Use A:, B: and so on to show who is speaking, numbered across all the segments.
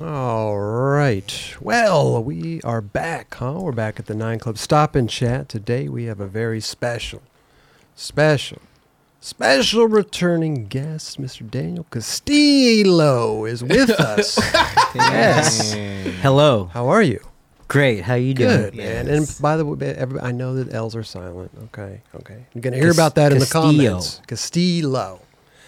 A: All right. Well, we are back, huh? We're back at the Nine Club Stop and Chat. Today we have a very special, special, special returning guest. Mr. Daniel Castillo is with us. yes.
B: Hello.
A: How are you?
B: Great. How you doing?
A: Good, man. And by the way, everybody, I know that L's are silent. Okay. Okay. You're going to hear about that in the
B: Castillo.
A: comments. Castillo.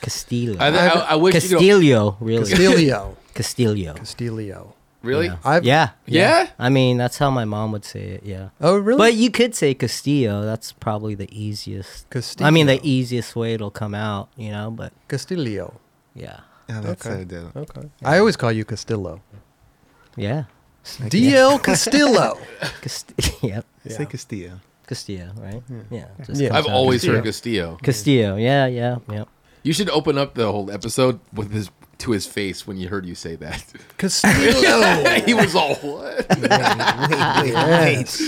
B: Castillo.
C: I, I, I wish you could,
B: Castillo, really.
A: Castillo.
B: Castillo.
A: Castillo.
C: really.
B: Yeah.
A: I've-
B: yeah.
C: Yeah?
B: I mean, that's how my mom would say it. Yeah.
A: Oh, really?
B: But you could say Castillo. That's probably the easiest. I mean, the
A: Castillo.
B: easiest way it'll come out, you know. But
A: Castillo.
B: yeah,
D: Yeah, that's
A: Okay.
D: how I did it.
A: Okay. I always call you Castillo.
B: yeah.
A: DL Castillo.
B: Cast- yep.
D: Say Castillo.
B: Castillo, right? Yeah.
A: Yeah.
B: comes
C: I've
B: out
C: always
B: Castillo.
C: heard Castillo.
B: Castillo. Yeah. Yeah. Yep.
C: You should open up the whole episode with his to his face when you heard you say that.
A: Castillo.
C: he was all what?
A: yes.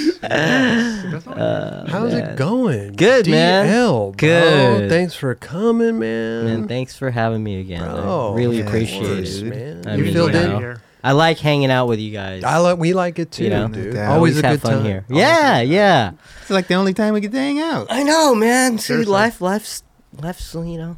A: How's it going?
B: Uh, Good,
A: DL,
B: man.
A: bro.
B: Good.
A: Thanks for coming, man.
B: And thanks for having me again.
A: Mm-hmm. Bro,
B: I really
A: yeah, of
B: appreciate
A: course,
B: it.
A: man.
B: I
A: You
B: mean,
A: filled
B: you
A: in?
B: know, I like hanging out with you guys.
A: I like we like it too,
B: You know?
A: dude.
D: No doubt.
A: Always, a
B: have
A: good
B: fun
A: time
B: here. Yeah, yeah.
D: It's like the only time we get to hang out.
B: I know, man. See,
D: Seriously.
B: life, life's, life's, you know,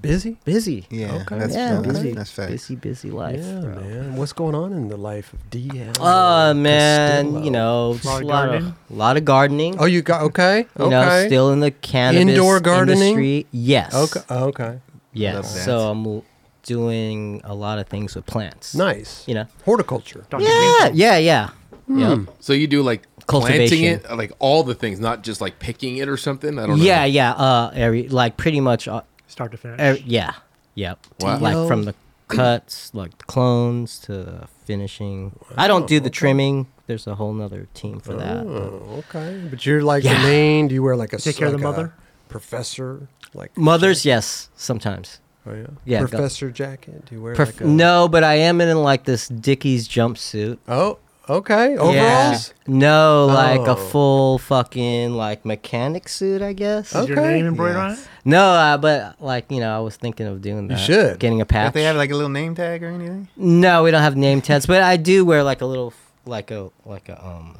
A: Busy.
B: busy.
D: Yeah,
A: Okay.
D: that's,
B: yeah,
D: no, that's,
B: busy,
D: that's facts.
B: busy, busy life.
A: yeah,
B: bro.
A: man. What's going on in the life of DL?
B: Oh man,
A: Castillo?
B: you know, just
E: Lot
B: a
E: of
B: lot of,
E: gardening?
B: lot of gardening.
A: Oh, you got okay.
B: you
A: okay.
B: know, still in the cannabis
A: Indoor gardening?
B: industry. Yes.
A: okay. Okay.
D: Love
B: Yes.
D: that.
B: So I'm l- doing a lot of things with plants.
A: Nice.
B: You know.
A: Horticulture.
E: Dr.
B: Yeah. Yeah. Yeah. Yeah.
C: so you do like planting
B: Cultivation.
C: it, like all the things, not just like picking it or something. I don't know.
B: Yeah. Yeah. Uh, every like pretty much. Uh,
E: Start to finish.
B: er, yeah. Yep.
C: Wow.
B: Like
A: Yo.
B: from the cuts, like the clones to finishing. I don't do the trimming. There's a whole nother team for that. but-
A: Oh, okay. But you're like
B: Yeah.
A: the main. Do you wear like a
E: Take care of
A: like
E: the mother?
A: a professor like
B: Mothers, yes, sometimes.
A: oh, yeah.
B: Yeah, go-
A: professor jacket? Do you wear
B: Perf-
A: like a
B: no, but I am in like this Dickies jumpsuit.
A: Oh, okay.
B: Yeah.
A: Overalls.
B: No, like
A: Oh.
B: a full fucking like mechanic suit, I guess.
A: Oh.
E: Is your
A: Okay.
E: name embroidered on
D: Yes.
E: it?
B: No, uh, but like you know, I was thinking of doing that.
A: should.
B: getting a
D: Don't
B: patch.
D: they have like a little name tag or anything?
B: no, we don't have name tags, but I do wear like a little, like a like a um,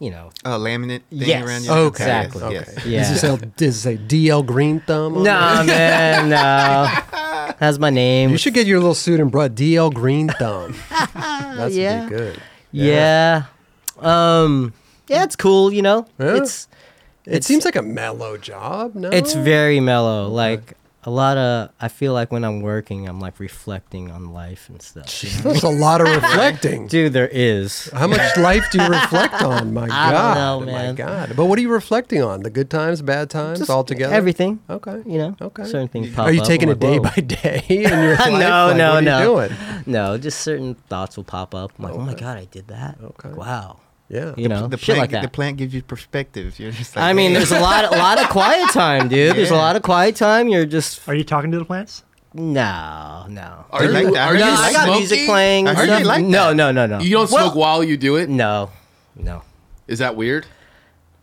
B: you know,
D: Oh, laminate thing
B: Yes.
D: around you?
B: Okay.
D: Yes,
B: Exactly.
A: Okay.
D: yes.
B: Yeah.
A: Does, this L, does it say DL Green Thumb? on
B: No, man, no. That's my
A: there?
B: name.
A: You should get your little suit and brought DL Green Thumb. That's
B: Yeah.
A: pretty good.
B: yeah. Um. Yeah, it's cool. You know,
A: Yeah.
B: it's
A: It
B: It's-
A: seems like a mellow job. No,
B: it's very mellow. Like a lot of, I feel like when I'm working, I'm like reflecting on life and stuff. you know?
A: That's a lot of reflecting.
B: Dude, there is.
A: How much life do you reflect on? My
B: I don't
A: God,
B: know,
A: my
B: man.
A: God. But what are you reflecting on? The good times, bad times,
B: Just
A: all together.
B: Everything.
A: Okay.
B: You know.
A: Okay.
B: Certain things. Pop
A: Are you
B: up,
A: taking
B: I'm
A: it day
B: like,
A: by day in your life?
B: No,
A: Like,
B: no,
A: what are
B: no.
A: You doing?
B: whoa. No, just certain thoughts will pop up. I'm like, oh my
A: Okay.
B: god, I did that.
A: Okay.
B: Wow.
A: Yeah.
B: You know,
D: The
B: shit
D: plant,
B: like that.
D: the plant gives you perspective. You're just like,
B: I mean,
D: "Hey."
B: there's a lot, a lot of quiet time, dude. There's a
D: Yeah.
B: lot of quiet time. You're just
E: Are you talking to the plants?
B: no, no.
C: Are
D: I like
C: you?
D: that.
C: Are
D: I
C: you
B: no,
D: like
B: I got
C: smoking?
B: music playing.
D: I heard
B: stuff.
D: you like
B: no,
D: that.
B: no, no, no.
C: You don't
B: Well,
C: smoke while you do it.
B: No, no.
C: Is that weird?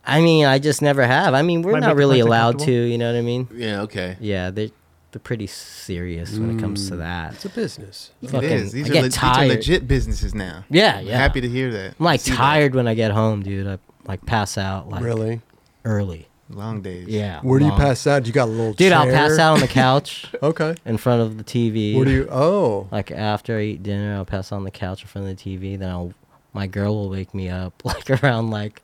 B: I mean, I just never have. I mean, we're
E: Might
B: not
E: make the
B: really
E: contact
B: allowed to.
E: comfortable.
B: You know what I mean?
C: Yeah. Okay.
B: Yeah, they they're pretty serious when it comes to that.
A: It's a business.
B: Fucking-
D: it is. These,
B: I
D: are
B: get
D: le- these are
B: tired.
D: legit businesses now.
B: Yeah,
D: I'm
B: yeah.
D: Happy to hear that.
B: I'm like
D: See that.
B: tired when I get home, dude. I like pass out like
A: Really?
B: early.
D: Long days.
B: Yeah.
A: Where do you
D: Long.
A: pass out? You got a little
B: Dude, I'll
A: chair?
B: pass out on the couch
A: Okay.
B: in front of the TV.
A: Where do you? Oh,
B: Like after I eat dinner, I'll pass out on the couch in front of the TV. Then I'll my girl will wake me up like around like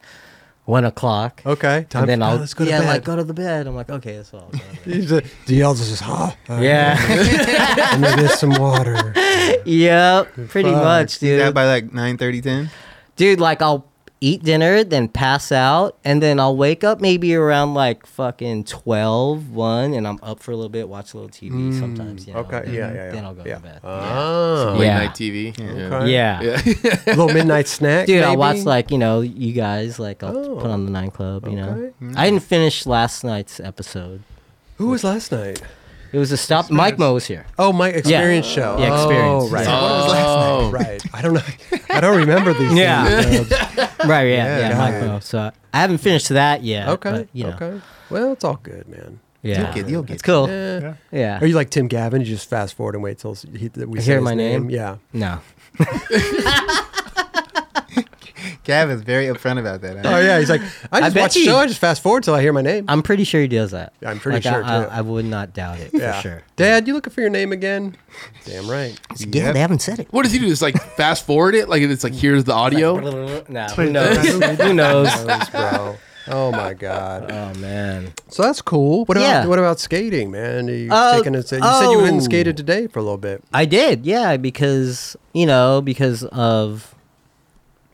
B: one o'clock.
A: okay. Time.
B: and then
A: oh,
B: I'll
A: let's go to
B: yeah,
A: bed.
B: like go to the bed. I'm like, okay, that's all.
A: He's a- DL just says, huh? Uh,
B: yeah,
A: Let me get some water.
B: yep, pretty
A: Fuck.
B: much,
D: See that
B: dude.
D: by like 9 30, 10?
B: dude, like I'll eat dinner, then pass out, and then I'll wake up maybe around like fucking 12, 1, and I'm up for a little bit, watch a little TV sometimes. You know,
A: Okay.
B: Then,
A: yeah, yeah, yeah.
B: Then I'll go
A: yeah.
B: to bed.
A: Ah.
C: Late
B: Yeah.
C: night TV.
B: yeah. yeah.
C: Yeah. Yeah.
A: A little midnight snack.
B: Dude,
A: maybe?
B: I'll watch like, you know, you guys, like I'll put
A: Oh,
B: on the Nine Club, you know.
A: okay.
B: I didn't finish last night's episode.
A: Who was last night?
B: It was a stop. Mike Mo was here.
A: Oh, my experience show.
B: Yeah, experience.
A: Oh, right.
B: Yeah.
A: What was
C: Oh.
A: last night? Right. I don't know. I don't remember these.
B: Yeah.
A: Things, uh,
B: Right, yeah,
D: Yeah,
B: yeah, Mike
D: God.
B: Mo. So I haven't finished that yet.
A: okay.
B: but, you know.
A: Okay. Well, it's all good, man.
B: Yeah,
D: You'll get- you'll
B: It's
D: get-
B: cool.
A: Eh.
E: Yeah.
B: Yeah.
A: Are you like Tim Gavin? You just fast forward and wait till he, that we
B: I
A: say
B: hear
A: his
B: my name?
A: Yeah.
B: no.
D: Gav is very upfront about that.
A: Oh
D: huh?
A: yeah. He's like, I just
B: bet
A: watch the
B: you-
A: show. I just fast forward till I hear my name.
B: I'm pretty sure he does that.
A: I'm pretty
B: I-
A: sure,
B: I,
A: too.
B: I, would not doubt it for sure.
A: Dad, you looking for your name again? Damn right.
B: Yeah, they haven't said it.
C: What does he do? Just like fast forward it? Like it's like here's the audio.
B: No, who
E: Wait,
B: knows? who knows?
A: Those, bro. Oh my god.
B: Oh man.
A: So that's cool. What about
B: Yeah.
A: what about skating, man? You
B: Uh,
A: taking a, you said you went
B: oh.
A: and skated today for a little bit.
B: I did, yeah, because you know, because of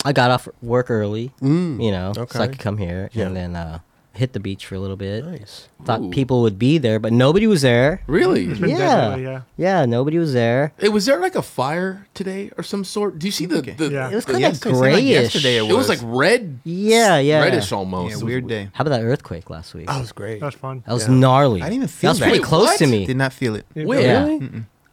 B: I got off work early, you know, so I
A: okay.
B: could come here
A: Yeah.
B: and then uh, hit the beach for a little bit.
A: Nice.
B: Thought
C: Ooh.
B: people would be there, but nobody was there.
E: It's
C: Really?
E: been
B: Yeah.
E: definitely, yeah.
B: Yeah, nobody was there.
C: Hey, was there like a fire today or some sort? Do you see the?
D: Okay.
C: the
E: Yeah.
B: It was
C: the-
B: kind
D: Yes,
B: of
D: it seemed like
B: grayish.
D: yesterday it
C: It was
D: was.
C: like red.
B: Yeah, yeah.
C: Reddish
B: Oh,
C: almost. It
D: Yeah,
C: was
D: weird
C: w-
D: day.
B: How about that earthquake last week?
A: That was great.
E: That's fun.
B: that was
A: Oh, yeah.
B: gnarly.
D: I didn't even
B: That
D: feel
B: was
D: that.
B: pretty
C: Wait,
B: close to
C: what?
B: me.
D: Did not feel it.
E: Wait,
C: Wait,
B: Yeah.
C: really?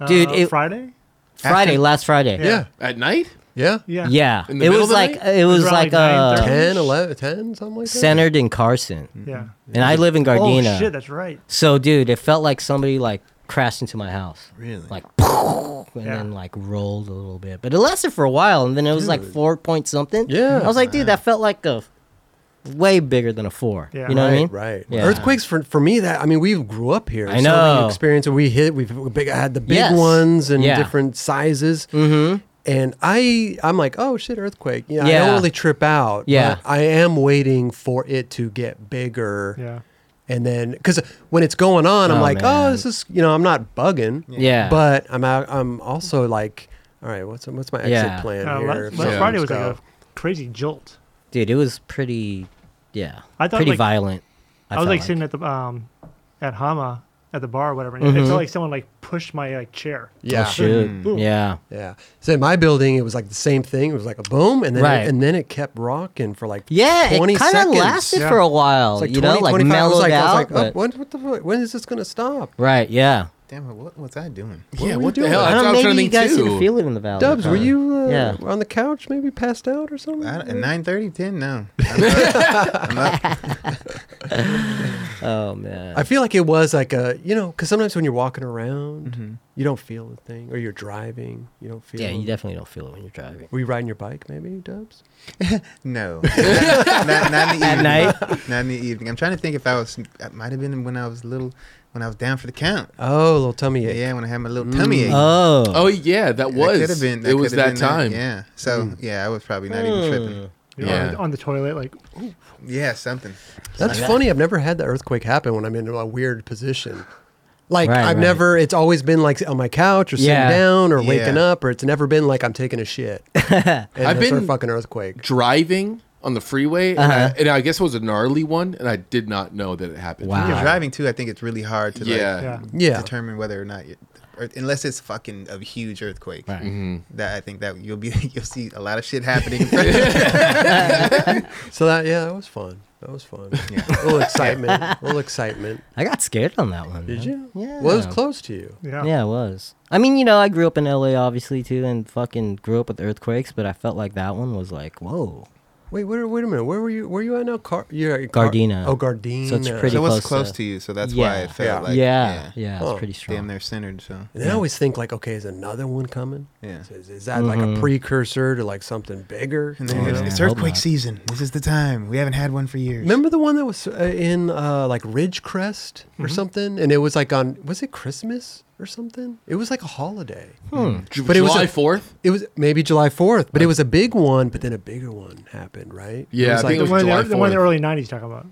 B: Dude, it-
E: Uh, Friday?
B: Friday, last Friday.
E: Yeah.
A: Yeah.
C: At night?
A: Yeah.
E: Yeah.
B: Yeah.
C: In the
B: it
C: middle of
B: was
C: the
B: like
E: night?
B: it was
E: Around,
B: like
E: like,
B: uh
E: 9:30?
A: 10, 11, 10, something like that.
B: centered in Carson.
E: Yeah.
B: And I live in Gardena.
E: Oh shit, that's right.
B: So, dude, it felt like somebody like crashed into my house,
D: Really?
B: like, and
E: Yeah.
B: then like rolled a little bit. But it lasted for a while, and then it was like four point something.
A: Yeah.
B: I was like, dude, that felt like a way bigger than a four.
E: Yeah.
B: You know what I
A: Right,
B: mean?
A: right.
B: Yeah.
A: Earthquakes for for me that I mean we grew up here.
B: I
A: So
B: know.
A: many experiences we hit. We've we big, I had the big
B: Yes.
A: ones and
B: Yeah.
A: different sizes. Mm-hmm. And I I'm like oh shit earthquake. You know, I
B: Yeah.
A: don't really trip out.
B: Yeah.
A: but I am waiting for it to get bigger.
E: Yeah.
A: And then, because when it's going on, I'm
B: Oh,
A: like,
B: man.
A: oh, this is, you know, I'm not bugging.
B: Yeah.
A: But I'm out, I'm also like, all right, what's what's my exit
B: Yeah.
A: plan
E: Uh,
A: here?
E: last
A: if
E: last
A: something's
E: Friday was
A: go-
E: like a crazy jolt.
B: Dude, it was pretty, yeah,
E: I thought,
B: pretty
E: like-
B: violent.
E: I, was
B: felt
E: like, sitting at the um, at Hama at the bar or whatever. And It felt like someone like pushed my like chair.
A: yeah,
B: Mm-hmm. Oh, shoot.
E: Boom.
B: Yeah.
A: yeah. So in my building, it was like the same thing. It was like a boom, and then
B: Right.
A: it, and then it kept rocking for like
B: Yeah, it
A: 20
B: kind of
A: seconds.
B: lasted
E: Yeah.
B: for a while,
A: It's like
B: you
A: 20,
B: know, like
A: 25. I was
B: mellowed
A: like, I was
B: out.
A: like, oh,
B: but-
A: when, what the fuck- when is this gonna stop?
B: right, yeah.
D: Damn it! What was I doing?
C: yeah.
A: were you
C: What the
A: doing?
C: hell?
A: I
B: I
C: That's
B: don't
C: what I
B: know,
C: was trying
B: maybe
C: to
B: you
C: think
B: guys
C: too.
B: didn't feel it in the valley.
A: Dubs, were you uh,
B: Yeah.
A: on the couch, maybe passed out or something?
D: I, at 9:30, 10? No. I'm up. I'm up.
B: Oh, man.
A: I feel like it was like a you know because sometimes when you're walking around,
D: Mm-hmm.
A: you don't feel a thing, or you're driving, you don't feel.
B: yeah, you definitely don't feel it when you're driving.
A: Were you riding your bike, maybe, Dubs?
D: No, not, not, not in the
B: At
D: evening.
B: night?
D: Not in the evening. I'm trying to think if I was. It might have been when I was little, when I was down for the count.
A: Oh, a little tummy
D: Yeah,
A: ache.
D: when I had my little tummy ache.
B: Oh.
C: Oh yeah, that
D: That
C: was.
D: could have been.
C: it was
D: could have
C: that
D: been
C: time. Mm.
D: Yeah. So
B: Mm.
D: yeah, I was probably not even tripping.
E: You know, on
C: Yeah.
E: the- on the toilet, like
D: Yeah, something.
A: That's
B: Yeah.
A: funny. I've never had the earthquake happen when I'm in a weird position. Like
B: Right,
A: I've
B: right.
A: never. It's always been like on my couch or sitting
B: Yeah.
A: down or
D: Yeah.
A: waking up, or it's never been like I'm taking a shit. and I've been
C: been-
A: fucking earthquake.
C: Driving on the freeway, and,
B: Uh-huh.
C: I, and I guess it was a gnarly one, and I did not know that it happened.
B: Wow.
D: When you're driving too, I think it's really hard to
C: Yeah.
D: like
E: yeah.
A: Yeah.
D: determine whether or not you or unless it's fucking a huge earthquake.
C: Mm.
B: Right.
A: Mm-hmm.
D: That I think that you'll be you'll see a lot of shit happening. in front of you.
A: So that yeah, that was fun. That was fun.
D: Yeah.
A: a little excitement. A little excitement.
B: I got scared on that one.
A: Did
B: man.
A: you?
B: Yeah.
A: Well, it was close to you.
E: yeah.
B: Yeah, it was. I mean, you know, I grew up in LA, obviously, too, and fucking grew up with earthquakes, but I felt like that one was like, whoa.
A: Wait, wait, wait a minute. Where were you? Where you at now? Car- you're at Car-
B: Gardena.
A: Oh, Gardena.
B: So it's pretty-
D: so it was
B: close
D: close
B: to-
D: to you, so that's why
B: Yeah.
D: it felt
A: Yeah. Oh,
D: like
B: yeah, yeah, it's
A: Huh.
B: pretty
D: damn
B: strong.
D: near centered. So
A: And I always think like, okay, is another one coming?
D: Yeah.
A: Is, is that like a precursor to like something bigger?
D: And then
B: Oh,
D: it's,
B: Mm-hmm. yeah,
D: it's
B: I hope
D: earthquake
B: not.
D: season. This is the time. We haven't had one for years.
A: Remember the one that was uh, in uh, like Ridgecrest
C: Mm-hmm.
A: or something, and it was like on was it Christmas or something? It was like a holiday.
B: Hmm.
C: Ju-
A: But it was
C: July
A: a-
C: Fourth.
A: It was maybe July Fourth, but it was a big one. But then a bigger one happened, right?
C: Yeah,
A: it was
C: I think
E: The
A: like,
C: was
E: one, in the-
C: July
E: the one in the
C: 4th.
E: early '90s, talking about.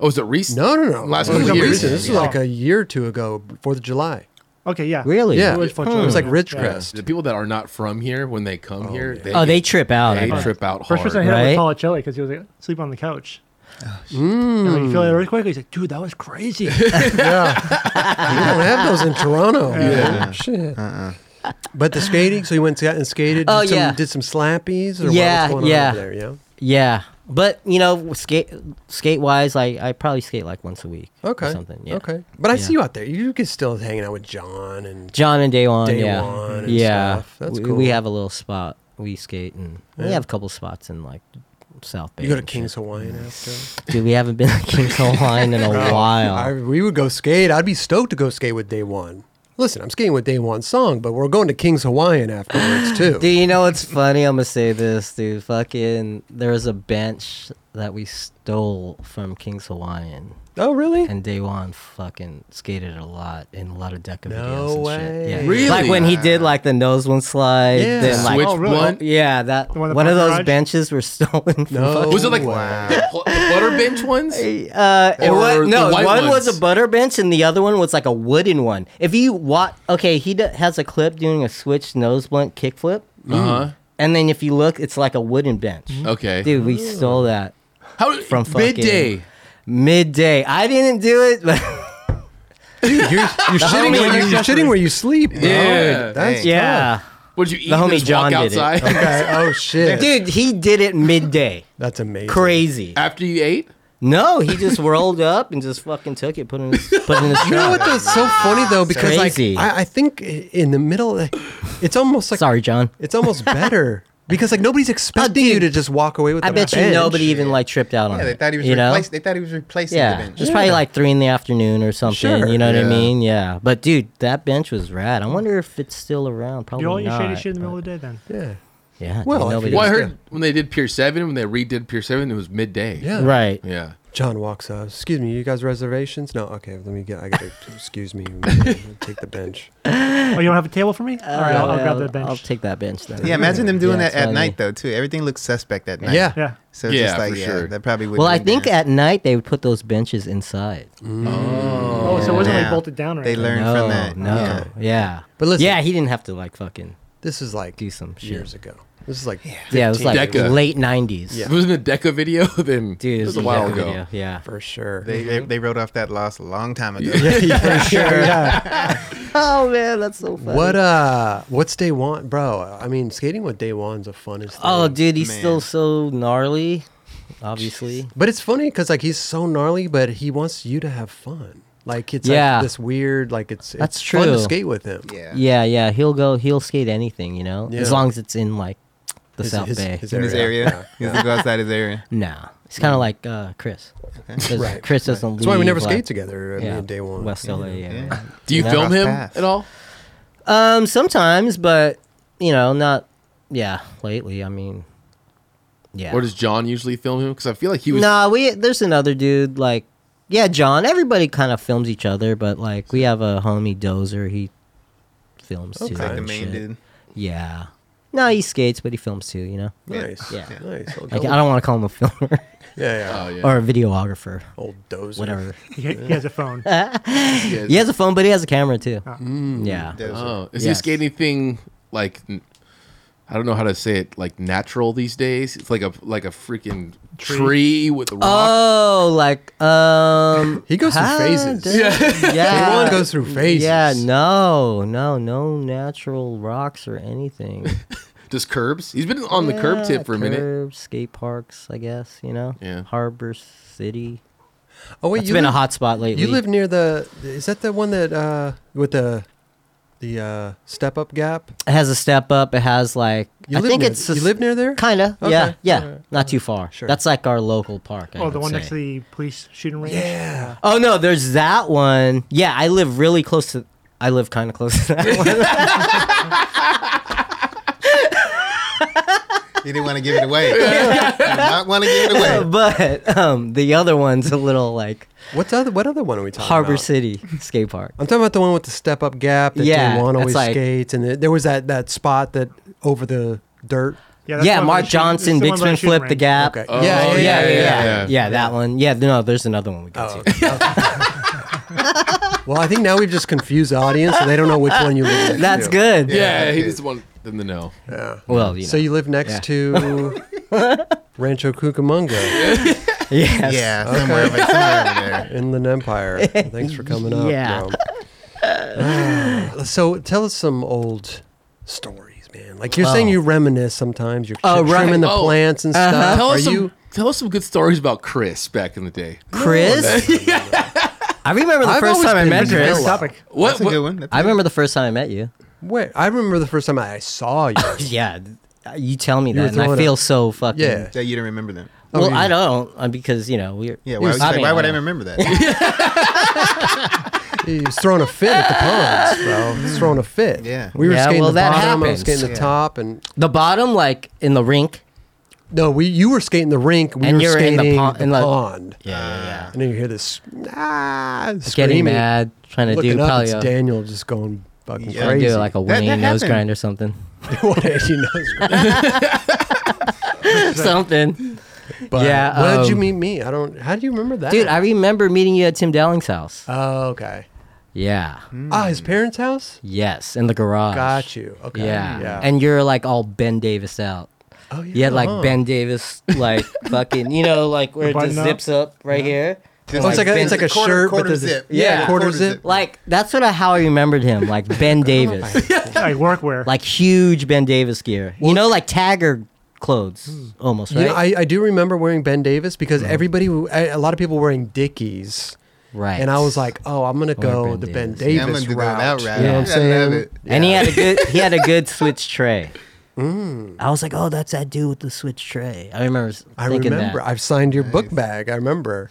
C: Oh, was it recent?
A: no, no, no.
C: Last
A: It was
C: couple
A: like
C: years.
A: recent. This was
E: Yeah.
A: like a year or two ago, Fourth of July.
E: Okay, yeah.
B: Really?
A: Yeah,
E: It was
A: it was like
E: Yeah.
A: Ridgecrest.
C: The people that are not from here, when they come here, they,
B: Oh, they trip out. I
C: they
B: bet.
C: trip out
E: First
C: hard.
E: person I hit
B: Right?
E: was Paul Achille because he was like, asleep on the couch.
B: Oh, Mm.
E: And when you feel that earthquake, he's like, dude, that was crazy.
A: You don't have those in Toronto. Yeah. Shit. But the skating, so you went to, and skated.
B: Oh,
A: did some,
B: yeah.
A: Did some slappies or
B: Yeah,
A: what was going
B: yeah.
A: on over there? Yeah.
B: Yeah, but you know, skate skate wise, like I probably skate like once a week.
A: Okay.
B: Or something. Yeah.
A: Okay. But I
B: Yeah.
A: see you out there. You get still hanging out with John and
B: John and Daywan.
A: Day
B: yeah.
A: One and
B: yeah.
A: stuff. That's
B: we,
A: cool.
B: We have a little spot we skate, and we
A: Yeah.
B: have a couple spots in like South Bay.
A: You go to
B: and shit.
A: King's Hawaiian after?
B: Dude, we haven't been to King's Hawaiian in a while.
A: Oh, I, we would go skate. I'd be stoked to go skate with Day One. Listen, I'm skating with Day One Song, but we're going to King's Hawaiian afterwards too.
B: Dude, you know what's funny? I'm gonna say this, dude. Fucking, there was a bench that we stole from King's Hawaiian,
A: oh, really?
B: and Daywan fucking skated a lot in a lot of Deca
A: No
B: videos and shit. Yeah,
A: way.
C: Really?
B: Like when he did like the nose one slide.
A: Yeah.
B: Then, like,
C: Switch
E: Oh, really?
C: blunt.
B: yeah, that
E: The
B: one,
E: one in the
B: of
E: parking
B: those
E: garage?
B: benches were stolen. From
A: No.
B: fucking-
C: Was it like
A: Wow.
C: the, pl- the butter bench ones?
B: Uh, it
C: Or
B: was,
C: the
B: no,
C: white
B: one was
C: ones.
B: a butter bench and the other one was like a wooden one. If you watch, okay, he d- has a clip doing a switch nose blunt kickflip.
C: Uh
B: And then if you look, it's like a wooden bench.
C: huh. Okay.
B: Dude, we stole that
C: How
B: from fucking-
C: midday?
B: midday. I didn't do it, but
A: Dude, you're, you're shitting
E: homie-
A: where you, you're shitting where you sleep. bro.
C: Yeah.
A: that's
B: yeah,
C: What did you eat?
B: The
C: and
B: homie
C: just
B: John
C: walk
B: did it.
C: outside
A: okay. Oh shit,
B: dude, he did it midday.
A: that's amazing.
B: Crazy.
C: after you ate.
B: No, he just rolled up and just fucking took it, put it in his, put it in his
A: You know
B: truck.
A: what? That's so funny though, because like
B: Crazy.
A: I, I think i- in the middle, it's almost like
B: Sorry, John.
A: it's almost better because like nobody's expecting you to just walk away with.
B: I
A: the
B: bet you
A: bench.
B: nobody even like tripped out on
D: Yeah,
B: it.
D: they thought he was
B: you know?
D: replaced. They thought he was replacing
B: Yeah,
D: the bench.
B: it was probably like three in the afternoon or something.
A: Sure.
B: You know what I
C: Yeah.
B: mean? Yeah. But dude, that bench was rad. I wonder if it's still around. Probably
E: Do all your
B: not.
E: shady shit in the middle of the day then.
A: Yeah.
B: but- Yeah. dude,
A: Well, if
B: nobody-
A: you-
C: Well, I
A: Yeah.
C: heard when they did Pier Seven, when they redid Pier Seven, it was midday.
A: Yeah.
B: right.
C: Yeah.
A: John walks up. Excuse me, you guys reservations? No, okay. Let me get. I gotta. excuse me. Take the bench.
E: Oh, you don't have a table for me? All right, I'll, I'll grab that bench.
B: Uh, I'll take that bench then.
D: Yeah, imagine them doing
B: Yeah,
D: that at
B: totally.
D: night though too. Everything looks suspect at night.
A: Yeah.
E: yeah.
D: So it's
C: Yeah,
D: just like
C: for
D: yeah,
C: sure.
D: that probably would.
B: Well, I
D: be
B: think
D: down.
B: at night they would put those benches inside.
E: Oh, so it wasn't
D: Yeah.
E: like bolted down right
D: they learn
B: no,
D: from that.
B: No,
D: Yeah.
B: yeah.
A: But listen-
B: yeah, he didn't have to like fucking
A: This is like
B: do some shit.
A: years ago. This is like
B: yeah, it was like
C: Deca.
B: late '90s.
A: Yeah.
C: It was in the Deca video. Then
B: dude,
C: it was a while
B: Deca
C: ago.
B: video, Yeah,
A: for sure.
D: They, they they wrote off that loss a long time ago.
A: yeah, for sure.
B: Oh man, that's so funny.
A: What uh? What's day one, bro? I mean, skating with day one's the funnest. Thing.
B: oh, dude, he's
D: Man.
B: still so gnarly. Obviously,
A: but it's funny because like he's so gnarly, but he wants you to have fun. Like it's
B: Yeah.
A: like this weird. Like it's
B: That's
A: it's Fun to
B: true.
A: skate with him.
D: Yeah.
B: yeah, yeah, he'll go. He'll skate anything, you know,
A: Yeah.
B: as long as it's in like the
A: His-
B: South
A: his-
B: Bay.
A: his Mm.
D: In his area. He has to go outside his area.
B: nah, it's kind of like uh, Chris. 'Cause
A: Right,
B: Chris doesn't.
A: That's why we
B: leave,
A: never
B: like-
A: skate together. I mean,
B: Yeah,
A: day one.
B: West LA. area.
D: Yeah.
C: Do you
B: Yeah.
C: film
D: Cross
C: him
D: paths.
C: at all?
B: Um, sometimes, but you know, not. Yeah, lately. I mean, yeah.
C: Or does John usually film him? Because I feel like he was.
B: nah, we there's another dude like yeah, John. Everybody kind of films each other, but like we have a homie Dozer. He films too.
A: Okay.
D: He's like the
B: and
D: main
B: shit.
D: dude.
B: Yeah. No, he skates, but he films too. You know.
A: Nice.
B: Yeah. Uh, Yeah.
A: Nice. Old
B: Like, I
A: dozer.
B: don't want to call him a filmer
A: Yeah,
C: Oh
A: Oh, yeah.
C: yeah.
B: or a videographer,
A: Old dozer.
B: whatever.
E: He, he has a phone.
C: Yeah.
B: He has a phone, but he has a camera too. Yeah.
D: Dozer.
C: Oh, is
B: Yes.
C: he skating anything like? n- I don't know how to say it. Like natural these days. It's like a like a freaking tree,
E: Tree.
C: with a rock.
B: Oh, like um,
A: He goes through
B: how
A: phases.
B: does- yeah.
A: Everyone goes through phases.
B: Yeah, no, no, no natural rocks or anything.
C: Just curbs. He's been on the curb
B: Uh, Yeah,
C: tip for a minute.
B: curbs, Skate parks, I guess. You know.
C: Yeah.
B: Harbor City.
A: Oh wait,
B: It's
A: you
B: been
A: live,
B: a hot spot lately.
A: You live near the. Is that the one that uh with the the uh step up gap?
B: It has a step up. It has like
A: You
B: I
A: live
B: think
A: near,
B: it's
A: you live near there.
B: kind of
A: Okay,
B: yeah yeah
A: alright,
B: not too far.
A: Sure.
B: That's like our local park. I
E: Oh, the
B: would
E: one
B: say.
E: next to the police shooting range.
A: Yeah.
B: Oh no, there's that one. Yeah, I live really close to. I live kind of close to that one.
D: He didn't want to give it away. He did not want to give it away.
B: but um, the other one's a little like
A: What's other? What other one are we talking
B: Harbor
A: about?
B: City skate park.
A: I'm talking about the one with the step up gap that
B: Yeah,
A: Juan
B: that's
A: always
B: like-
A: skates, and there- there was that that spot that over the dirt.
E: that's
B: yeah,
E: the one by
B: Mark
E: the shooting-
B: Johnson,
E: it's the
B: Big
E: one by the
B: Spin
E: shooting
B: Flip, the
E: range.
B: gap.
A: Okay.
C: Oh,
A: yeah, yeah, yeah,
B: yeah,
A: yeah,
B: yeah, yeah, that one. Yeah, no, there's another one we got
A: Oh,
B: to.
A: okay. well, I think now we've just confused the audience, so they don't know which one you live in.
B: That's good.
C: Yeah, he's the one in the know.
A: Yeah.
B: Well, you know.
A: So you live next
B: Yeah.
A: to Rancho Cucamonga,
B: yes.
D: Yeah, somewhere, but somewhere over there.
A: Inland Empire. Thanks for coming up.
B: Yeah.
A: bro. Ah, so tell us some old stories, man. Like you're saying,
B: Oh.
A: you reminisce sometimes. You're
B: Oh,
A: tr-
B: right.
A: trimming the
C: Oh.
A: plants and stuff.
C: Tell
A: Are
C: us some.
A: you?
C: Tell us some good stories about Chris back in the day.
B: Chris. I remember the
A: I've
B: first
A: always
B: time I
A: been
B: met
A: vanilla.
B: Chris.
E: Next topic.
C: What?
D: That's a
C: what-
D: good one. That's
B: I remember the first time I met you.
A: Wait, I remember the first time I saw you.
B: Yeah, you tell me
A: You were
B: that, and I
A: throwing
B: feel
A: up-
B: so fucking.
A: Yeah.
D: That you don't remember them.
A: Oh,
B: Well,
A: you-
B: I don't uh, because you know we're.
D: Yeah, why, would,
B: I
D: you-
B: mean,
D: why would I
B: know.
D: remember that?
A: He was throwing a fit at the ponds, bro. He's throwing a fit.
D: Yeah.
A: We were
B: Yeah,
A: skating
B: well,
A: the
B: that
A: bottom. I was skating the
B: happens.
D: Yeah.
A: top, and
B: The bottom, like in the rink.
A: no, we you were skating the rink. We
B: And
A: were
B: you were in
A: skating
B: the
A: the,
B: pond- in the-
A: pond.
B: Yeah, yeah,
A: And then you hear this ah,
B: Getting
A: screaming,
B: mad, trying to
A: looking
B: do
A: up.
B: probably
A: It's
B: a,
A: Daniel just going fucking
D: Yeah.
B: trying to
A: crazy.
B: do like a
D: That-
B: Wayne
D: that
B: nose
D: happened.
B: grind or something.
A: What did he knows?
B: something,
A: But
B: Yeah,
A: When did you
B: um,
A: meet me? I don't. How do you remember that,
B: dude. I remember meeting you at Tim Dowling's house.
A: oh, okay.
B: yeah.
D: Hmm.
A: Ah, his parents' house.
B: Yes, in the garage.
A: Got you. Okay.
B: Yeah.
A: Yeah.
B: And you're like all Ben Davis out.
A: oh,
B: You had like
A: huh.
B: Ben Davis, like fucking, you know, like where it just
E: button up?
B: zips up right here.
A: Oh, it's like a, it's like a
D: Quarter-
A: shirt,
D: quarter
A: but there's a-
D: zip.
A: Yeah,
B: Yeah.
A: quarter zip.
B: Like that's what I, how I remembered him, like Ben Davis,
E: like workwear.
B: like huge Ben Davis gear. you know, like Tagger clothes, almost right.
A: Hmm.
B: Mm-hmm.
A: You know, I, I do remember wearing Ben Davis because everybody, w- I- a lot of people were wearing Dickies.
B: right.
A: And I was like, oh, I'm going to
B: Or
A: go
B: Ben
A: the Ben
B: Davis.
A: Davis
D: Yeah, I'm gonna go
A: route.
D: that route.
A: You know what I'm
B: Yeah.
A: saying?
D: I love it.
B: and he had a good, he had a good switch tray. I was like, oh, that's that dude with the switch tray. I remember. s-
A: Hmm. I
B: thinking
A: remember.
B: That. Uh,
A: I've signed your book bag. I remember.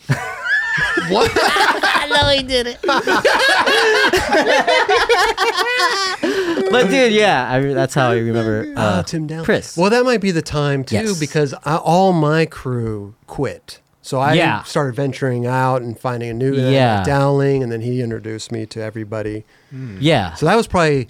B: I know he did it. but dude, yeah, I, re- that's how I remember. Uh,
A: Ah, Tim Dowling.
B: Chris.
A: Well, that might be the time, too,
B: Yes.
A: because I, all my crew quit. So I
B: Yeah.
A: started venturing out and finding a new
B: Yeah.
A: uh, Dowling, and then he introduced me to everybody.
B: yeah.
A: So that was probably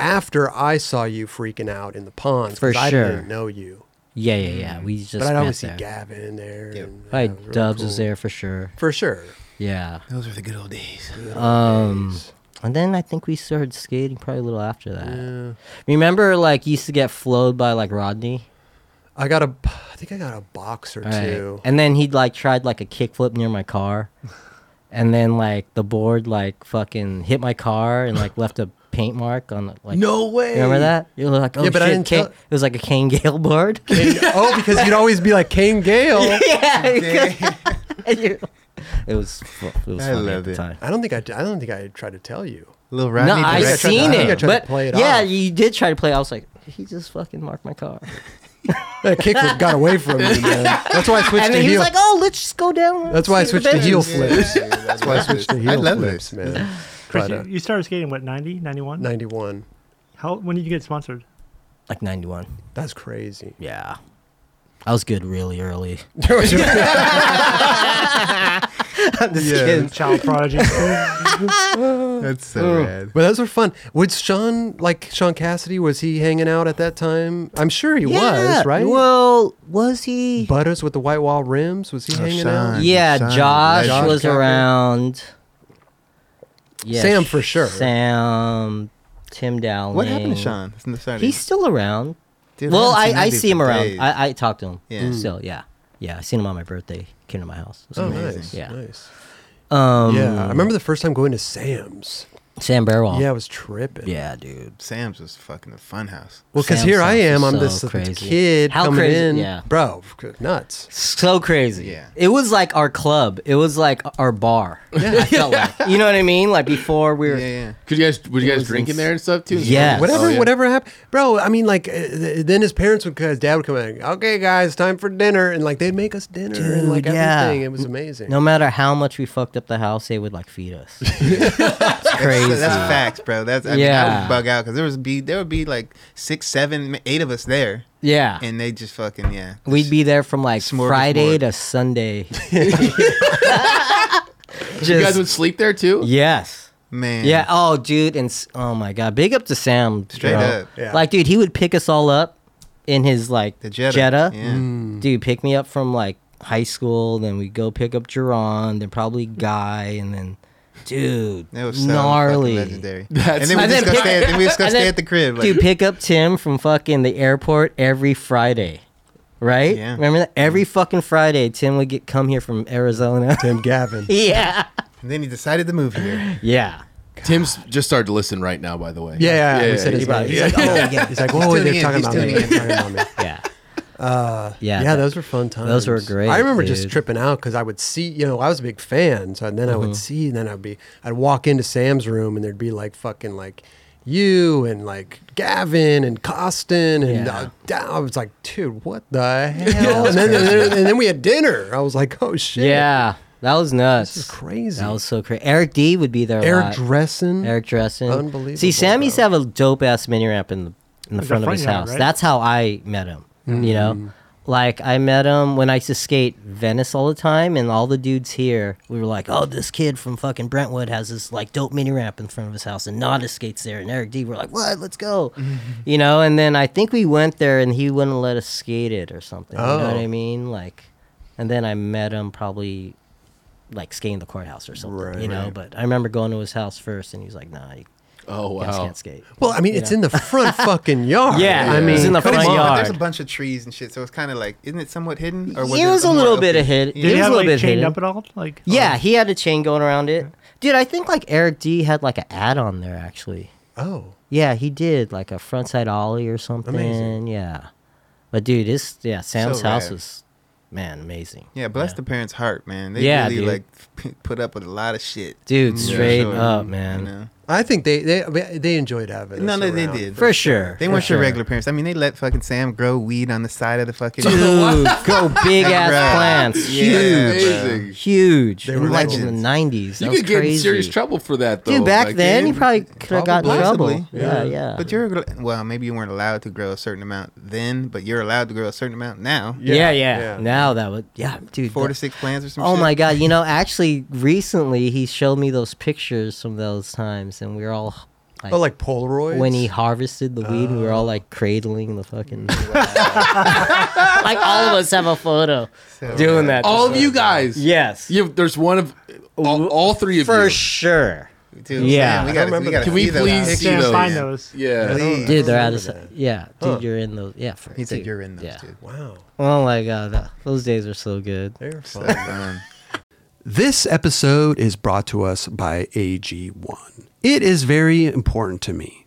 A: after I saw you freaking out in the ponds.
B: For
A: 'cause I
B: sure.
A: didn't know you.
B: Yeah, yeah, yeah. We just.
A: Mm. but I'd
B: met
A: always see
B: there.
A: Gavin there. and, yeah,
B: Probably
A: it was really
B: Dubs was
A: cool.
B: there for sure.
A: For sure.
B: Yeah.
D: Those were the good old days.
B: Um, and then I think we started skating probably a little after that. Remember, like, you used to get flowed by like Rodney,
A: I got a, I think I got a box or two.
B: and then he like tried like a kickflip near my car, and then like the board like fucking hit my car and like left a paint mark on the, like.
C: No way.
B: Remember that? You were like, oh
A: Yeah, but I
B: shit,
A: didn't
B: Kane-
A: tell-
B: it was like a Kane Gale board.
A: Kane- oh, because you'd always be like Kane Gale.
B: yeah, because- you- it was fu- it was
D: I
B: funny at
D: love
B: the
D: it.
B: time.
A: I don't think I, I don't think I tried to tell you.
D: Little
B: No,
D: Rodney.
B: I
A: think I
D: Dangerfield.
A: tried to-
B: seen
A: I think I
B: it,
A: tried to
B: but
A: play it
B: yeah,
A: off.
B: you did try to play. I was like, he just fucking marked my car,
A: That kickflip got away from me, man. That's why I switched
B: and
A: to
B: then he was
A: heel.
B: like, oh, let's just go down.
A: That's why I
B: see the
A: switched to heel
B: veterans."
A: flips.
D: Yeah, That's why I switched
A: To heel
D: I love
A: flips,
D: it.
A: man.
E: Chris,
A: But, uh,
E: you, you started skating what 90, 91?
A: Ninety-one.
E: How when did you get sponsored?
B: Like ninety one.
A: That's crazy.
B: Yeah, I was good really early. I'm just
D: Yeah.
B: kidding.
E: Child prodigy.
D: That's so rad.
A: But those were fun. Would Sean like Sean Cassidy? Was he hanging out at that time? I'm sure he
B: Yeah,
A: was, right?
B: Well, was he?
A: Butters with the white wall rims. Was he
D: Oh,
A: hanging
D: Sean.
A: out?
B: yeah,
D: Sean,
B: Josh
A: Josh
B: was
A: Tucker.
B: around. Yeah,
A: Sam for sure.
B: Sam, Tim Dowling.
D: What happened to Sean? It's in the side of-
B: He's still around.
D: Dude,
B: well,
D: haven't
B: I,
D: seen
B: I
D: that dude
B: see him
D: for
B: around.
D: days.
B: I, I talk to him.
D: Yeah.
B: Yeah. Still, yeah. Yeah. I seen him on my birthday. He Came to my house. It was
A: Oh,
B: amazing.
A: nice.
B: Yeah.
A: Nice.
B: Um,
A: Yeah, I remember the first time going to Sam's.
B: Sam Barrell.
A: Yeah, I was tripping.
B: Oh. Yeah, dude.
D: Sam's was fucking a fun house.
A: Well, because
B: Sam's
A: here I
B: sauce is
A: am, I'm
B: so
A: this little
B: crazy.
A: kid
B: How
A: coming
B: crazy-
A: in,
B: yeah.
A: bro, nuts.
B: So crazy.
D: Yeah.
B: It was like our club. It was like our bar. I felt like. You know what I mean? Like before we were.
D: Yeah, yeah.
C: Could you guys? Would you
B: It
C: guys
B: was
C: drink in
B: ins-
C: there and stuff too?
B: Yes.
A: Whatever,
C: Oh, yeah.
A: whatever happened, bro. I mean, like, uh, th- then his parents would, his dad would come in, okay, guys, time for dinner, and like they'd make us dinner and like
B: Dude, yeah.
A: everything. It was amazing.
B: No matter how much we fucked up the house, they would like feed us. it's crazy.
D: That's, that's facts, bro. That's I, mean, I
B: Yeah.
D: would bug out because there was be there would be like six, seven, eight of us there,
B: yeah.
D: and they just fucking yeah.
B: We'd be there from like
D: Smorgasbord.
B: Friday to Sunday.
C: You guys
B: Just-
C: would sleep there too.
B: yes.
D: man.
B: Yeah. Oh, dude, and s- oh my god, big up to Sam.
D: Straight
B: bro.
D: up.
A: Yeah.
B: Like, dude, he would pick us all up in his like
D: the Jetta. Yeah.
A: Mm.
B: Dude, pick me up from like high school, then we go pick up Jerron, then probably Guy, and then dude,
D: That was so gnarly,
B: gnarly.
D: legendary.
C: That's-
D: and then we
B: And
D: just
B: then
D: go
B: pick-
D: stay. At, then we just go
B: and
D: stay
B: then-
D: at the crib. Like,
B: Dude, pick up Tim from fucking the airport every Friday. Right?
D: Yeah. Mm.
B: Remember that? Every fucking Friday, Tim would get come here from Arizona.
A: Tim Gavin.
B: yeah.
D: and then he decided to move here.
B: Yeah.
C: Tim's just started to listen right now. By the way.
A: Yeah, yeah, yeah, we said his
B: yeah,
A: name. He's
B: yeah.
A: like, oh, yeah. He's like, whoa,
D: tuning
A: they're
D: in,
A: talking
D: he's
A: about me.
D: tuning
A: They're talking about me.
B: Yeah. Uh,
A: Yeah,
B: yeah.
A: those were fun times.
B: those were great,
A: I remember just
B: dude.
A: tripping out because I would see, you know, I was a big
B: Mm-hmm.
A: fan, so then I would see, and then I'd be, I'd walk into Sam's room, and there'd be like fucking like you and like Gavin and Costin and
B: Yeah.
A: uh, Da- I was like, dude, what the hell? and, then, and, then, and then we had dinner. I was like, oh shit,
B: Yeah, that was
A: this is
B: nuts.
A: crazy.
B: That was so crazy. Eric D would be there. a
A: Eric
B: lot.
A: Dressen,
B: Eric Dressen.
A: Unbelievable,
B: See, Sam used to
A: bro.
B: have a dope ass mini ramp in the in the
E: The
B: front of
E: front
B: his
E: yard,
B: house.
E: right?
B: That's how I met him. You know,
A: Mm.
B: like I met him when I used to skate Venice all the time, and all the dudes here, we were like, "Oh, this kid from fucking Brentwood has this like dope mini ramp in front of his house, and Nada skates there." And Eric D, we're like, "What? Let's go!" You know. And then I think we went there, and he wouldn't let us skate it or something. You know what
A: Oh.
B: I mean? Like, and then I met him probably like skating the courthouse or something,
A: Right.
B: you know.
A: Right.
B: But I remember going to his house first, and he's like, "Nah, you
C: Oh
B: guys
C: wow.
B: can't skate."
A: Well, I mean, it's in the front fucking yard.
B: Yeah,
C: I
B: it's
C: mean,
B: in the
D: But
B: front
D: it's- but
B: yard.
D: There's a bunch of trees and shit, so it's kind of like, isn't it somewhat hidden?
B: It was a
D: more
B: little bit
D: open?
B: of hid-
E: Did
B: It
E: he
B: was
E: have
B: a little
E: like
B: bit
E: chained
B: hidden.
E: up at all? Like
B: Yeah, he had a chain going around it, dude. I think like Eric D had like an add on there actually.
A: Oh,
B: Yeah, he did like a frontside ollie or something.
A: Amazing.
B: Yeah, but dude, this yeah Sam's
D: So
B: house
D: rad.
B: was man amazing.
D: Yeah, bless the parents' heart, man. They
B: Yeah,
D: really
B: dude.
D: like p- put up with a lot of shit.
B: Dude,
D: For
B: straight up,
D: you
B: man.
D: know?
A: I think they they they enjoyed having. us
D: No, no, they
A: around.
D: did
B: For sure,
D: They
B: for
D: weren't
B: sure.
D: your regular parents. I mean, they let fucking Sam grow weed on the side of the fucking.
B: Dude, go big ass
D: Bruh.
B: plants,
D: Yeah,
B: huge,
C: Amazing.
B: huge.
A: They
B: They were
A: were
B: like in the
D: legends.
B: nineties.
C: You
B: That was
C: could get in
B: crazy.
C: serious trouble for that though.
B: Dude, back
C: Like,
B: then you
D: dude,
B: probably could have got in trouble.
D: Possibly,
B: Yeah, yeah.
A: yeah.
D: But you're gl- well, maybe you weren't allowed to grow a certain amount then, but you're allowed to grow a certain amount now.
B: yeah, yeah,
A: yeah.
B: Now that would yeah, dude. that-
D: Four to six plants or some.
B: oh
D: shit.
B: my god, you know, actually recently he showed me those pictures from those times and we were all like,
A: Oh, like Polaroids.
B: when he harvested the weed, we were all like cradling the fucking Like all of us have a photo
D: So
B: doing that.
C: all of you guys.
B: Yes.
C: You there's one of all, all three of
B: for
C: you.
B: sure.
D: Dude,
B: Yeah.
D: Sam,
A: I
D: we gotta,
A: remember
D: we gotta
A: that.
C: Can we
D: see those.
C: please
E: Hey,
C: see
E: Sam,
C: those?
E: find those.
C: Yeah.
D: Please.
B: Dude, they're out
A: remember
B: of sight. Yeah, dude,
A: Huh.
B: you're in those. Yeah, for,
D: He said
B: dude,
D: you're in those,
B: yeah.
D: dude.
A: Wow,
B: Oh my god, that- those days are so good.
A: they're fun.
D: So fun.
A: This episode is brought to us by AG1. It is very important to me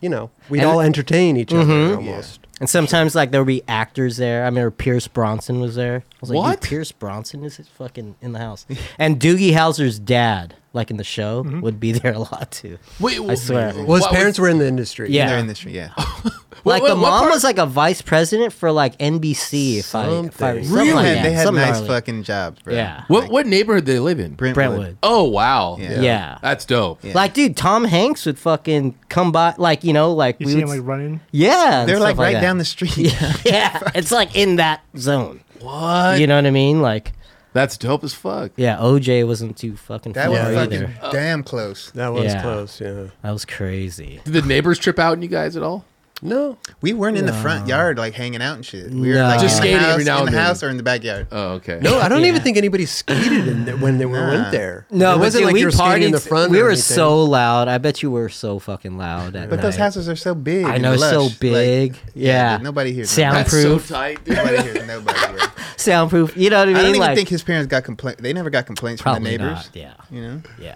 A: you know we'd
B: And-
A: all entertain each
B: Mm-hmm.
A: other almost.
B: and sometimes like there would be actors there. I remember Pierce Bronson was there. I was like,
C: What?
B: Dude, Pierce Bronson is fucking in the house, and Doogie Howser's dad, like in the show,
A: Mm-hmm.
B: would be there a lot too.
C: Wait,
B: I swear.
A: Well, his
C: what was-
A: parents were in the industry.
B: Yeah.
D: In their industry, yeah.
C: What-
B: like
C: what-
B: the
C: what
B: mom
C: part-
B: was like a vice president for like NBC. If I, if I
A: Something.
B: something
D: They
B: like
D: had-
B: that,
D: they had
B: something
D: nice
B: gnarly.
D: fucking jobs, bro.
B: Yeah.
C: What what neighborhood do they live in?
B: Brentwood.
C: Oh wow.
D: Yeah.
B: Yeah.
C: That's dope.
D: Yeah.
B: Like, dude, Tom Hanks would fucking come by, like, you know, like,
E: you
B: we
E: see
B: would,
E: him like running.
B: yeah. and
D: They're
B: stuff
D: like right
B: that.
D: down the Uh, street.
B: yeah, it's like in that zone.
C: What?
B: You know what I mean? Like,
C: That's dope as fuck.
B: yeah, OJ wasn't too fucking
D: That
B: far
D: was
A: Yeah,
D: fucking
B: either.
D: damn close.
A: that was
B: Yeah.
A: close. Yeah,
B: That was crazy.
C: Did the neighbors trip out on you guys at all?
A: no,
D: We weren't in the front yard like hanging out and shit. We were
B: No.
D: like
B: Just
D: in the
C: skating
D: house,
C: every now
D: in
C: and
D: the
C: then.
D: house or in the backyard.
C: Oh, okay.
A: No, I don't
B: Yeah.
A: even think anybody skated in the, when they were went there.
B: No,
A: it
B: but
A: wasn't
B: dude,
A: like
B: we
A: you were skating in
B: partied-
A: the front.
B: We
A: or
B: were
A: anything.
B: so loud. I bet you were so fucking loud. At
D: but those
B: night.
D: houses are so big.
B: I
D: and
B: know, it's so
D: lush,
B: big.
D: Like,
B: yeah.
D: dude, nobody hears.
B: Sound-
C: That's so
B: Proof.
C: tight, dude.
D: Nobody, nobody hears. Nobody. Hears.
B: soundproof. You know what I
D: I
B: mean?
D: don't even
B: like,
D: think his parents got complaints. They never got complaints from the
B: probably
D: neighbors.
B: not. Yeah,
D: You know.
B: yeah.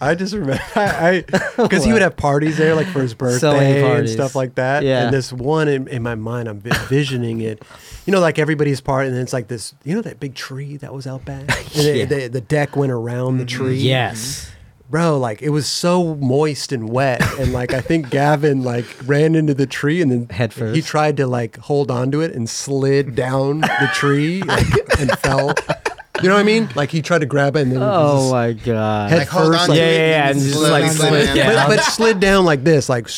A: I just remember I because he
B: What?
A: would have parties there like for his birthday
B: So many
A: and
B: parties.
A: stuff like that.
B: Yeah.
A: And this one in, in my mind, I'm envisioning it. You know, like everybody's part, and then it's like this. You know that big tree that was out back. And
B: Yeah. Mm-hmm.
A: the, the, the deck went around the tree.
B: Yes.
A: bro. Like it was so moist and wet, and like I think Gavin like ran into the tree and then
B: Head
A: He
B: first.
A: tried to like hold onto it and slid down the tree like, and fell. You know what I mean? Like he tried to grab it and then
B: Oh
A: just
B: my god.
A: Head
D: Like hold
A: first,
D: on
A: like-
D: to
B: Yeah,
D: it
B: yeah, yeah, and
D: then
B: just,
D: slowly
B: like,
D: slide
B: slid
D: down.
B: down.
A: but, but slid down like this, like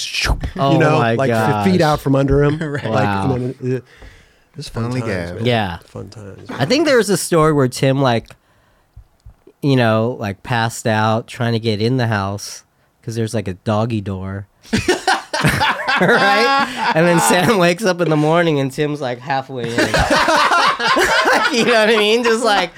B: Oh
A: you know,
B: my
A: like
B: gosh.
A: feet out from under him. Like,
B: Wow.
A: and then, uh, this fun
D: Only
A: times,
D: Gav.
A: man.
B: Yeah.
A: fun times.
B: I think there was a story where Tim like, you know, like passed out trying to get in the house because there's like a doggy door. right? And then Sam wakes up in the morning and Tim's like halfway in. you know what I mean? Just like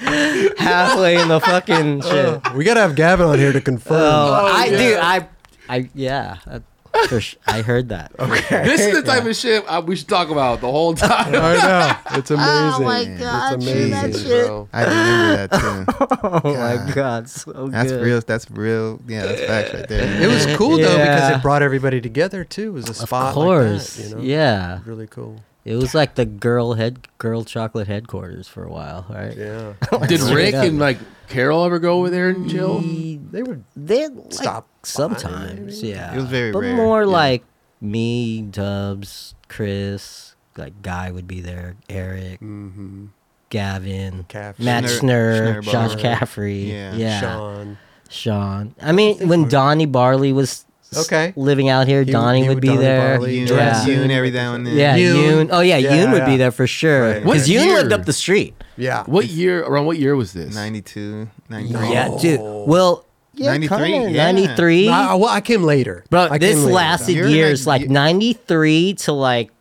B: halfway in the fucking shit.
A: we gotta have Gavin on here to confirm.
B: Oh, I
C: yeah.
B: do. I, I, yeah. I, for sh- I heard that. Okay.
C: This is the type of shit I, we should talk about the whole time.
A: I know it's amazing.
B: Oh my God,
A: it's
B: dude,
A: amazing,
B: that shit.
A: bro.
D: I remember that too.
B: Oh my
D: God.
B: god, so
D: That's
B: good.
D: real. That's real. Yeah, that's facts right there.
A: It was cool though because
B: Yeah.
A: it brought everybody together too. It was a spot.
B: Of course.
A: like that, you know?
B: Yeah.
A: really cool.
B: It was like the girl head girl chocolate headquarters for a while, right?
A: Yeah,
C: Did
B: Straight
C: Rick
B: up.
C: and like Carol ever go over there and chill?
A: they were
B: They like,
A: Stop by,
B: sometimes, yeah.
D: It was very
B: but
D: rare,
B: more
D: yeah.
B: like me, Dubs, Chris, like Guy would be there, Eric,
A: Mm-hmm.
B: Gavin,
A: Caff-
B: Matt
D: Schner-
B: Schner,
D: Schner
B: Josh
D: Barber.
B: Caffrey,
D: Yeah.
B: yeah,
A: Sean.
B: Sean. I mean, when Donnie Barley was s-
A: Okay.
B: living out here,
A: He-
B: Donnie
A: he
B: would
A: would
B: be
A: Donnie
B: there.
A: Barley,
D: You
B: yeah.
D: yeah. you and every now and then.
B: Yeah,
A: Yoon.
B: Yoon. Oh yeah,
A: Yeah,
B: Yoon would
A: yeah.
B: be there for sure.
A: Right.
C: What
B: Because Yoon lived
C: year?
B: up the street.
A: Yeah,
C: What year? Around what year was this?
D: 92, 93.
A: No.
B: Yeah, dude.
A: Oh.
B: Well, yeah,
D: 93,
B: 93.
D: yeah.
B: 93.
A: No, I, well, I came later,
B: Bro,
A: I came
B: this
A: later,
B: lasted
A: though.
D: You're
B: years,
D: like-
B: like 93 to like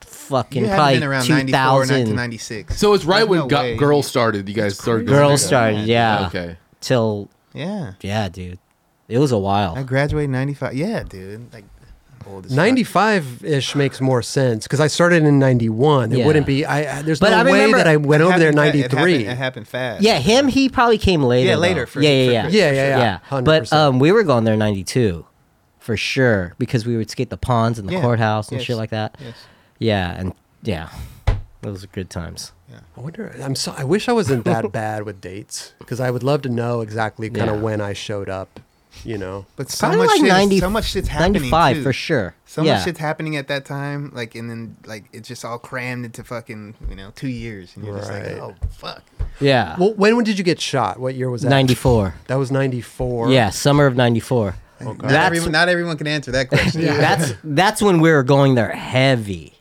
B: fucking
D: You had
B: probably
D: been around 94,
B: 2000.
D: 1996.
C: So it's right
D: There's
C: when
D: no
C: Go-
D: way.
C: Girl started. You guys started. going
B: Girl
C: together.
B: started, yeah.
C: Okay.
B: Till,
D: Yeah.
B: yeah, dude. It was a
D: I
B: while.
D: graduated 95. Yeah, dude. Like, I'm old as fuck.
A: 95 ish makes more sense because I started in 91. It
B: Yeah.
A: wouldn't be, I, I there's
B: But
A: no
B: I
A: way
B: remember-
A: that I went
D: It
A: over there in
D: happened fa-
A: 93.
D: It happened, it happened fast.
B: Yeah, him, he probably came later.
D: Yeah,
B: though.
D: later for-
B: yeah,
D: for
B: yeah, yeah.
D: Chris,
A: yeah, yeah, yeah.
B: yeah.
A: 100%.
B: But um, we were going there in 92 for sure because we would skate the ponds and the
D: Yeah.
B: courthouse and
D: Yes.
B: shit like that.
D: Yes.
B: Yeah, and yeah. Those are good times.
A: I wonder, I'm so, I wish I wasn't that bad with dates because I would love to know exactly kind of
B: Yeah.
A: when I showed up, you know.
D: But so
B: Probably
D: much,
B: like
D: shit,
B: 90,
D: so much shit's happening.
B: 95
D: too.
B: for sure.
D: So
B: yeah.
D: much shit's happening at that time. Like, and then, like, it's just all crammed into fucking, you know, two years. And you're
A: Right.
D: just like, oh, fuck.
B: Yeah.
A: Well, when did you get shot? What year was that?
B: 94.
A: That was 94.
B: Yeah, summer of 94.
D: Not,
B: That's-
D: everyone, not everyone can answer that question.
B: That's that's when we were going there heavy.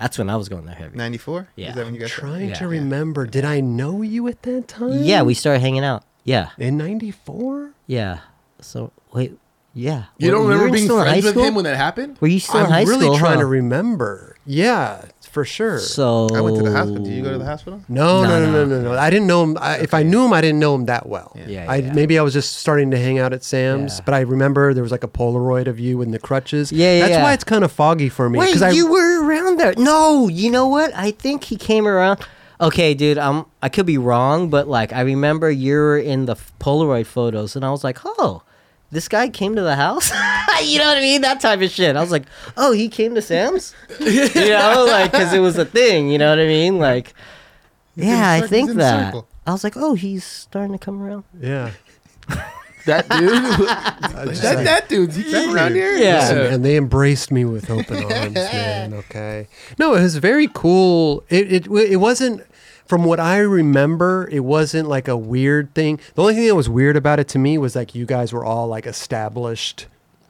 B: That's when I was going there heavy.
D: 94?
B: Yeah.
D: Is that when you got
A: Trying
B: Yeah.
A: to remember, did I know you at that time?
B: Yeah, we started hanging out. Yeah,
A: in '94.
B: yeah. So wait, yeah.
C: You
B: Were-
C: don't
B: were
C: remember
B: in-
C: being
B: still in high
C: friends with
B: school?
C: him when that happened?
B: Were you still in
A: I'm
B: high
A: really
B: school?
A: trying
B: huh?
A: to remember. Yeah, for sure.
B: So
D: I went to the hospital. Did you go to the hospital?
A: no, no,
B: No,
A: no, no, no, no. I didn't know him. I, If I knew him, I didn't know him that well.
B: Yeah,
A: I,
B: yeah.
A: Maybe I was just starting to hang out at Sam's,
B: Yeah.
A: but I remember there was like a Polaroid of you in the crutches.
B: Yeah, yeah,
A: That's
B: yeah.
A: why it's kind of foggy for me.
B: Wait,
A: I,
B: you were around there. No, you know what? I think he came around. Okay, dude, um, I could be wrong, but like I remember you were in the f- Polaroid photos, and I was like, oh, this guy came to the house. you know what I mean? That type of shit. I was like, oh, he came to Sam's. you know, like because it was a thing. You know what I mean? Like,
D: in
B: yeah, I
D: a circle,
B: think
D: he's in a
B: that.
D: circle.
B: I was like, oh, he's starting to come around.
A: yeah.
C: That dude.
A: I just,
C: that,
A: like-
C: that dude's he's been around here.
B: Yeah.
A: Listen, man, they embraced me with open arms, man. Okay. No, it was very cool. It, it it wasn't from what I remember, it wasn't like a weird thing. The only thing that was weird about it to me was like you guys were all like established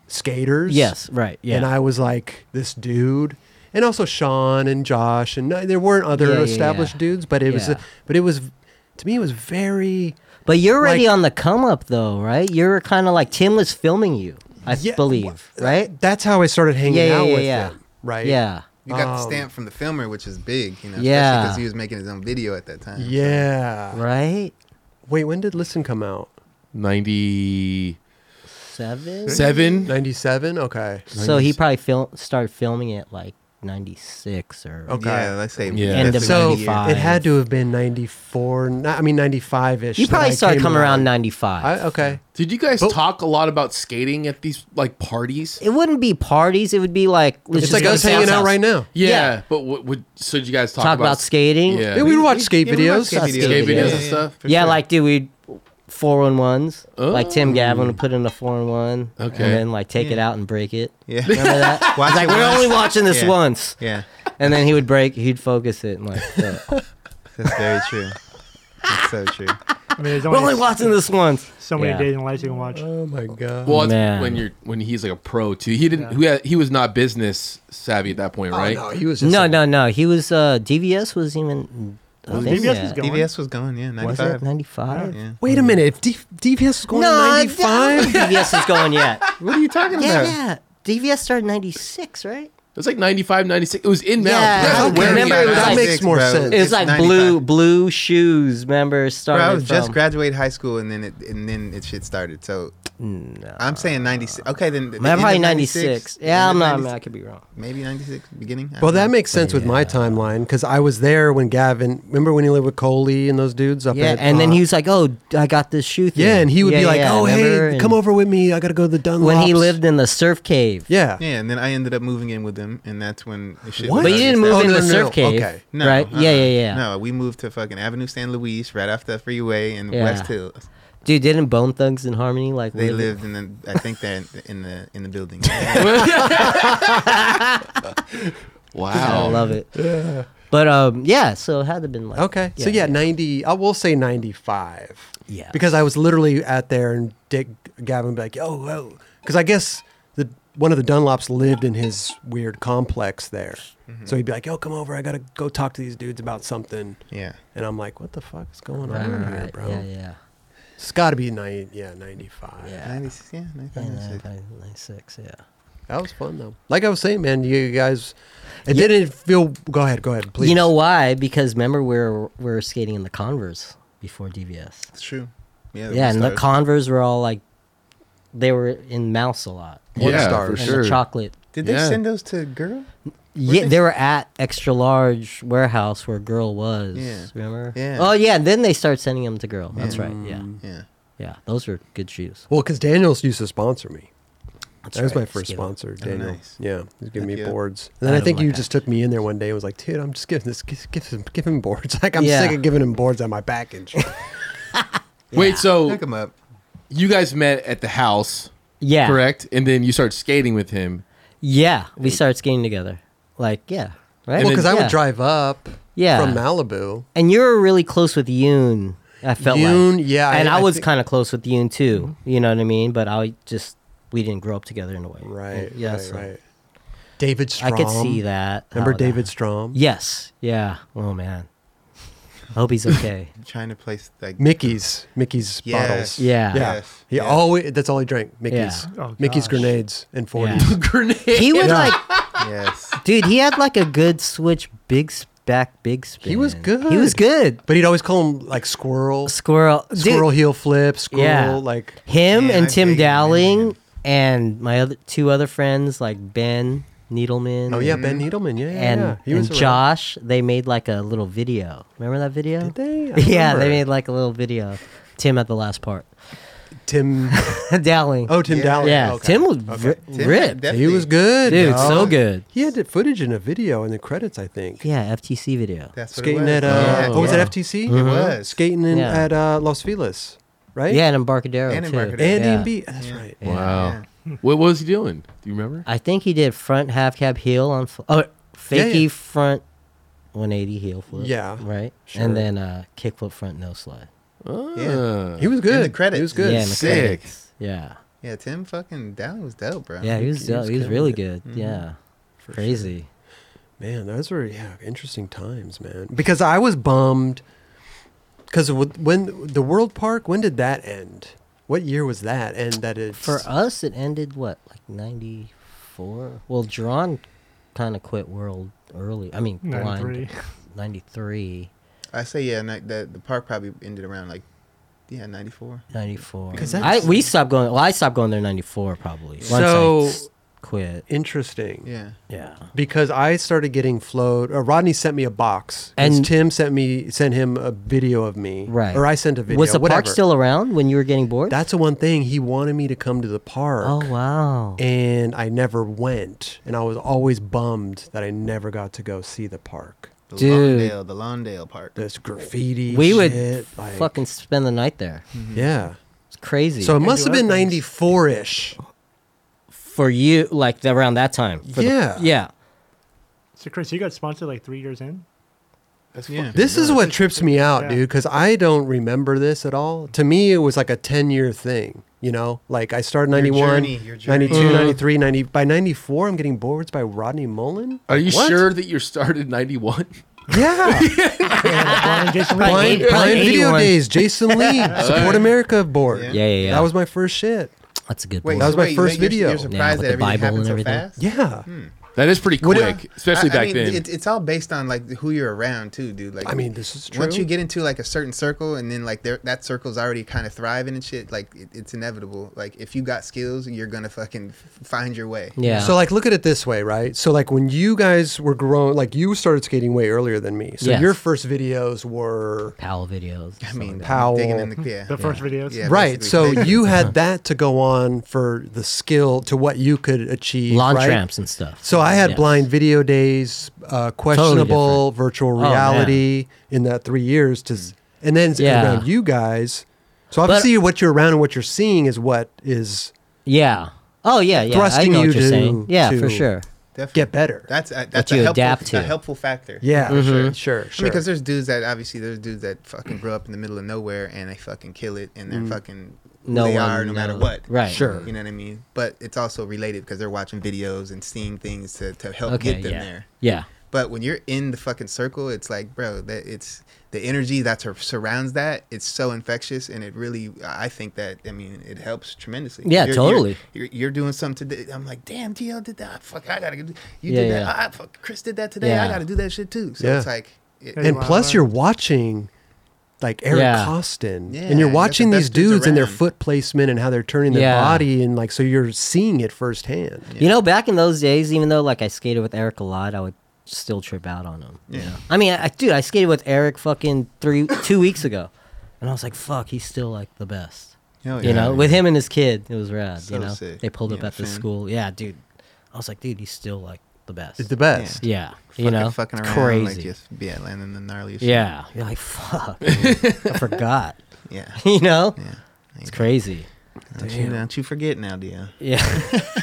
A: skaters.
B: Yes, right. Yeah,
A: And I was like this dude. And also Sean and Josh and uh, there weren't other
B: Yeah, yeah,
A: established
B: yeah.
A: dudes, but it was
B: Yeah.
A: but it was to me it was very
B: but you're already
A: like-
B: on the come up though, right? You're kind of like Tim was filming you, I
A: Yeah, uh,
B: believe, right?
A: that's how I started hanging
B: Yeah, yeah,
A: out
B: yeah,
A: with
B: yeah.
A: them. Right.
B: Yeah.
D: You got the
A: Um,
D: stamp from the filmer, which is big, you know,
B: Yeah.
D: because he was making his own video at that time.
A: Yeah.
B: Right?
A: Wait, when did Listen come out?
C: Ninety-seven.
B: Seven?
A: 97? Okay.
B: So he probably fil- started filming it like 96 or
A: Okay.
D: Yeah, let's say
C: Yeah.
D: let's
B: End of
D: say
A: So
B: 95.
A: it had to have been 94, ni- I mean 95 ish.
B: you probably started coming around 95
A: I, okay.
C: Did you guys talk a lot about skating at these like parties?
B: it wouldn't be parties it would be like let's
A: It's like
B: just go
A: us
B: to
A: hanging out
B: Sam's house.
A: right now.
C: Yeah,
B: Yeah.
C: but what would so did you guys talk,
B: talk about skating
C: Yeah,
A: Yeah, we would watch
D: we-
A: skate
D: yeah, we watch
A: videos.
D: skate
B: Us
D: videos.
C: skate
B: skate videos.
C: videos
B: Yeah,
C: and stuff?
D: for
B: yeah,
D: sure.
B: like dude, we'd four on ones. Like Tim
C: Oh.
B: Gavin would put in a four on one,
C: Okay.
B: and then like take it out and break it.
D: Yeah.
B: Remember that?
D: Watch
B: It's like
D: it
B: we're
D: once.
B: only watching this
D: Yeah.
B: once,
D: Yeah,
B: and then he would break. He'd focus it and like "Look,
D: that's very true. That's so true.
E: I mean, there's
B: we're
E: only,
B: only watching this once.
E: so many
B: Yeah.
E: days in life you can watch.
A: Oh my god.
C: Well, it's
B: Man.
C: when you're when he's like a pro too. He didn't. He, had, he was not business savvy at that point, right?
A: Oh, no, he was just
B: No,
A: a-
B: no, no. He was uh, DVS was even. I
E: Was
B: think
E: DVS
B: that-
E: was going?
D: DVS was gone. Yeah,
B: Was it
D: ninety-five.
B: ninety five?
D: Yeah.
A: Wait a minute. If D- DVS is going to 95,
B: DVS is going yet.
D: What are you talking
B: yeah,
D: about?
B: yeah. DVS started ninety six, right?
C: It was like 95, 96. It was in Mount.
B: Yeah.
C: You guys were
A: Okay.
C: wearing
B: Remember, it was
C: that.
A: that
B: like-
A: makes more
D: Bro,
A: sense.
B: It was
D: It's
B: like
D: 95.
B: blue blue shoes. Remember,
D: Bro,
B: started
D: I was just
B: from-
D: graduated high school and then it and then it shit started. So I'm saying 96. Okay, then the
B: Man,
D: end of
B: probably 96. Yeah,
D: end
B: I'm
D: of
B: not,
D: 96,
B: I could be wrong.
D: Maybe 96 beginning. I
A: Well,
D: don't
A: that
D: know.
A: makes sense with my timeline because I was there when Gavin. Remember when he lived with Coley and those dudes up
B: Yeah,
A: at,
B: and then
A: uh,
B: he was like, oh, I got this shoe thing.
A: Yeah, and he would
B: Yeah,
A: be like,
B: yeah,
A: "Oh,
B: remember?
A: hey,
B: And
A: come over with me. I gotta go to the Dunlops."
B: When he lived in the surf cave.
A: yeah,
D: Yeah, and then I ended up moving in with them, and that's when the shit.
A: What?
B: But you
D: started.
B: didn't move
A: Oh,
B: in
A: no,
B: the
A: no,
B: surf
A: no,
B: cave,
A: okay.
D: No,
B: right? Yeah,
D: uh-uh.
B: yeah, yeah.
D: No, we moved to fucking Avenue San Luis, right off the freeway in
B: Yeah.
D: West Hills.
B: Dude, didn't Bone Thugs and Harmony like
D: They
B: live-
D: lived in the, I think they're in the in the, in the building.
B: I
C: Wow.
B: love it. Yeah. But um, yeah. So it had to have been like
A: Okay, so yeah, ninety. I will say ninety-five.
B: Yeah.
A: because I was literally out there and Dick Gavin would be like, "Oh, whoa," because I guess the one of the Dunlops lived in his weird complex there,
B: Mm-hmm.
A: so he'd be like, "Yo, come over. I gotta go talk to these dudes about something."
D: yeah,
A: And I'm like, "What the fuck is going
B: Right,
A: on
B: right,
A: here,
B: right.
A: bro?"
B: Yeah, yeah,
A: It's got to be ninety. Yeah, ninety-five.
B: yeah.
D: 96. Yeah, 95,
B: Yeah,
D: 96.
B: 96, yeah.
A: That was fun though. Like I was saying, man, you guys, it didn't feel. Go ahead, go ahead, please.
B: You know why? Because remember we were, we were skating in the Converse before DVS.
D: It's true. Yeah,
B: Yeah, and the
D: con-
B: Converse were all like, they were in mouse a lot.
A: Porn
C: yeah,
A: stars.
C: for
B: and
C: sure.
B: the chocolate.
D: did they
C: Yeah.
D: send those to girl?
B: Yeah,
D: they-
B: they were at extra large warehouse where girl was.
D: Yeah.
B: Remember?
D: Yeah. Mm.
B: Oh yeah, and then they start sending them to girl. That's right. Yeah.
D: Yeah,
B: Yeah. Those were good shoes.
A: well, because Daniels used to sponsor me.
B: That's
A: that was
B: right,
A: my first
B: Skittle.
A: sponsor, Daniel.
D: nice.
A: Yeah, he was giving
D: Heck
A: me
D: yeah.
A: boards. And then
B: I
A: I
B: don't
A: think
B: like
A: you
B: that.
A: just took me in there one day and was like, "Dude, I'm just giving this, give, give him, give him boards. Like I'm
B: Yeah.
A: sick of giving him boards on my back and shit."
C: Wait, so
D: pick them up.
C: you guys met at the house,
B: Yeah.
C: correct? And then you start skating with him.
B: Yeah. We started skating together. Like yeah. Right.
A: well,
C: then-
A: because I
B: Yeah.
A: would drive up
B: Yeah.
A: from Malibu.
B: And you were really close with Yoon. I felt
A: Yoon,
B: like.
A: yeah, I-
B: And I,
A: I
B: was
A: think-
B: kind of close with Yoon too. You know what I mean? But I just we didn't grow up together in a way.
A: Right.
B: Yeah.
A: right,
B: so
A: right. David Strom.
B: I could see that.
A: Remember
B: how that-
A: David Strom?
B: Yes. Yeah. Oh man. I hope he's okay.
D: I'm trying to place like
A: Mickey's Mickey's
D: Yes.
A: bottles.
B: Yeah.
A: Yeah.
D: Yes.
A: He
D: Yes.
A: always that's all he drank. Mickey's.
B: Yeah.
E: Oh,
A: Mickey's
E: gosh.
A: grenades and forties.
B: Yeah.
C: Grenade.
B: he would
A: Yeah.
B: like,
D: yes.
B: dude. He had like a good switch, big s- back, big spin.
A: He was
B: He was
A: good.
B: good.
A: But he'd always call him like squirrel
B: Squirrel. Dude,
A: squirrel heel flip, squirrel
B: Yeah.
A: like
B: Him
D: Man,
B: and
D: I
B: Tim
D: dig him,
B: Dowling
D: man.
B: and my other two other friends like Ben Needleman.
A: Oh yeah, Ben Needleman, yeah, yeah.
B: And,
A: yeah.
B: and
A: around.
B: Josh, they made like a little video. Remember that video?
A: Did they? I
B: yeah, they
A: remember.
B: made like a little video. Tim at the last part.
A: Tim
B: Dowling.
A: Oh Tim
D: Yeah.
A: Dowling.
B: yeah,
A: okay.
B: Tim was ri-
D: Tim
B: ripped.
D: had
A: He was
D: definitely-
A: good.
B: Dude,
A: dog.
B: so good.
A: He had it footage in a video in the credits, I think.
B: Yeah, FTC video.
D: That's what it
A: Skating
D: was.
A: at uh
D: Yeah,
A: oh, was
D: yeah.
A: it FTC?
D: It was.
A: Skating in,
B: Yeah.
A: at uh, Los Feliz, right?
B: Yeah, and Embarcadero.
D: And
B: too.
D: Embarcadero.
A: Andy
B: yeah.
A: and B that's right.
B: Yeah.
C: Wow.
A: Hmm.
C: What was he doing? Do you remember?
B: I think he did front half cab heel on fl- oh,
A: Yeah,
B: fakie
A: yeah.
B: front 180 heel flip.
A: Yeah,
B: Right?
A: sure.
B: And then uh, kickflip front no slide.
C: Ah.
A: He was good.
D: In the credits.
A: He was good.
B: Yeah, in the
C: Sick.
B: credits. Yeah.
D: Yeah, Tim fucking Dowling was dope, bro.
B: Yeah, he was,
A: he was
B: he was
A: killing
B: really
A: it. Mm-hmm.
B: good. Yeah. Crazy.
A: Man, those were yeah interesting times, man. Because I was bummed because when the World Park, when did that end? What year was that? And that it
B: For uh, us, it ended what, like 94? Well, John kind of quit World early. I mean, blind.
E: 93.
B: 93,
D: I say yeah, and that, that the park probably ended around like yeah, ninety four.
B: 94.
A: 'Cause
B: I,
A: that's-
B: we stopped going. Well, I stopped going there 94 probably. Once I
A: So-
B: s- quit.
A: Interesting.
D: Yeah.
B: Yeah.
A: Because I started getting flowed. Or Rodney sent me a box, and
B: And-
A: Tim sent me sent him a video of me.
B: Right.
A: Or I sent a video.
B: Was the
A: whatever.
B: park still around when you were getting bored?
A: That's the one thing he wanted me to come to the park.
B: oh wow.
A: And I never went, and I was always bummed that I never got to go see the park.
D: The
B: Dude.
D: Lawndale, the Lawndale Park.
A: This graffiti.
B: we would
A: shit, like-
B: fucking spend the night there.
D: Mm-hmm.
A: Yeah.
B: It's crazy.
A: So it
B: So
A: must
E: do
A: have been
E: other things.
A: 94 ish.
B: for you, like the- around that time. for the-
A: Yeah.
B: yeah.
E: So Chris, you got sponsored like three years in.
C: That's
D: Yeah.
C: fucking
A: This is
C: nuts.
A: what trips me out,
E: Yeah.
A: dude, because I don't remember this at all. To me, it was like a 10 year thing. You know, like I started 91,
D: journey, your journey. Mm-hmm.
A: 92,
B: Mhm.
A: 93, 90. By 94, I'm getting boards by Rodney Mullen.
C: Are you
A: What?
C: sure that you started ninety one?
A: Yeah.
E: Blind
B: Probably
E: Jason Lee.
A: Blind,
B: eight- probably
A: blind Video
B: 81.
A: Days, Jason Lee, Support America board.
D: Yeah.
B: Yeah, yeah, yeah.
A: That was my first shit.
B: That's a good
D: Wait,
B: point.
A: That was my
D: wait,
A: first
D: you're-
A: video.
D: You're
B: Yeah,
D: surprised
B: with
D: that
B: the
D: everything
B: Bible
D: happened
B: and
D: so
B: everything.
D: fast?
A: Yeah.
D: Hmm.
C: That is pretty
A: What-
C: quick, especially
D: I- I
C: back
D: mean,
C: then.
D: It, it's all based on like who you're around too, dude. Like
A: I mean, this is true.
D: Once you get into like a certain circle, and then like there, that circle's already kind of thriving and shit. Like it, it's inevitable. Like if you got skills, you're gonna fucking f- find your way.
B: yeah.
A: So like look at it this way, right? So like when you guys were growing like you started skating way earlier than me. So
B: Yes.
A: your first videos were
B: Powell videos.
D: I mean,
A: Powell.
D: digging in the yeah.
E: The first videos.
D: Yeah.
A: right. So
D: basically.
A: you
B: Uh-huh.
A: had that to go on for the skill to what you could achieve.
B: lawn
A: right?
B: tramps and stuff.
A: So I had
B: Yeah.
A: blind video days, uh, questionable virtual
B: Oh, man.
A: reality in that three years to, s- and then
B: Yeah.
A: around you guys. So obviously, what you're around and what you're seeing is what is
B: Yeah. Oh yeah, yeah.
A: Thrusting
B: I know
A: you
B: what you're
A: to-
B: saying. Yeah,
A: to-
B: for sure.
D: Definitely.
A: get better.
D: That's a, that's a
B: you
D: helpful,
B: adapt to.
D: a helpful factor.
A: yeah,
B: Mhm.
A: sure, sure, sure.
D: Because there's dudes that obviously there's dudes that fucking grow up in the middle of nowhere and they fucking kill it and they're fucking who
B: No
D: they
B: one
D: are no matter
B: knows.
D: what.
B: Right.
A: Mm-hmm. Sure.
D: You know what I mean? But it's also related because they're watching videos and seeing things to, to help
B: Okay.
D: get them
B: yeah.
D: there.
B: Yeah.
D: But when you're in the fucking circle, it's like, bro, that it's the energy that sur- surrounds that. It's so infectious, and it really, I think that, I mean, it helps tremendously.
B: Yeah, totally.
D: You're, you're, doing something today. I'm like, damn, TL did that. Ah, Fuck, I gotta. go do- You
B: Yeah,
D: did that.
B: yeah.
D: Ah, fuck, Chris did that today. I
B: Yeah.
D: gotta do that shit too. So
A: Yeah.
D: it's like, it,
E: Yeah,
A: and
E: Wow.
A: plus you're watching like Eric
B: Yeah.
A: Costin,
D: Yeah,
A: and
D: you
A: you're
D: got the
A: watching these
D: best dudes
A: dudes and their
D: around.
A: foot placement and how they're turning their
B: Yeah.
A: body, and like so you're seeing it firsthand.
B: You know, back in those days, even though like I skated with Eric a lot, I would still trip out on him. you
D: Yeah.
B: know? I mean, I, I- dude, I skated with Eric fucking three two weeks ago, and I was like, fuck, he's still like the best.
D: Hell
B: you
D: oh, yeah,
B: know,
D: man.
B: with him and his kid, it was rad.
D: So
B: you know,
D: sick.
B: they pulled
D: You
B: up
D: know
B: at
D: what I'm
B: the
D: saying?
B: school. Yeah, dude, I was like, dude, he's still like the best.
A: It's the best.
B: yeah, you
D: fucking-
B: know,
D: fucking
B: it's
D: around,
B: crazy.
D: like just yeah, landing the gnarliest. shit.
B: yeah, you're like, fuck, I forgot.
D: yeah,
B: you know,
D: yeah.
B: it's crazy.
D: Don't you, don't you forget now, Dio.
B: Yeah.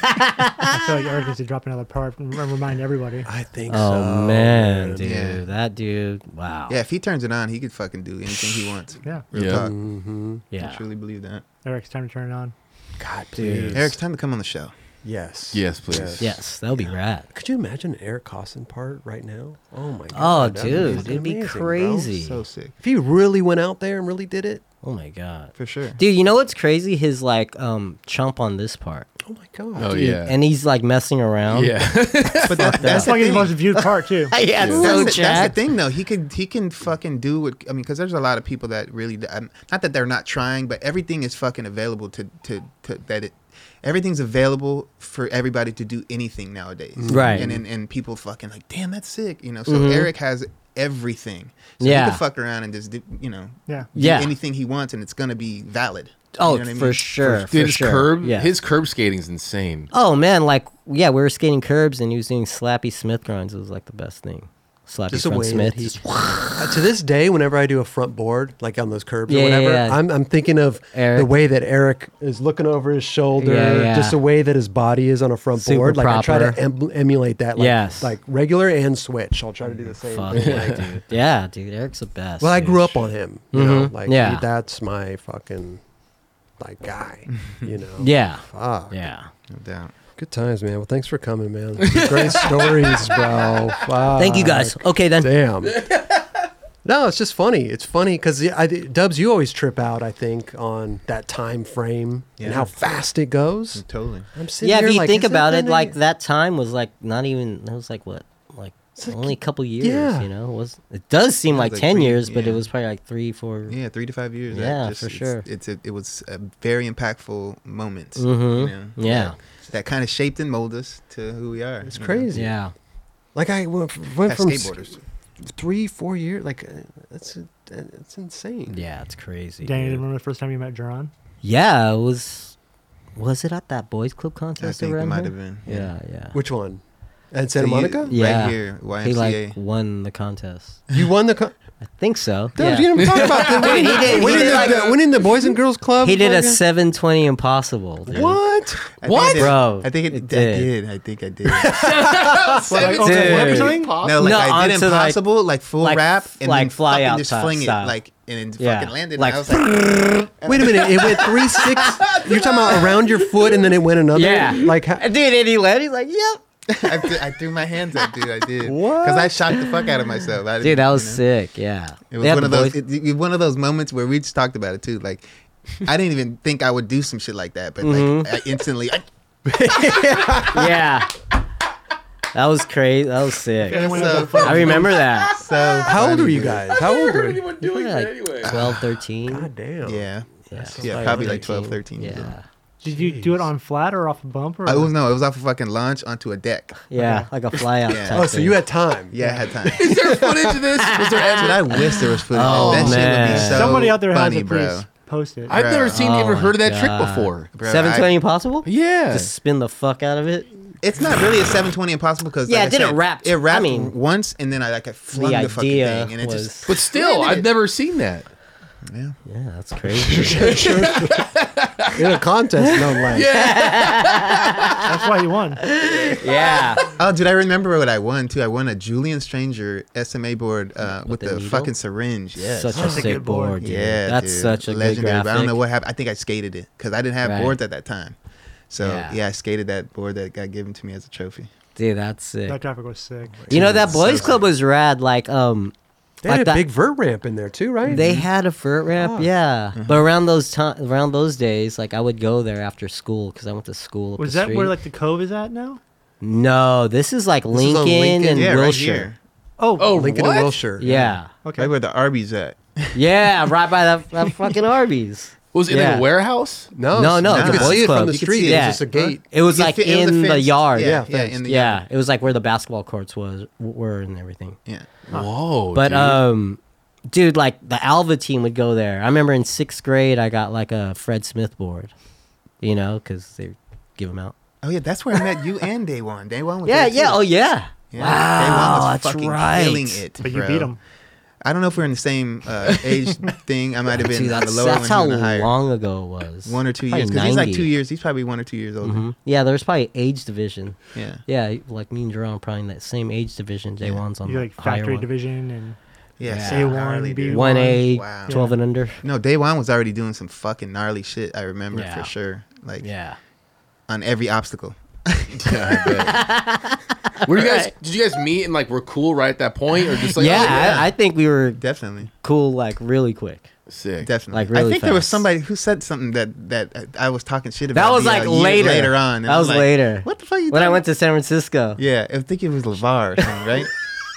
E: I feel like Eric needs to drop another part and re- remind everybody.
A: I think so.
B: Oh man, dude,
D: Yeah.
B: that dude, wow.
D: Yeah, if he turns it on, he could fucking do anything he wants.
E: Yeah,
D: Real
C: Yeah.
D: talk.
A: hmm
D: I
B: Mm, yeah.
D: truly believe that.
E: Eric's time to turn it on.
A: God, please.
D: Eric, it's time to come on the show.
A: Yes.
C: Yes, please.
B: Yes, that'll be rad.
A: Could you imagine an Eric Costin part right now? Oh my
B: Oh,
A: god. that'd
B: dude,
A: fucking
B: it'd be
A: amazing, bro.
B: crazy.
D: So sick.
A: If he really went out there and really did it,
B: Oh my god,
D: For sure.
B: dude, you know what's crazy? His like um chump on this part,
A: oh my god.
C: Oh
B: Dude,
C: yeah. Oh,
B: and he's like messing around.
C: yeah.
D: But that,
E: That's
D: that's,
E: like
D: the
E: his
D: thing.
E: most viewed part too.
B: yeah, it's
D: That's
B: so
D: the- that's, the,
B: jacked.
D: thing, though. He could he can fucking do what I mean, because there's a lot of people that really um, not that they're not trying, but everything is fucking available to to, to that it everything's available for everybody to do anything nowadays.
B: Mm-hmm. Right.
D: And and, and people fucking like, damn, that's sick, you know. So
B: Mhm.
D: Eric has everything. So
B: Yeah.
D: He can fuck around and just do, you know
E: Yeah.
D: do
B: Yeah.
D: anything he wants, and it's gonna be valid. You
B: Oh,
D: know what I
B: for
D: mean?
B: sure, for,
C: Dude, his
B: sure.
C: curb,
B: yeah.
C: his curb skating's insane.
B: oh man, like yeah, we were skating curbs and he was doing slappy Smith grinds. It was like the best thing. Slappy
A: Just a
B: from
A: way
B: Smith.
A: that he-
B: Just-
A: Uh, to this day, whenever I do a front board, like on those curbs or
B: Yeah, yeah,
A: whatever,
B: yeah.
A: I'm, I'm thinking of the
B: Eric.
A: way that Eric is looking over his shoulder,
B: Yeah, yeah.
A: just the way that his body is on a front
B: Super
A: board. Like I try to
B: proper.
A: em- emulate that, like,
B: Yes.
A: like regular and switch. I'll try to do the same.
B: Fuck
A: thing.
B: yeah, dude. Yeah, dude. Eric's the best.
A: Well, I
B: dude.
A: grew up on him, you know,
B: Mhm.
A: Mm-hmm. like
B: Yeah.
A: he- that's my fucking like guy, you know.
B: Yeah.
A: Fuck.
B: Yeah.
D: No doubt.
A: Good times, man. Well, thanks for coming, man. Great stories, bro. Fuck.
B: Thank you guys. Okay then.
A: Damn. No, it's just funny. It's funny because Dubs, you always trip out. I think on that time frame and
D: Yeah.
A: how fast it goes.
D: Totally.
A: I'm sitting
B: Yeah,
A: here
B: if you
A: like,
B: think
A: is
B: about it,
A: gonna-
B: like that time was like not even. That was like what, like only a couple years.
A: yeah.
B: You know, it was it does seem
D: Yeah,
B: like,
D: like
B: ten
D: three-
B: years, but it
D: yeah.
B: was probably like three, four.
D: Yeah, three to five years.
B: Yeah,
D: I just,
B: for
D: it's-
B: sure.
D: It's, a, it was a very impactful moment.
B: Mhm.
D: You know?
B: Yeah.
D: that kind of shaped and molded us to who we are.
A: It's
D: you know?
A: crazy.
B: Yeah.
A: Like I went, went
D: As
A: from s-
D: skateboarders.
A: three, four years. Like uh, that's uh, that's insane.
B: Yeah, it's crazy.
E: Danny,
B: dude.
E: remember the first time you met Jaron?
B: Yeah, it was. Was it at that boys club
D: I
B: contest
D: think it
B: around here?
D: might have been.
B: Yeah, yeah.
A: Which one? At Santa
D: So you-
A: Monica.
B: Yeah.
D: Right here, YMCA.
B: he like won the contest.
A: You won the. Co-
B: I think so.
A: Dude,
B: yeah.
A: you didn't talk about that. Winning,
B: he did- he
A: winning
B: did
A: the,
B: like-
A: the- winning the Boys and Girls Club.
B: he did a
A: fucking-
B: 720 impossible. dude.
A: What?
D: I think I
A: What?
D: did-
B: Bro,
D: I think it,
B: it
D: I
B: did.
D: did. I think I did.
E: Like,
A: Oh,
B: Dude.
E: okay, what or something?
D: No, like
B: No,
D: I did
B: onto, like-
D: impossible, like, full
B: like,
D: wrap,
B: f-
D: and
B: like
D: then
B: fly
D: fucking
B: out
D: just
B: type
D: fling
B: style.
D: it, like and it
B: Yeah.
D: fucking landed.
B: Like,
D: and I was like,
A: Wait a minute. It went three six. You're talking about around your foot, and then it went another.
B: Yeah.
A: Like how,
B: Dude, and he led. He's like, yep.
D: I, th- I threw my hands up, dude. I did
A: What?
D: because I shocked the fuck out of myself. I
B: Dude,
D: didn't-
B: that
D: you
B: was
D: know?
B: sick. Yeah.
D: It was
B: They had
D: one
B: the
D: of those.
B: boys-
D: It, it- one of those moments where we just talked about it too. Like, I didn't even think I would do some shit like that, but
B: Mhm.
D: like I instantly, I,
B: yeah. That was crazy. That was sick.
E: Anyone
D: so-
E: have that
B: I remember that.
D: so
A: how old
D: funny,
A: were you
D: dude.
A: guys? How old were
C: heard
A: you?
C: anyone doing
B: Yeah,
C: that
B: like-
C: anyway.
B: 12, 13.
A: God damn.
D: Yeah,
B: Yeah.
D: yeah,
A: like
D: probably like 12, 13 years old.
B: Yeah.
E: Did you do it on flat or off a bump? Or
D: I was no, it was off a fucking launch onto a deck.
B: Yeah. Like a fly out
D: Yeah.
B: type.
A: Oh, so
B: thing.
A: you had time.
D: Yeah, I had time.
C: Is there footage of this? Was there
D: Dude, I wish there was footage.
B: Oh,
D: that shit would
B: man.
D: be so
E: somebody out there
D: funny,
E: has it.
D: bro.
E: Please post it.
C: I've never seen,
B: Oh
C: ever
B: my
C: heard of that trick
B: God.
C: before.
D: Bro, I-
B: 720 impossible?
C: Yeah.
B: Just spin the fuck out of it.
D: It's not really a 720 impossible because
B: Yeah,
D: like
B: it didn't
D: said,
B: wrap.
D: It wrapped
B: I mean,
D: once, and then I like I flung
B: the
D: the, fucking
B: idea
D: thing, and it
B: was.
D: just
C: but still,
D: Yeah,
C: I've never seen that.
D: yeah.
B: yeah, that's crazy.
A: In a contest, no less.
E: That's why you won.
B: yeah.
D: Oh, dude, I remember what I won too. I won a Julian Stranger SMA board uh, with,
B: the
D: the,
B: needle?
D: fucking syringe. Yes.
B: Such a
E: That's a
B: sick
E: good board.
B: board, dude.
D: yeah,
B: That's
D: dude.
B: such a
D: legendary.
B: good
D: but
B: graphic.
D: I don't know what happened. I think I skated it because I didn't have
B: Right.
D: boards at that time. So
B: Yeah.
D: yeah. I skated that board that got given to me as a trophy.
B: Dude, that's sick.
E: That traffic was sick.
B: you know that boys
D: so
B: club was rad. Like, um,
A: They
B: like
A: had a
B: that-
A: big vert ramp in there too, right?
E: Mm-hmm.
B: They had a vert ramp,
E: Oh.
A: Fuck.
B: yeah. But around those time, around those days, like I would go there after school because I went to school. Up
E: Was
B: the
E: that where
B: street.
E: like the cove is at now?
B: No, this is like
D: This is
B: Lincoln,
D: on
B: and
D: yeah, Right,
B: Wilshire.
D: here.
E: Oh,
C: Oh,
A: Lincoln
C: what?
A: and Wilshire.
B: yeah,
E: okay.
D: right where the Arby's at.
B: yeah, right by that, that fucking Arby's.
C: Was it
B: Yeah.
C: in a warehouse?
A: No,
B: No,
A: it's-
B: no,
A: You
D: the
A: could
D: boys
A: see it
B: club.
A: from the
D: You could
A: street.
D: see
A: It
D: it.
A: was
B: Yeah.
A: just a gate.
B: It was
D: It
B: like
D: Oh, fit- it was
B: in the
D: fenced-
B: yard.
D: Yeah,
A: Yeah,
D: yeah, in the
B: yeah,
D: yard.
B: it was like where the basketball courts was were and everything.
D: Yeah.
C: Whoa.
D: Oh,
B: But
C: dude.
B: um, dude, like the Alva team would go there. I remember in sixth grade, I got like a Fred Smith board, you know, because they give them out.
D: Oh yeah, that's where I met you and Day One. Day One was
B: Yeah,
D: there, too.
B: yeah, oh yeah.
D: Yeah,
B: Wow,
D: Day One was
B: that's
D: fucking
B: right.
D: killing it.
E: but you
D: bro.
E: beat him.
D: I don't know if we're in the same uh, age thing. I might have been
B: Dude,
D: on the
B: that's,
D: lower
B: that's
D: one,
B: how
D: he on the higher.
B: long ago it was.
D: one or two
B: Probably
D: years because he's like
B: 90.
D: two years. He's probably one or two years older.
B: Mhm. Yeah, there was probably age division.
D: Yeah,
B: Yeah, like me and Jerome probably in that same age division. J one's on
E: You like
B: the higher
E: factory
B: one.
E: division and
D: yeah.
B: Yeah.
D: so
E: A1,
D: gnarly, dude.
E: B1.
B: One A,
D: Wow.
B: twelve and under.
D: No, Day One was already doing some fucking gnarly shit. I remember
B: Yeah.
D: for sure. Like
B: Yeah.
D: on every obstacle.
C: Yeah, I bet. Were you guys? Did you guys meet and like we're cool right at that point, or just like
B: yeah,
C: oh,
D: yeah.
B: I, I think we were
D: Definitely,
B: cool like really quick.
C: sick?
D: definitely.
B: Like, really
D: I think there was
B: fast.
D: somebody who said something that that I was talking shit about.
B: That was
D: you know,
B: like
D: years
B: later.
D: later on. and
B: That
D: I'm
B: was
D: like,
B: later.
D: What the fuck? You
B: When I
D: talking-
B: went to San Francisco.
D: Yeah, I think it was Levar, or something, right?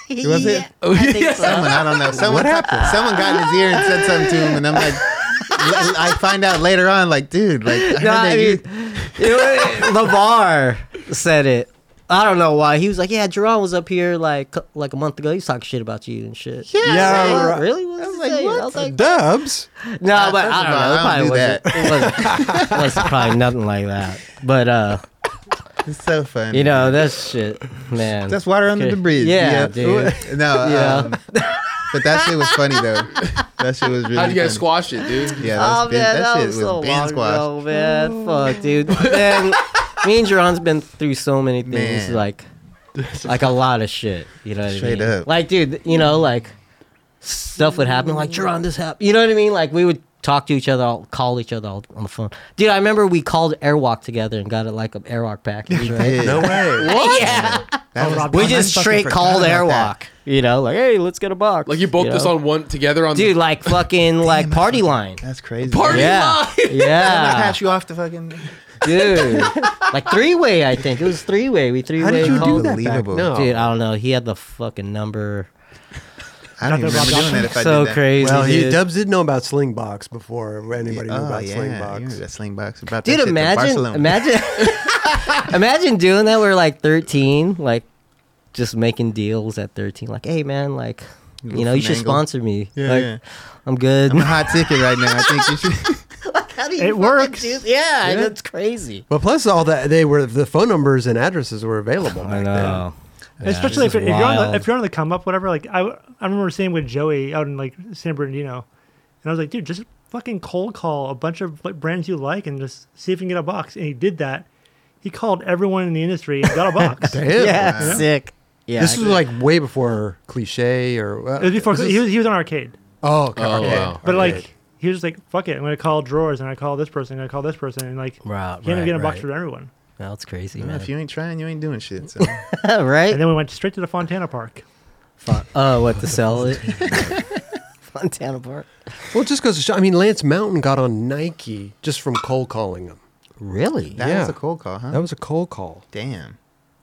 D: Was it?
B: I think so.
D: Someone, I don't know. Someone, happened? Someone got in his ear and said something to him, and I'm like, l- I find out later on, like, dude, like, I heard
B: No,
D: that
B: I
D: you-
B: mean, it was- LeVar said it. I don't know why. He was like, "Yeah, Jerome was up here like cou- like a month ago. He was talking shit about you and shit."
D: Yeah,
A: Yeah,
B: I was like,
A: right.
B: really? What I was like,
D: what?
B: I was like,
A: Dubs.
B: no,
D: Uh,
B: but
D: first
B: I
D: of all, I
B: don't know.
D: don't
B: it probably wasn't. It wasn't, it wasn't probably nothing like that. But uh,
D: it's so funny.
B: you know, that's shit, man.
D: that's water under the bridge.
B: Yeah, dude.
D: No,
B: Yeah.
D: um, but that shit was funny though. That shit was really.
C: How'd you guys
D: funny.
C: squash it, dude?
D: Yeah, that,
B: Oh
D: was bin,
B: man,
D: that,
B: that,
D: shit
B: was
D: was
B: so
D: bin
B: long
D: squash.
B: ago, man. Fuck, dude. Man, me and Jerron's been through so many things,
D: Man.
B: like, like a lot of shit. You know what
D: Straight
B: I mean?
D: up.
B: Like, dude, you know, like stuff would happen. Like, Jerron, this happened. You know what I mean? Like, we would talk to each other, all, call each other all, on the phone. Dude, I remember we called Airwalk together and got it like an Airwalk package, right?
D: Yeah.
A: No way.
B: What? Yeah.
D: That
E: Oh,
D: was-
E: Rob
B: We
D: I
B: just
D: fucking
B: straight
D: forgot
B: called
D: about that.
B: Airwalk. You know, like, hey, let's get a box.
C: Like you both
B: know?
C: just on one together on
B: Dude,
C: the
B: like fucking like party line.
D: That's crazy.
C: party
D: Yeah.
B: Yeah.
D: I
B: Yeah.
D: pass you off to fucking.
B: dude. like three way, I think it was three way. We three way.
A: How did you do
D: called-
A: that? Back?
D: Unbelievable.
A: No.
B: Dude, I don't know. He had the fucking number.
D: I don't
E: Not
D: even
E: that
D: remember
E: Rob
D: doing that if I
B: so
D: did that.
B: crazy.
A: Well, he,
B: dude.
A: Dubs did know about Slingbox before
D: Yeah,
A: anybody knew
D: oh,
A: about
D: yeah. You
A: Slingbox.
D: remember that sling box. About that
B: Dude,
D: shit to
B: imagine,
D: Barcelona.
B: imagine, imagine doing that. We're like 13, like just making deals at 13. Like, hey man, like
D: You
B: you
D: go
B: know, you should
D: finagle.
B: sponsor me.
D: Yeah,
B: like,
D: yeah.
B: I'm good.
D: I'm a hot ticket right now. I think you should.
B: How do
E: It
B: fucking
E: works.
B: do- yeah,
A: Yeah.
B: that's crazy.
A: But plus all that, they were the phone numbers and addresses were available
B: I
A: back then.
B: know.
E: Especially if,
B: this
E: if
B: is
E: you're on
B: wild.
E: the, if you're on the come up, whatever. Like I, I remember sitting with Joey out in like San Bernardino, and I was like, dude, just fucking cold call a bunch of like, brands you like and just see if you can get a box. And he did that. He called everyone in the industry and got a box. it
A: Damn.
B: Yeah,
D: Yeah.
B: sick. Yeah,
A: This was like way before cliche or. Uh,
E: was before
A: this
E: he
A: is-
E: was he was on arcade,
A: oh, okay.
C: Oh,
A: okay.
C: wow.
E: but
A: Okay.
E: like he was just like, fuck it, I'm gonna call drawers and I call this person and I call this person and like
B: Right,
E: he ended
B: right,
E: up getting a box
B: right.
E: for everyone.
B: that's crazy,
D: Man,
B: man.
D: if you ain't trying, you ain't doing shit. So.
B: right?
E: And then we went straight to the Fontana Park.
B: Fun- Oh, what to sell it? Fontana Park.
A: Well, it just goes to show. I mean, Lance Mountain got on Nike just from cold calling them.
B: Really?
D: That
A: Yeah.
D: was a cold call, huh?
A: That was a cold call.
D: Damn.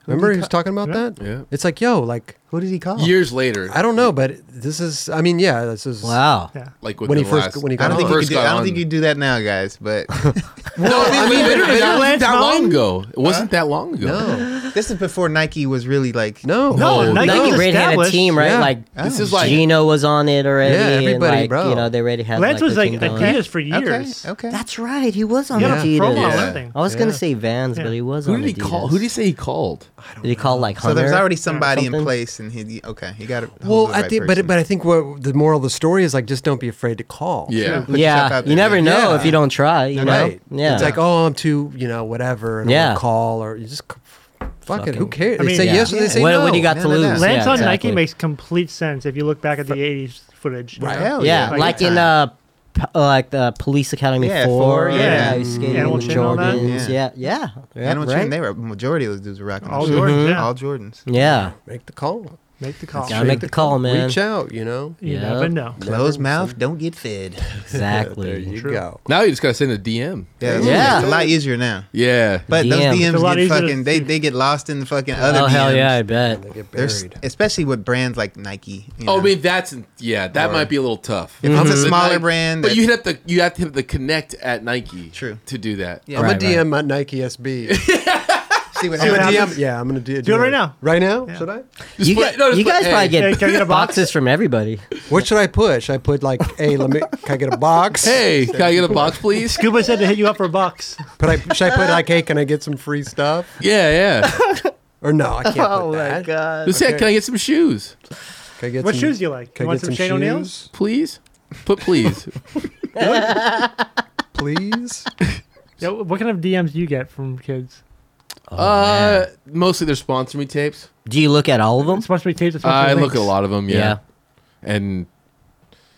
A: Remember he was talking about
E: Yeah.
A: that?
C: Yeah.
A: It's like, yo, like,
D: Who did he call?
C: Years later,
A: I don't know, but this is, I mean, yeah, this is.
B: Wow.
E: Yeah.
C: like
A: When he
C: within the
A: first-
C: last-
A: when he
D: I
A: got
D: don't
A: on.
D: think you could
C: first
D: do,
C: got
D: I don't
C: on-
D: think you could do that now, guys. But
C: No, I mean, literally, that wasn't
E: Lance
C: that long
E: Mountain?
C: ago. It wasn't that long ago.
A: No.
D: this is before Nike was really like
A: No.
C: No,
A: no.
E: Nike
B: Nike
E: was
B: already had a
E: established.
B: team, right?
A: Yeah.
B: Like
C: This is like
B: Gino was on it already.
A: Yeah, everybody,
B: and like,
A: bro.
B: You know, they already had.
E: Lance
B: like,
E: was
B: the
E: like
B: team going.
E: Adidas for
D: Okay.
E: years.
D: Okay.
B: That's right. He was on
E: He
B: yeah.
E: had a
B: Adidas.
E: promo on
D: Yeah.
E: everything.
B: I was gonna
D: Yeah.
B: say Vans,
E: Yeah.
B: but he was
C: Who
B: on
C: did he
B: Adidas.
C: call? Who did he say he called?
B: Did he call like
D: so
B: Hunter?
D: there's already somebody in
B: something?
D: place, and he okay, he got it.
A: Well, I think, but, but I think what the moral of the story is like, just don't be afraid to call.
C: Yeah.
D: put yourself
B: yeah,
D: out
B: you
D: there.
B: never know
A: Yeah.
B: if you don't try. You know,
A: Right.
B: yeah.
A: It's like, oh, I'm too, you know, whatever. And
B: Yeah.
A: yeah. Call or you just c- fuck it. Who
B: Fucking-
A: cares? They
E: mean,
A: say
E: yeah.
A: yes or they say
B: what,
A: no.
B: what do you got to
D: No, no, no.
B: lose?
E: Lance
B: yeah,
E: on
B: exactly.
E: Nike makes complete sense if you look back at the '80s footage.
A: Right.
D: Hell
B: Yeah,
E: yeah.
B: like in uh, p- uh, like the Police Academy
D: Yeah,
B: Four.
D: four,
E: yeah.
B: yeah, he's skating in
E: Animal
B: the
E: Chin, all that.
B: Jordans.
D: Yeah.
B: Yeah, yeah, yeah.
D: Animal
B: right?
D: Chin, they were majority of those dudes were rocking
E: All
D: those
E: Jordans,
D: shit.
E: yeah.
D: All Jordans.
B: Yeah,
A: Make the call.
E: Make the call.
B: gotta make the call, man.
A: Reach out, you know?
E: You
B: Yeah.
E: never know.
D: Closed mouth, don't get fed.
A: There
B: Exactly.
A: you
E: True.
A: go.
C: Now you just gotta send a DM.
D: Yeah, that's-
B: Yeah.
D: it's a lot easier now.
C: Yeah.
D: But
B: DM.
D: those
B: It's
E: a
D: DMs
E: lot
D: get
E: easier to
D: fucking they, they get lost in the fucking other
B: Oh
D: DMs.
B: hell yeah, I bet.
A: They get
D: There's,
A: buried.
D: especially with brands like Nike. you
C: Oh, I
D: know.
C: mean that's yeah, that might be a little tough. Mm-hmm.
D: If it's a
C: But
D: smaller
C: Nike-
D: brand,
C: but
D: that-
C: you have to you have to have the connect at Nike.
D: True.
C: To do that.
D: Yeah.
A: I'm
B: Right,
C: uh,
A: a DM at uh, Nike SB.
D: see what
E: See what
D: happens.
E: happens.
A: DM, yeah, I'm gonna do,
E: Do it right now.
A: Right now?
E: Yeah.
A: Should I?
C: Just
B: you
C: put-
B: gu-
C: no, just
B: you
C: put,
B: guys probably
C: hey.
B: get
E: Hey, can I get a box?
B: boxes from everybody.
A: What should I push? I put like, hey, let me. Can I get a box?
C: Hey, can I get a box, please?
E: Scuba said to hit you up for a box.
A: But I should I put like, hey, can I get some free stuff?
C: Yeah, yeah.
A: Or no, I can't.
C: Oh,
E: Oh,
A: put that.
B: god.
C: Just say, can I get some shoes,
A: Can I get
E: What
A: some,
E: shoes do you like?
A: Can I
E: You want
A: get
E: some
A: some,
E: Shane O'Neills?
A: shoes,
C: please? Put please.
A: please?
E: Yeah, what kind of DMs do you get from kids?
C: uh, mostly they're sponsor me tapes.
B: Oh, Do you look at all of them?
E: Supposed to be tapes. it's supposed to be
C: I look
E: links.
C: at a lot of them. Yeah.
B: Yeah.
C: And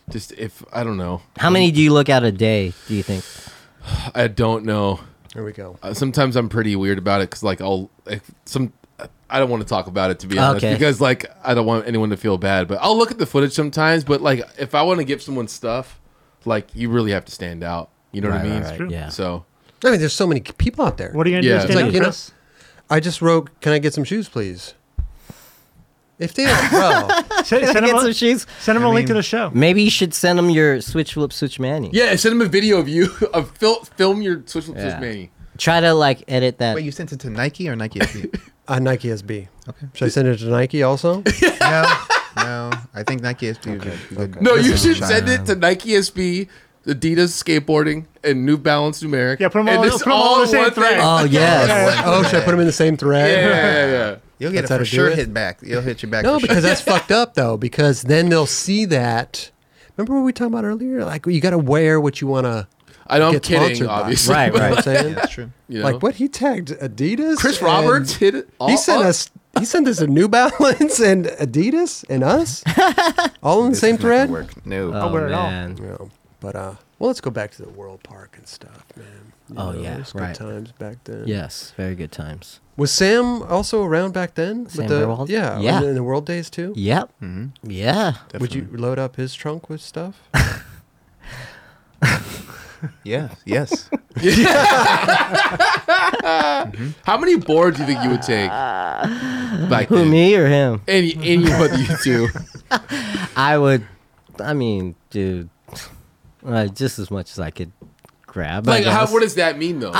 C: just if I don't know,
B: How many do you look at a day? Do you think?
C: I don't know.
A: Here we go.
C: Uh, sometimes I'm pretty weird about it because like I'll like, some. I don't want to talk about it to be honest
B: Okay.
C: because like I don't want anyone to feel bad. But I'll look at the footage sometimes. But like if I want to give someone stuff, like you really have to stand out. You know what I mean?
E: true.
B: Yeah.
C: So
A: I mean, there's so many people out there.
E: What are you gonna
C: Yeah.
E: do?
C: It's
E: Stand
A: like,
E: up,
A: you know-
E: Chris?
A: I just wrote, can I get some shoes, please? If they don't, bro,
E: Send, send him
B: Get
E: a,
B: some shoes.
E: send him a link to the show.
B: Maybe you should send them your Switch Flip Switch Manny.
C: yeah, send them a video of you of fil- film your Switch with
B: Yeah.
C: Switch Mania.
B: Try to like edit that.
D: Wait, you sent it to Nike or Nike? SB?
A: uh, Nike SB. Okay. Should I send it to Nike also?
D: no, no. I think Nike SB was a good.
C: No, you
D: That's
C: should
D: fine.
C: send it to Nike SB, Adidas skateboarding, and New Balance numeric.
E: Yeah, put 'em all-
C: And it's
E: put 'em all in the
C: in
E: same
C: one
E: thread.
B: Oh yes.
A: oh, should I put them in the same
C: Yeah,
A: thread?
C: yeah, yeah.
D: You'll get
A: That's
D: a
A: how
D: for
A: to do
D: sure
A: it?
D: hit back. You'll hit your back.
A: No,
D: for
A: because
D: sure.
A: that's fucked up though. Because then they'll see that. Remember what we talked about earlier? Like you got to wear what you want to.
C: I know I'm
A: get
C: kidding,
A: sponsored by.
C: obviously.
B: Right,
A: You know
B: right.
A: what I'm saying?
D: that's true.
C: You know?
A: Like what he tagged Adidas,
C: Chris
A: and-
C: Roberts hit it. All
A: he sent
C: up.
A: us. He sent us a New Balance and Adidas and us, all in the
D: This
A: same
D: is not gonna
A: thread.
D: Work. No.
B: Oh,
E: wear it all.
B: man.
A: Yeah, but uh, well, let's go back to the World Park and stuff, man. You
B: Oh, yeah,
A: it was
B: right.
A: good times back then.
B: Yes. Very good times.
A: was Sam also around back then?
B: Sam
A: the,
B: Burwald?
A: yeah,
B: Yeah.
A: in, the- in the World Days too.
B: Yep.
C: Mm-hmm.
B: Yeah.
A: Would you load up his trunk with stuff?
D: Yeah. Yes.
C: How many boards do you think you would take? Back
B: Who
C: then?
B: me or him?
C: Any any one of you two?
B: I would. I mean, dude, uh, just as much as I could grab.
C: Like,
B: I
C: how,
B: guess.
C: what does that mean though?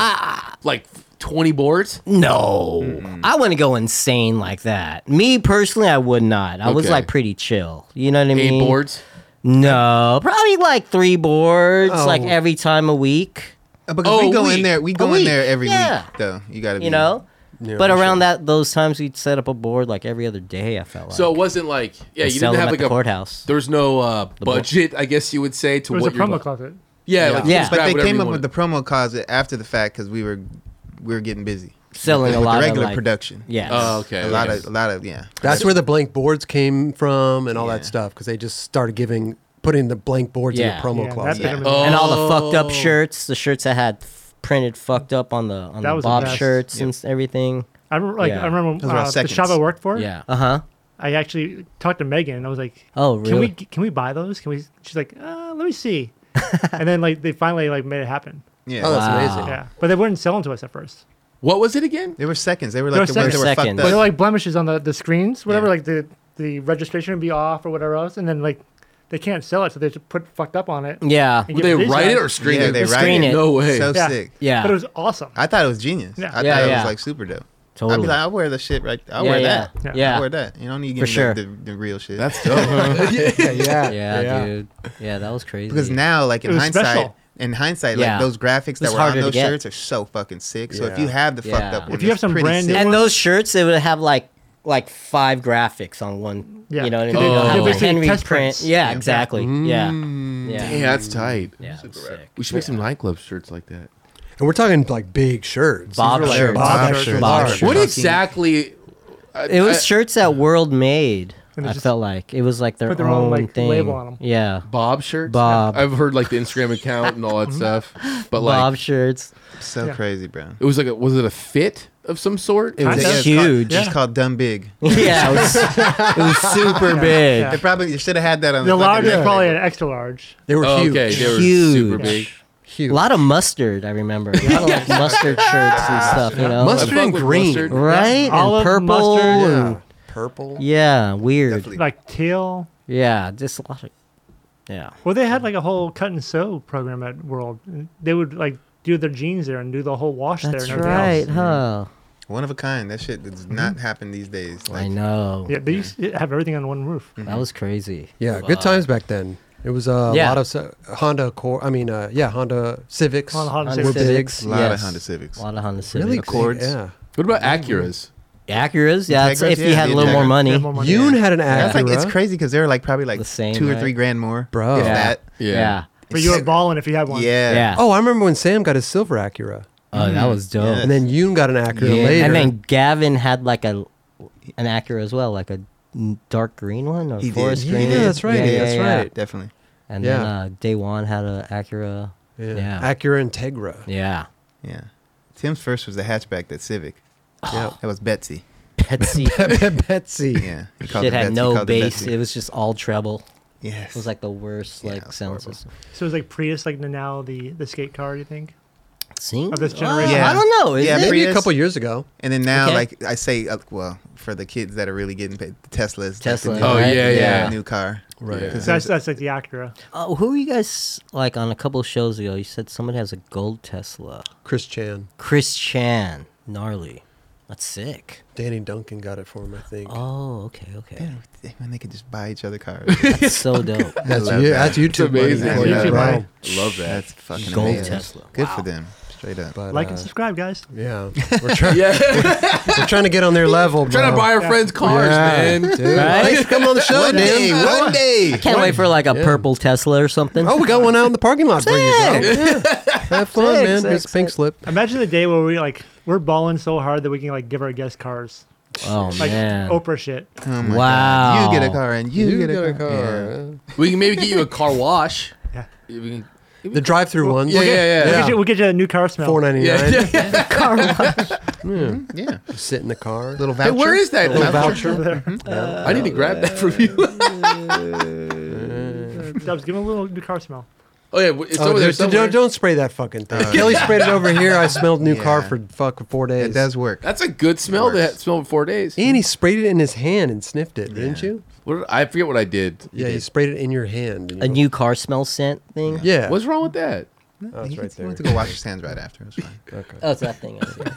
C: like twenty boards?
B: No,
C: Mm-hmm.
B: I wouldn't go insane like that. Me personally, I would not. I was
C: Okay.
B: like pretty chill. You know what I
C: Eight
B: mean?
C: boards?
B: No, probably like three boards, like
A: Oh.
B: every time a week.
D: Uh, Because
C: Oh,
D: we go
C: week.
D: in there, we go
B: week.
D: in there every
B: Yeah.
D: week though. You gotta, be,
B: You know.
A: Yeah,
B: but
A: for
B: around
A: sure.
B: that, those times we'd set up a board like every other day. I felt like
C: So it wasn't like yeah,
B: And
C: you
B: sell
C: didn't
B: them
C: have
B: at
C: like
B: the
C: a
B: courthouse.
C: There was no uh,
B: board.
C: budget, I guess you would say to
E: There was a
C: what you're.
E: promo closet.
C: Yeah, like, you
B: Yeah.
C: just
B: But
D: But
C: grab
D: they
C: whatever
D: came
C: you
D: up
C: wanted.
D: with the promo closet after the fact because we were we were getting busy
B: selling a
D: with
B: lot
D: the regular
B: of like,
D: production.
B: Yeah.
C: Oh, okay.
D: a lot
C: okay.
D: of a lot of yeah.
A: That's where the blank boards came from and all
D: Yeah.
A: that stuff because they just started giving putting the blank boards in
B: Yeah.
A: your promo
E: Yeah,
A: closet.
E: that's-
C: Oh.
B: and all the fucked
C: Oh.
B: up shirts, the shirts that had f- printed fucked up on the on
E: That
B: the
E: was the
B: bob
E: best.
B: shirts
D: Yep.
B: and s- everything.
E: I remember, like,
B: Yeah.
E: I remember
D: Those were all
E: uh, the shop
D: seconds.
E: I worked for.
C: Yeah.
B: Uh huh.
E: I actually talked to Megan. I was like,
B: Oh,
E: Can we
B: really?
E: can we buy those? Can we?" She's like, uh, "Let me see." and then like they finally like made it happen.
D: Yeah,
A: Oh, that's
B: Wow.
A: amazing.
E: Yeah, but they wouldn't sell them to us at first.
C: What was it again?
D: they were seconds. They were
E: They
D: like
E: were
D: the ones that were
B: seconds.
D: fucked
E: But
D: up.
E: they're like blemishes on the, the screens, whatever.
D: Yeah.
E: Like the the registration would be off or whatever else, and then like they can't sell it, so they just put fucked up on it.
B: Yeah.
E: And
C: Would
E: give
C: they
E: to these
C: write it
E: guys.
C: or screen
D: Yeah,
C: it?
D: they
B: Screen write it. it.
C: No way.
D: so
E: Yeah.
D: sick.
B: Yeah.
E: But it was awesome.
D: I thought it was genius.
E: Yeah.
D: I thought
B: Yeah,
D: it
B: yeah.
D: was like super dope. I'd
B: Totally.
D: be like, I wear the shit right. I
B: yeah,
D: wear
B: yeah.
D: that.
E: Yeah.
D: I
B: Yeah.
D: wear that. You don't need to
B: For
D: get
B: sure.
D: the, the real shit.
C: That's dope.
A: Yeah, yeah,
B: Yeah, dude. Yeah, that was crazy.
D: because now, like in
E: It was
D: hindsight,
E: special.
D: in hindsight,
B: Yeah.
D: like those graphics
B: was
D: that were on
B: harder to
D: those
B: get.
D: shirts are so fucking sick. So if
A: Yeah.
D: you have the fucked
B: Yeah.
D: up, one,
E: If you have
D: it's
E: some
D: pretty
E: brand new
D: sick.
B: and those shirts, they would have like like five graphics on one.
E: Yeah.
B: You know what I mean?
E: They-
B: They'll
C: they
B: have like
E: basically
B: Henry
E: test
B: print.
E: prints.
B: Yeah,
D: Yeah.
B: exactly.
A: Mm.
B: Yeah.
C: Yeah,
B: Yeah.
C: that's tight.
B: Yeah. it was sick.
C: We should make some nightclub shirts like that.
A: And we're talking like big shirts.
B: Bob
A: These were, like,
B: shirts.
A: Bob
D: Bob
A: shirts. Bob
D: shirts.
B: Bob
A: shirts.
B: shirts.
C: What
D: Talking-
C: exactly? I-
B: It was
C: I-
B: shirts that World made.
E: And they
B: I
E: just
B: felt like it was like their,
E: put their
B: own,
E: own, like,
B: thing.
E: label on 'em.
B: Yeah.
C: Bob shirts.
B: Bob.
C: I've heard like the Instagram account and all that stuff, but like
B: Bob shirts.
D: so
E: Yeah.
D: crazy, bro.
C: it was like a, was it a fit of some sort?
B: It was
E: Kinda.
D: Yeah,
B: huge.
D: It's called, it's called dumb big.
B: Yeah, it was, it was super big.
E: yeah.
D: They probably should have had that on
E: The
D: fucking
E: large is
D: neck
E: probably an
D: label.
E: extra large.
A: They were
C: Oh,
A: huge.
C: okay, they were
B: Huge.
C: super big.
A: Huge.
B: A lot of mustard, I remember. A lot of like mustard shirts and stuff, you know?
A: Mustard
C: I fuck
A: and
C: with
A: green.
C: mustard.
B: Right?
E: Yeah. Olive,
B: and purple.
E: mustard,
A: Yeah.
B: and-
A: Purple.
B: yeah, weird.
D: Definitely.
E: Like teal.
B: Yeah, just a lot of. Yeah.
E: Well, they had like a whole cut and sew program at World. They would like do their jeans there and do the whole wash there
B: That's
E: and everything else.
B: right, huh?
D: One of a kind. That shit does not happen these days.
B: Mm-hmm. I
D: Like,
B: know.
E: Yeah, they used to have everything on one roof.
B: That was crazy.
A: Yeah, good times back then. It was uh, a
B: Yeah.
A: lot of se- Honda Accord. I mean, uh, yeah, Honda Civics.
E: Honda- Honda
B: Honda
A: were
B: Civics.
A: big.
D: a lot
B: yes.
D: of Honda Civics.
B: A lot of Honda Civics.
A: Really big,
D: Accords.
A: Yeah.
C: What about Acuras?
B: Acuras, yeah. it's-
D: Integras,
B: if you
D: yeah,
B: had a
D: the
B: little more
D: Integra.
E: They
B: money.
E: had more money.
A: Yoon had an
D: That's
A: Acura.
D: like it's crazy because they're like probably like
B: The same,
D: two or
B: right?
D: three grand more,
A: Bro.
D: If
A: Yeah.
D: that.
C: Yeah.
B: Yeah.
E: But you were balling if you had one.
D: Yeah.
B: Yeah.
A: Oh, I remember when Sam got his silver Acura,
B: Oh, that was dope.
D: Yeah.
A: and then Yoon got an Acura
B: Yeah,
A: later.
B: And then Gavin had like a an Acura as well, like a n- dark green one or
D: He did.
B: forest
A: yeah,
B: green.
A: that's right.
B: Yeah, yeah,
A: that's
B: yeah.
A: right.
D: Definitely.
B: And then
A: Yeah.
B: uh, Day One had a Acura.
A: Yeah.
B: Yeah.
A: Acura Integra.
B: Yeah.
D: Yeah. Tim's first was the hatchback, that Civic.
B: Oh.
A: Yeah.
D: That was Betsy.
B: Betsy.
A: Betsy.
D: Yeah. He called
B: It had
D: Betsy,
B: no
D: called it
B: bass.
D: Betsy.
B: It was just all treble.
D: yes.
B: It was like the worst
D: Yeah,
B: like
D: it was
B: sound
D: horrible.
B: system.
E: So it was like Prius, like the- now the the skate car. You think?
B: Sing?
E: Of this
B: Uh,
E: generation.
B: I don't know. Is
D: Yeah,
B: it?
A: Maybe a
D: Prius.
A: couple years ago.
D: and then now,
B: Okay.
D: like I say, uh, well, for the kids that are really getting paid, the Tesla's
B: Tesla,
D: Like the new,
C: Oh,
B: right?
C: yeah, yeah.
D: new car.
C: Right.
D: Yeah. 'Cause
E: So that's
D: there's-
E: that's like the Acura.
B: Oh, who are you guys like on a couple shows ago? You said someone has a gold Tesla.
A: Chris Chan,
B: Chris Chan, gnarly. That's sick.
A: Danny Duncan got it for him, I think.
B: Oh, okay, okay.
D: Yeah, when they could just buy each other cars.
B: That's so dope.
A: that's,
D: I love
A: you,
D: that.
A: that's YouTube. money
C: amazing.
A: for you,
E: Yeah.
A: bro.
E: Right.
C: Love that.
D: That's fucking
B: Gold
D: amazing.
B: Tesla.
D: Good for them. Straight up.
A: But,
E: Like
A: uh,
E: and subscribe, guys.
A: Yeah. We're, try-
C: Yeah.
A: we're trying to get on their level, bro.
C: Trying to buy our friends' cars,
A: Yeah,
C: man.
A: dude. Thanks for coming on the show,
D: one day,
A: Dan.
D: one day.
B: Can't wait for like a purple Tesla or something.
A: Oh, we got one out in the parking lot for you, bro. Yeah. Have fun,
B: Sick,
A: man.
B: sick,
A: Here's a pink
B: sick.
A: slip.
E: Imagine the day where we like we're balling so hard that we can like give our guests cars,
B: Oh,
E: like
B: man.
E: Oprah shit.
D: Oh my
B: Wow.
D: God. You get a car and you, get, a car. Yeah.
C: We can maybe get you a car wash.
E: Yeah.
C: We can-
A: The drive-through one.
C: yeah, yeah,
E: We'll,
C: yeah.
E: get you, we'll get you a new car smell.
A: Four ninety
C: Yeah,
A: nine.
C: yeah.
D: Yeah.
A: Sit in the car.
D: Little
C: Hey,
D: voucher.
C: where is that?
A: Little
C: voucher?
A: voucher.
C: I need to grab that from you.
E: Dubs, give him a little new car smell.
C: oh yeah, it's
A: Oh,
C: over there
A: dude,
C: somewhere.
A: don't, don't spray that fucking thing. Kelly sprayed it over here. I smelled new car
D: Uh, Yeah.
A: for fuck four days.
D: It does work.
C: That's a good smell.
D: Works.
C: That smell in four days.
A: And he sprayed it in his hand and sniffed it, didn't you?
C: What did- I forget what I did.
A: Yeah, you sprayed it in your hand. and
B: A
A: you-
B: new car smell scent thing.
A: Yeah.
C: What's wrong with that?
D: No,
A: Oh, it's
D: he,
A: right
D: he went to
A: there.
D: go wash his hands right after. It's fine.
A: Okay.
B: Oh, it's that thing. is, yeah.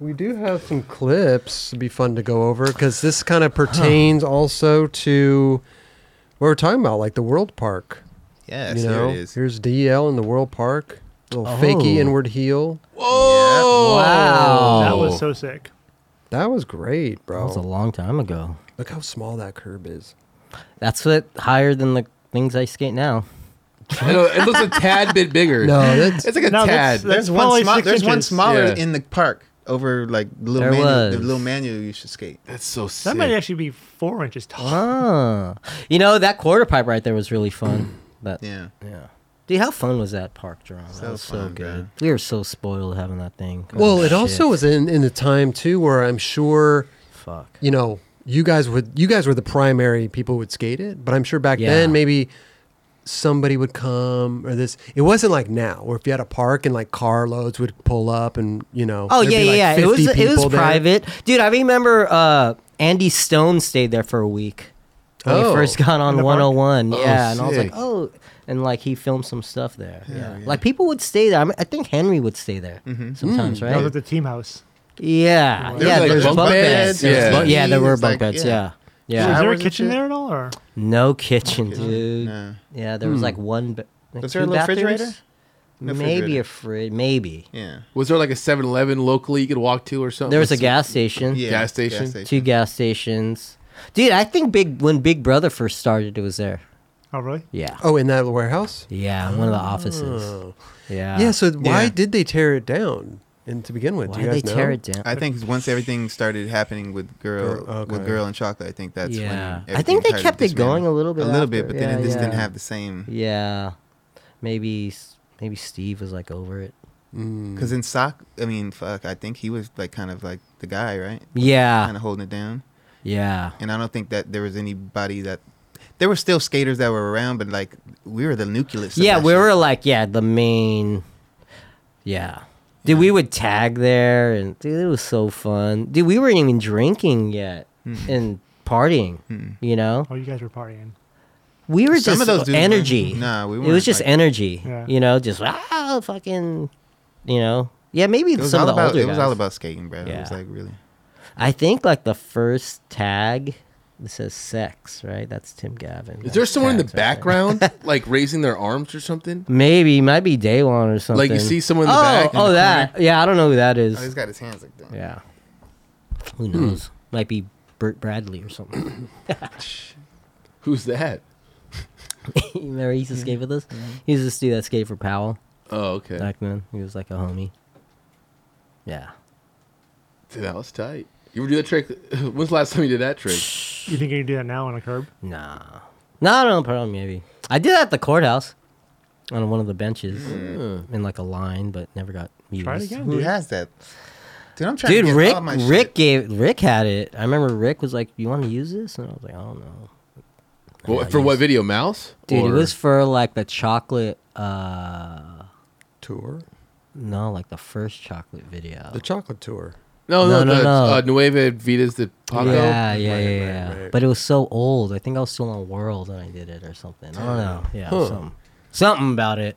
A: We do have some clips. It'd be fun to go over because this kind of pertains also to what we're talking about, like the World Park.
D: Yes,
A: you know,
D: here it is.
A: here's DL in the World Park. Little fakey
B: Oh.
A: inward heel.
C: Whoa!
B: Wow.
E: That was so sick.
A: That was great,
B: That
A: bro.
B: was a long time ago.
A: Look how small that curb is.
B: That's what higher than the things I skate now.
C: I know, it looks a tad bit bigger.
A: No, that's
C: it's like a
E: No,
C: tad.
E: that's-
D: There's one.
E: probably
D: Small,
E: six
D: there's one
E: inches.
D: smaller
C: Yeah.
D: in the park over like the little
B: There
D: manual. The
B: was.
D: little manual you should skate.
C: That's so sick.
E: That might actually be four inches tall.
B: Ah, you know that quarter pipe right there was really fun. But
D: Yeah.
B: yeah. Dude, how fun was that park, Jerome?
D: So
B: that was so
D: fun,
B: good.
D: man.
B: We were so spoiled having that thing.
A: well.
B: Oh,
A: It also
B: shit.
A: was in in the time too where I'm sure
B: Fuck.
A: you know you guys would you guys were the primary people who would skate it, but I'm sure back
B: Yeah.
A: then maybe somebody would come or this it wasn't like now where if you had a park and like carloads would pull up and you know
B: Oh
A: there'd
B: yeah,
A: be,
B: yeah,
A: like,
B: yeah. It
A: 50
B: was it was
A: people there.
B: private, dude. I remember uh, Andy Stone stayed there for a week when
A: Oh.
B: he first got
E: In
B: on
E: the park?
B: 101.
C: Oh,
B: yeah, and I was
C: sick.
B: like, oh, and like he filmed some stuff there. Yeah,
D: yeah.
B: like people would stay there. I, mean, I think Henry would stay there sometimes,
E: That was
B: right?
E: at the team house.
B: Yeah,
E: There
B: yeah.
E: was,
C: like,
B: there's
C: bunk
B: bunk,
C: beds,
B: beds.
C: there was
B: Yeah.
D: TVs,
B: yeah, there were bunk
D: like,
B: beds.
D: yeah.
B: Yeah,
E: Was
B: yeah.
E: there a
D: Showers and
E: kitchen
D: shit?
E: there at all? Or
B: No kitchen, dude.
D: No.
B: Yeah, there was like one. Ba- like
D: Was there a
B: two
D: little
B: bathrooms?
D: refrigerator? No
B: Maybe a fridge. Maybe
D: Yeah.
C: Was there like a 7 Eleven locally you could walk to or something?
B: there was a gas station.
D: yeah.
C: Gas station?
B: two gas stations. Dude, I think Big when Big Brother first started, it was there.
E: oh, really?
B: Yeah,
A: Oh, in that warehouse?
B: yeah, in one of the offices.
A: Oh.
B: Yeah,
A: yeah, so why
D: Yeah.
A: did they tear it down in, to begin with?
B: Why
A: Do you
B: did they
A: guys
B: tear
A: know?
B: it down?
D: I think once everything started happening with girl,
A: Girl, okay.
D: with girl and chocolate, I think that's when
B: Yeah. I
D: everything
B: think they
D: started
B: kept it
D: dismantling.
B: going a little bit
D: a little
B: after,
D: bit, but then it
B: yeah,
D: just didn't
B: yeah.
D: have the same.
B: yeah, maybe s- maybe Steve was like over it.
A: Mm,
D: Because in sock, I mean, fuck, I think he was like kind of like the guy, right? Kind
B: Yeah,
D: of holding it down.
B: yeah,
D: and I don't think that there was anybody that there were still skaters that were around, but like we were the nucleus. of
B: yeah.
D: that
B: We
D: shit.
B: were like, yeah, the main. Yeah, dude, we would tag there, and dude, it was so fun. Dude, we weren't even drinking yet and partying. You know,
E: Oh, you guys were partying.
B: we were
D: Some
B: just
D: of those dudes
B: energy.
D: weren't- Nah, we
B: it
D: weren't.
B: was just
D: like-
B: energy.
E: Yeah.
B: You know, just ah, fucking, you know. Yeah, maybe
D: It was
B: some
D: all
B: of the
D: about.
B: older
D: It was
B: guys.
D: all about skating, bro. It was
B: Yeah.
D: like really.
B: I think like the first tag that says sex, right? That's Tim Gavin.
C: Is there
B: That's
C: someone in the
B: tags right there.
C: background like raising their arms or something?
B: Maybe, might be day one or something.
C: Like you see someone in the
B: oh,
C: back? in
B: oh,
C: the
B: that. Yeah, I don't know who that
D: Oh, he's
B: is.
D: got his hands like that.
B: yeah. Who knows? Might be Burt Bradley or something.
C: corner? Who's that?
B: you remember he used to skate with us? He was this dude that skated for Powell
C: Oh, okay.
B: back then. He was like a homie. Yeah.
C: Dude, that was tight. You ever do that trick? When's the last time you did that trick?
E: You think you can do that now on a curb?
B: Nah. No, no problem, maybe. I did that at the courthouse on one of the benches
C: Huh.
B: in like a line, but never got used.
E: Try it again.
D: Who
E: dude.
D: has that? Dude, I'm trying
B: Dude,
D: to get
B: Rick
D: all my
B: Rick
D: shit.
B: gave Rick had it. I remember Rick was like, You want to use this? And I was like, I don't know.
C: Well, for what video? Mouse?
B: Dude, it
C: Or-
B: was for like the chocolate uh
A: Tour?
B: no, like the first chocolate video.
A: The chocolate tour.
C: No, no,
B: No, no,
C: the,
B: no.
C: Uh, Nueva Vitas de Paco.
B: yeah, yeah, yeah,
A: Right, right,
B: yeah.
A: right.
B: But it was so old. I think I was still on World when I did it or something. I don't know. Yeah,
A: Huh.
B: something, something about it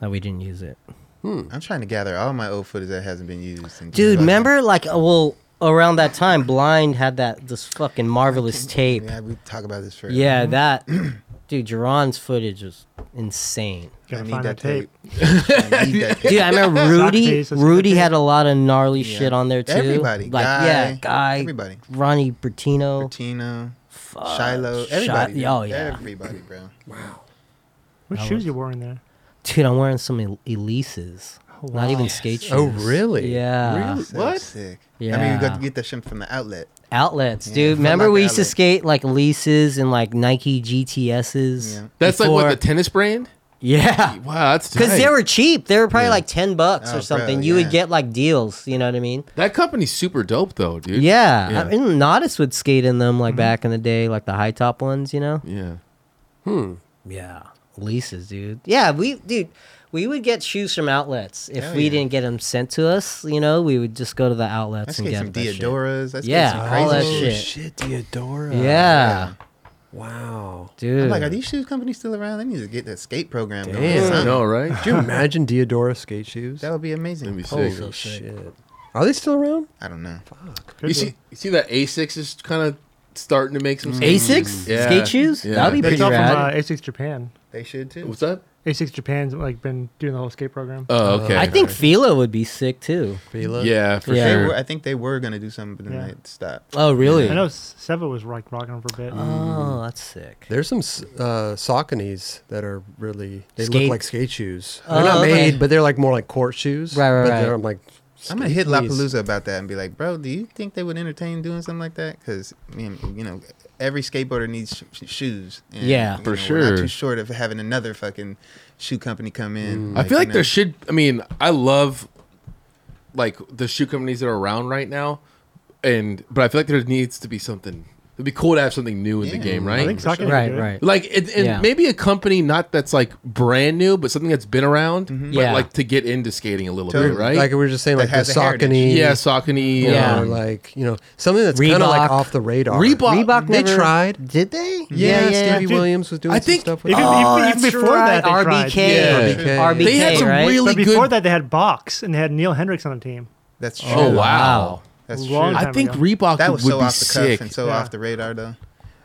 B: that we didn't use it.
D: I'm trying to gather all my old footage that hasn't been used. and just
B: Dude,
D: fucking-
B: remember like uh, well around that time, Blind had that this fucking marvelous tape.
D: Yeah, we talk about this for.
B: Yeah, that dude, Jerron's footage was insane.
E: Gotta
D: I need
E: find
D: that
E: that tape.
D: tape. I need that tape.
B: Dude, I remember Rudy.
E: Sock face, that's
B: Rudy
E: good
B: had a lot of gnarly
D: Yeah.
B: shit on there too.
D: Everybody,
B: like yeah,
D: Guy,
B: guy,
D: everybody.
B: Ronnie Bertino,
D: Tino,
B: fuck,
D: Shiloh,
B: Shi-
D: everybody. dude.
B: oh yeah,
D: everybody, bro.
E: What
B: That
E: shoes
B: was-
E: you wore in there?
B: dude, I'm wearing some El- Elises. Not even
E: Wow.
B: skate shoes.
A: Oh, really?
B: Yeah.
C: Really?
D: So
C: What?
D: Sick. I mean,
B: Yeah.
D: you got to get that shit from the outlet.
B: Outlets,
D: Yeah,
B: dude.
D: I
B: Remember
D: like
B: we used to
D: outlets.
B: skate like leases and like Nike GTSs.
D: Yeah.
C: That's like
B: before-
C: what the tennis brand.
B: Yeah.
C: Wow, that's
B: Because they
C: tight.
B: were cheap. They were probably like 10 bucks
D: Oh,
B: or
D: bro,
B: something. you
D: yeah.
B: would get like deals. You know what I mean?
C: that company's super dope though, dude.
B: Yeah.
C: Yeah. Mm-hmm.
B: I mean, Nautis would skate in them like back in the day, like the high top ones, you know?
C: Yeah.
B: Yeah. Leases, dude. Yeah. We, dude, we would get shoes from outlets. If
D: Hell
B: we
D: yeah.
B: didn't get them sent to us, you know, we would just go to the outlets
D: Let's
B: and
D: get
B: get
D: some
B: that shit.
D: Deodoras. Let's
B: Yeah,
D: get some
B: all
D: crazy
B: that
D: shit.
B: shit.
A: Oh, Diodora.
B: Yeah.
A: Wow.
B: Dude.
D: I'm like, are these shoes companies still around? They need to get that skate program going.
A: Damn.
D: or something.
C: I know, right?
A: Could you imagine Diodora skate shoes?
D: That would be amazing.
C: That'd be
A: Holy
C: sick.
B: so sick.
A: shit. Are they still around?
D: I don't know.
C: You see, you see that Asics is kind of starting to make some
B: Mm. Asics?
C: Yeah.
B: Skate shoes?
C: Yeah.
B: That'd be
E: That's
B: pretty
E: all from
B: rad.
E: uh, A6 Japan.
D: They should too.
C: What's up?
E: A6 Japan's like been doing the whole skate program.
C: Oh, okay.
B: I think Fila would be sick too.
A: Fila?
C: Yeah, for
B: Yeah.
D: They
C: sure.
D: were, I think they were gonna do something, but then
E: Yeah.
D: they stopped.
B: Oh, really?
E: I know S- Seva was rock- rocking them for a bit.
B: Oh, that's sick.
A: There's some s- uh, Sauconies that are really, they
B: Skate-
A: look like skate shoes.
B: Oh,
A: they're not
B: okay.
A: made, but they're like more like court shoes.
B: Right, right,
A: but
B: right.
A: They're like,
D: I'm gonna hit
A: skate knees.
D: Lapalooza about that and be like, bro, do you think they would entertain doing something like that? Because you know, every skateboarder needs sh- sh- shoes. And,
B: Yeah.
D: you
C: For
D: know, We're
C: sure.
D: not too short of having another fucking shoe company come in.
C: Mm. I feel
D: you
C: like
D: know.
C: there should. I mean, I love like the shoe companies that are around right now, and but I feel like there needs to be something. It'd be cool to have something new in the
D: Yeah.
C: game,
E: I
C: right?
E: think Saka could
B: Right,
E: do it.
B: right.
C: Like, it, and
B: Yeah.
C: maybe a company not that's like brand new, but something that's been around, but
B: Yeah.
C: like to get into skating a little
D: Totally.
C: bit, right?
A: Like we were just saying,
D: That
A: like the
D: has a heritage.
A: Saucony.
C: yeah, Saucony. um,
B: Yeah.
A: Or like, you know, something that's kind of like
B: Reebok.
A: off the radar.
D: Mm-hmm.
C: Reebok.
B: Reebok
A: They
B: never-
A: tried.
B: Did they?
A: Yeah, Stevie
E: Dude,
A: Williams was doing
C: I
A: some
C: think
A: stuff with
E: Even,
A: that.
B: Oh,
E: even,
B: that's
E: even before
B: right.
E: that, they
B: RBK.
E: tried.
A: RBK.
C: Yeah.
B: RBK,
C: They had some
B: right?
C: really
E: But before
C: good.
E: that, they had Box and they had Neil Hendricks on the team.
D: That's true.
C: oh wow,
B: Wow.
D: That's true.
E: Long
C: I
E: Time
C: think
E: ago.
C: Reebok
D: that was
C: would
D: so
C: be
D: off the cuff
C: sick.
D: and so
E: Yeah.
D: off the radar though.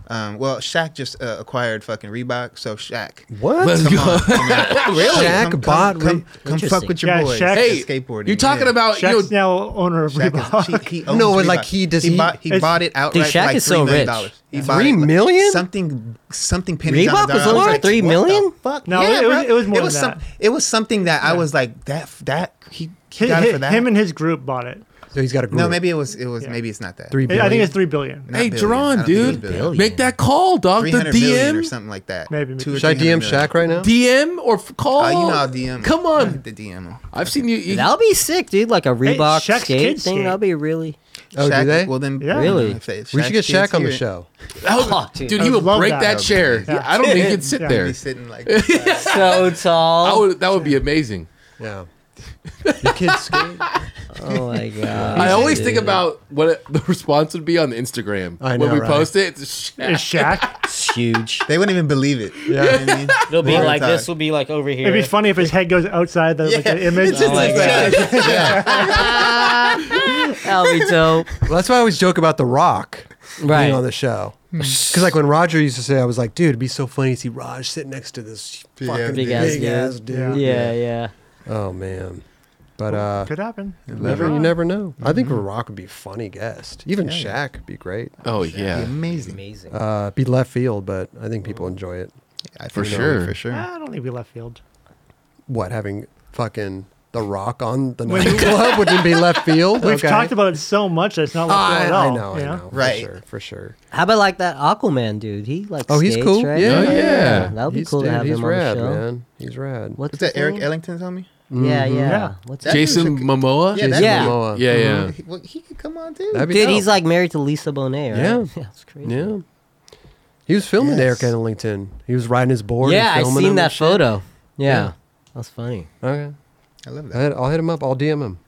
D: Um, well, Shaq just uh, acquired fucking Reebok, so Shaq.
B: Oh,
A: What?
C: Let's
D: Come
C: go.
D: on, come on.
A: Really? Shaq
D: Come- come-
A: bought
D: Come,
A: Re-
D: come fuck with your
E: Yeah,
D: boys.
E: Shaq-
D: at
C: Hey,
D: skateboarding.
C: you're talking
D: yeah.
C: about Uh, you know,
E: Shaq's now owner of
D: Shaq
E: Reebok.
D: is, he, he owns
A: No, but,
D: Reebok.
A: like, he- does he-
D: bought, he
E: It's-
D: bought it outright
B: Shaq
D: for like
B: is so
D: $3 million.
B: rich.
D: He
A: Three
D: bought it, like,
A: million?
D: Something, something. pennies on
B: Reebok
D: the
B: was
D: dollar.
B: over
D: I like,
B: three
D: what
B: million?
D: the fuck?
E: No,
D: Yeah,
E: it was-
D: bro.
E: it was more
D: it was
E: than
D: some-
E: that.
D: It was something that I was like that. That he, he
E: Hi-
D: got it
E: hi-
D: for that.
E: Him and his group bought it.
A: So he's got a group.
D: no, maybe it was. It was.
E: Yeah.
D: Maybe it's not that.
A: three
E: I-
A: billion.
E: I think it's three billion.
D: Not
C: hey,
D: billion. I
C: Drawn,
D: don't think it was
C: dude,
D: billion.
C: make that call, dog. The
D: 300 million or
C: DM,
D: something like that.
E: Maybe, maybe.
D: Two or
A: Should I
D: 300
A: DM
D: million.
A: Shaq right now?
C: DM, or f- call.
D: Oh, you know I'll DM. him.
C: Come
D: I
C: on,
D: have to DM him.
C: I've seen you. you
B: that would be sick, dude. Like a Reebok
E: Shaq's
B: skate
E: kids
B: thing.
E: skate.
B: That'd be really.
A: Oh, do
D: Shaq-
A: they?
D: Well, then,
E: Yeah.
D: you know,
B: Really?
D: if they- if
A: we should get
D: Shaq's kids
A: Shaq on the
D: here,
A: show.
C: that would-
B: Oh, dude.
C: dude,
E: I
C: he
E: would
C: would
E: love
C: break
E: that.
C: that,
E: Yeah.
C: chair.
E: Yeah.
C: I don't think he'd sit
E: Yeah.
D: He'd
C: there.
D: be sitting like
B: So
C: I
B: tall.
C: would. That would be amazing.
A: Yeah. Your kids skate.
B: Oh my god.
C: I always think
B: dude.
C: about what it- the response would be on Instagram
A: I
C: when
A: know,
C: we
A: right?
C: post it. It's
E: Is
C: Shaq.
E: Shaq?
B: It's huge.
D: They wouldn't even believe it. You know what I mean?
B: It'll be
D: Real
B: like
D: talk.
B: this. Will be like over
E: It'd
B: here.
E: be funny if his head goes outside the, like,
D: Yeah,
E: the image.
D: it's just
B: Oh my
D: like
B: God.
D: that.
B: That'll be dope.
A: Well, that's why I always joke about The Rock
B: Right. Hmm.
A: being on the show. Because like when Roger used to say, I was like, dude, it'd be so funny to see Raj sitting next to this
D: Big
A: fucking
D: ass
A: big,
B: dude. Big ass dude.
A: ass dude.
B: Yeah,
E: Yeah.
B: yeah.
A: Oh man. But uh,
E: Could happen.
A: never, you never know. I think
B: Mm-hmm.
A: The Rock would be a funny guest. Even Shaq would be great.
C: Oh yeah,
D: Amazing.
B: Amazing.
A: Uh, be left field, but I think
B: Mm-hmm.
A: people enjoy it.
D: I
C: For
D: think so,
C: sure.
D: For sure.
E: I don't think we left field.
A: What having fucking The Rock on the nightclub wouldn't be left field.
E: We've
A: Uh, Okay.
E: talked about it so much that it's not left
A: I,
E: field at
A: I
E: all.
A: know, I
E: you know?
A: know,
D: Right.
A: for sure, for sure.
B: How about like that Aquaman dude? He like.
A: Oh, he's
B: skates,
A: cool.
B: Right?
A: Yeah,
C: yeah.
B: That would be
A: He's-
B: cool
A: dude,
B: to have
A: he's
B: him
A: rad,
B: on the show.
A: man. He's rad.
B: What's
D: Is that
B: his
D: Eric
B: name?
D: Ellington's homie?
B: Yeah, yeah.
E: Yeah.
B: What's his
C: Jason Momoa.
D: Yeah,
A: Jason
D: that-
B: Yeah.
A: Momoa.
C: yeah,
E: Uh-huh.
C: yeah.
D: He, well, he could come on too.
A: That'd be
B: Dude,
A: dope.
B: he's like married to Lisa Bonet, right?
A: Yeah.
B: that's crazy.
A: yeah. He was filming
D: Yes.
A: Eric Ellington. He was riding his board.
B: Yeah,
A: and
B: I
A: filming him
B: seen
A: and
B: that
A: shit.
B: photo. Yeah.
A: Yeah.
B: That's funny.
A: Okay,
D: I love
A: I
D: that.
A: had- I'll hit him up. I'll DM him.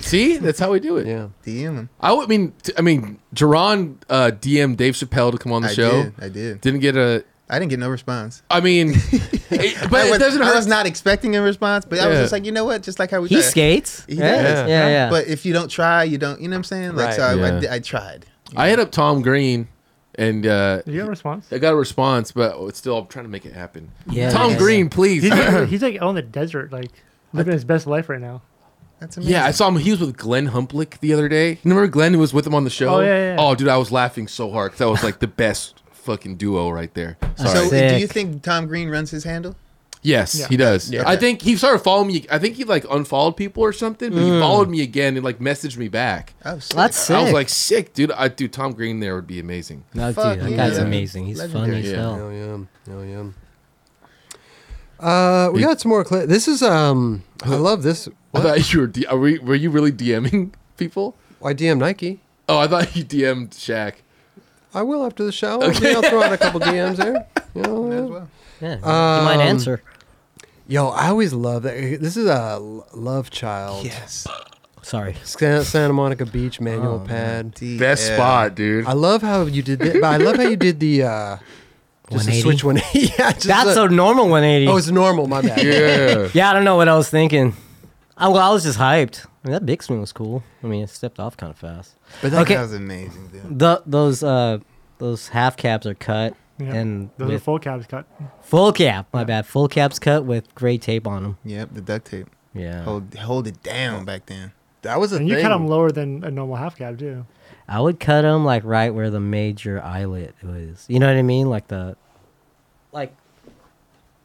C: See, that's how we do it.
A: Yeah,
D: DM him.
C: I would I mean. T- I mean, Jerron uh, DM Dave Chappelle to come on the
D: I
C: show.
D: did. I did.
C: Didn't get a.
D: I didn't get no response.
C: I mean, it- but
D: I
C: it
D: was,
C: doesn't
D: I
C: hurt.
D: was not expecting a response, but I was
C: Yeah.
D: just like, you know what? Just like how we
B: He
D: tried.
B: skates.
D: He
B: right?
D: does.
B: Yeah, yeah.
D: But if you don't try, you don't. You know what I'm saying? Like,
A: Right.
D: so I, I
C: Yeah.
D: di- I tried.
C: I hit up Tom Green, and uh,
E: Did you get a response?
C: I got a response, but oh, it's still I'm trying to make it happen.
B: Yeah,
C: Tom
B: yeah.
C: Green, please.
E: He's like, he's like out in the desert, like living his best life right now.
D: That's amazing.
C: yeah, I saw him. He was with Glenn Humplick the other day. Remember Glenn who was with him on the show?
E: Oh, yeah, yeah.
C: Oh, dude, I was laughing so hard because that was like the best fucking duo right there. Sorry.
D: So,
B: Sick.
D: do you think Tom Green runs his handle?
C: Yes,
E: Yeah.
C: he does.
A: Yeah.
C: I think he started following me. I think he like unfollowed people or something, but
E: Mm.
C: he followed me again and like messaged me back.
D: Oh, sick.
B: That's sick.
C: I was like, sick, dude. I dude, Tom Green there would be amazing.
B: no, dude,
D: fuck
B: that
D: yeah.
B: guy's
C: Yeah.
B: amazing. He's
D: Legendary.
B: funny as
C: Yeah.
B: hell.
A: Hell yeah. Hell yeah. Uh, we
C: He-
A: got some more clips. This is um, I love this.
C: I
A: What?
C: thought you were. D- are we, were you really DMing people?
A: I DM Nike.
C: Oh, I thought you DM'd Shaq.
A: I will after the show. I'll throw out a couple DMs there. You know,
D: As well.
B: Yeah, you might answer.
A: Yo, I always love that. This is a l- love child.
D: Yes.
B: Sorry.
A: Santa, Santa Monica Beach manual pad.
C: Best
D: Yeah.
C: spot, dude.
A: I love how you did that. But I love how you did the uh, just a
B: 180?
A: switch one. yeah, just
B: That's a,
A: a,
B: normal 180.
A: oh, it's normal. My bad.
C: yeah.
B: yeah, I don't know what I was thinking. I, well, I was just hyped. I mean, that big swing was cool. I mean, it stepped off kind of fast.
D: But that
B: Okay.
D: guy was amazing, dude.
B: The, those uh, those half caps are cut
E: Yeah.
B: and
E: Those are
B: with
E: full cabs cut.
B: full cap. My bad. Full caps cut with gray tape on them.
D: Yep, the duct tape.
B: Yeah.
D: Hold, hold it down back then.
A: That was a
E: And you
A: thing.
E: cut them lower than a normal half cab too.
B: I would cut them like right where the major eyelet was. You know what I mean? Like the, like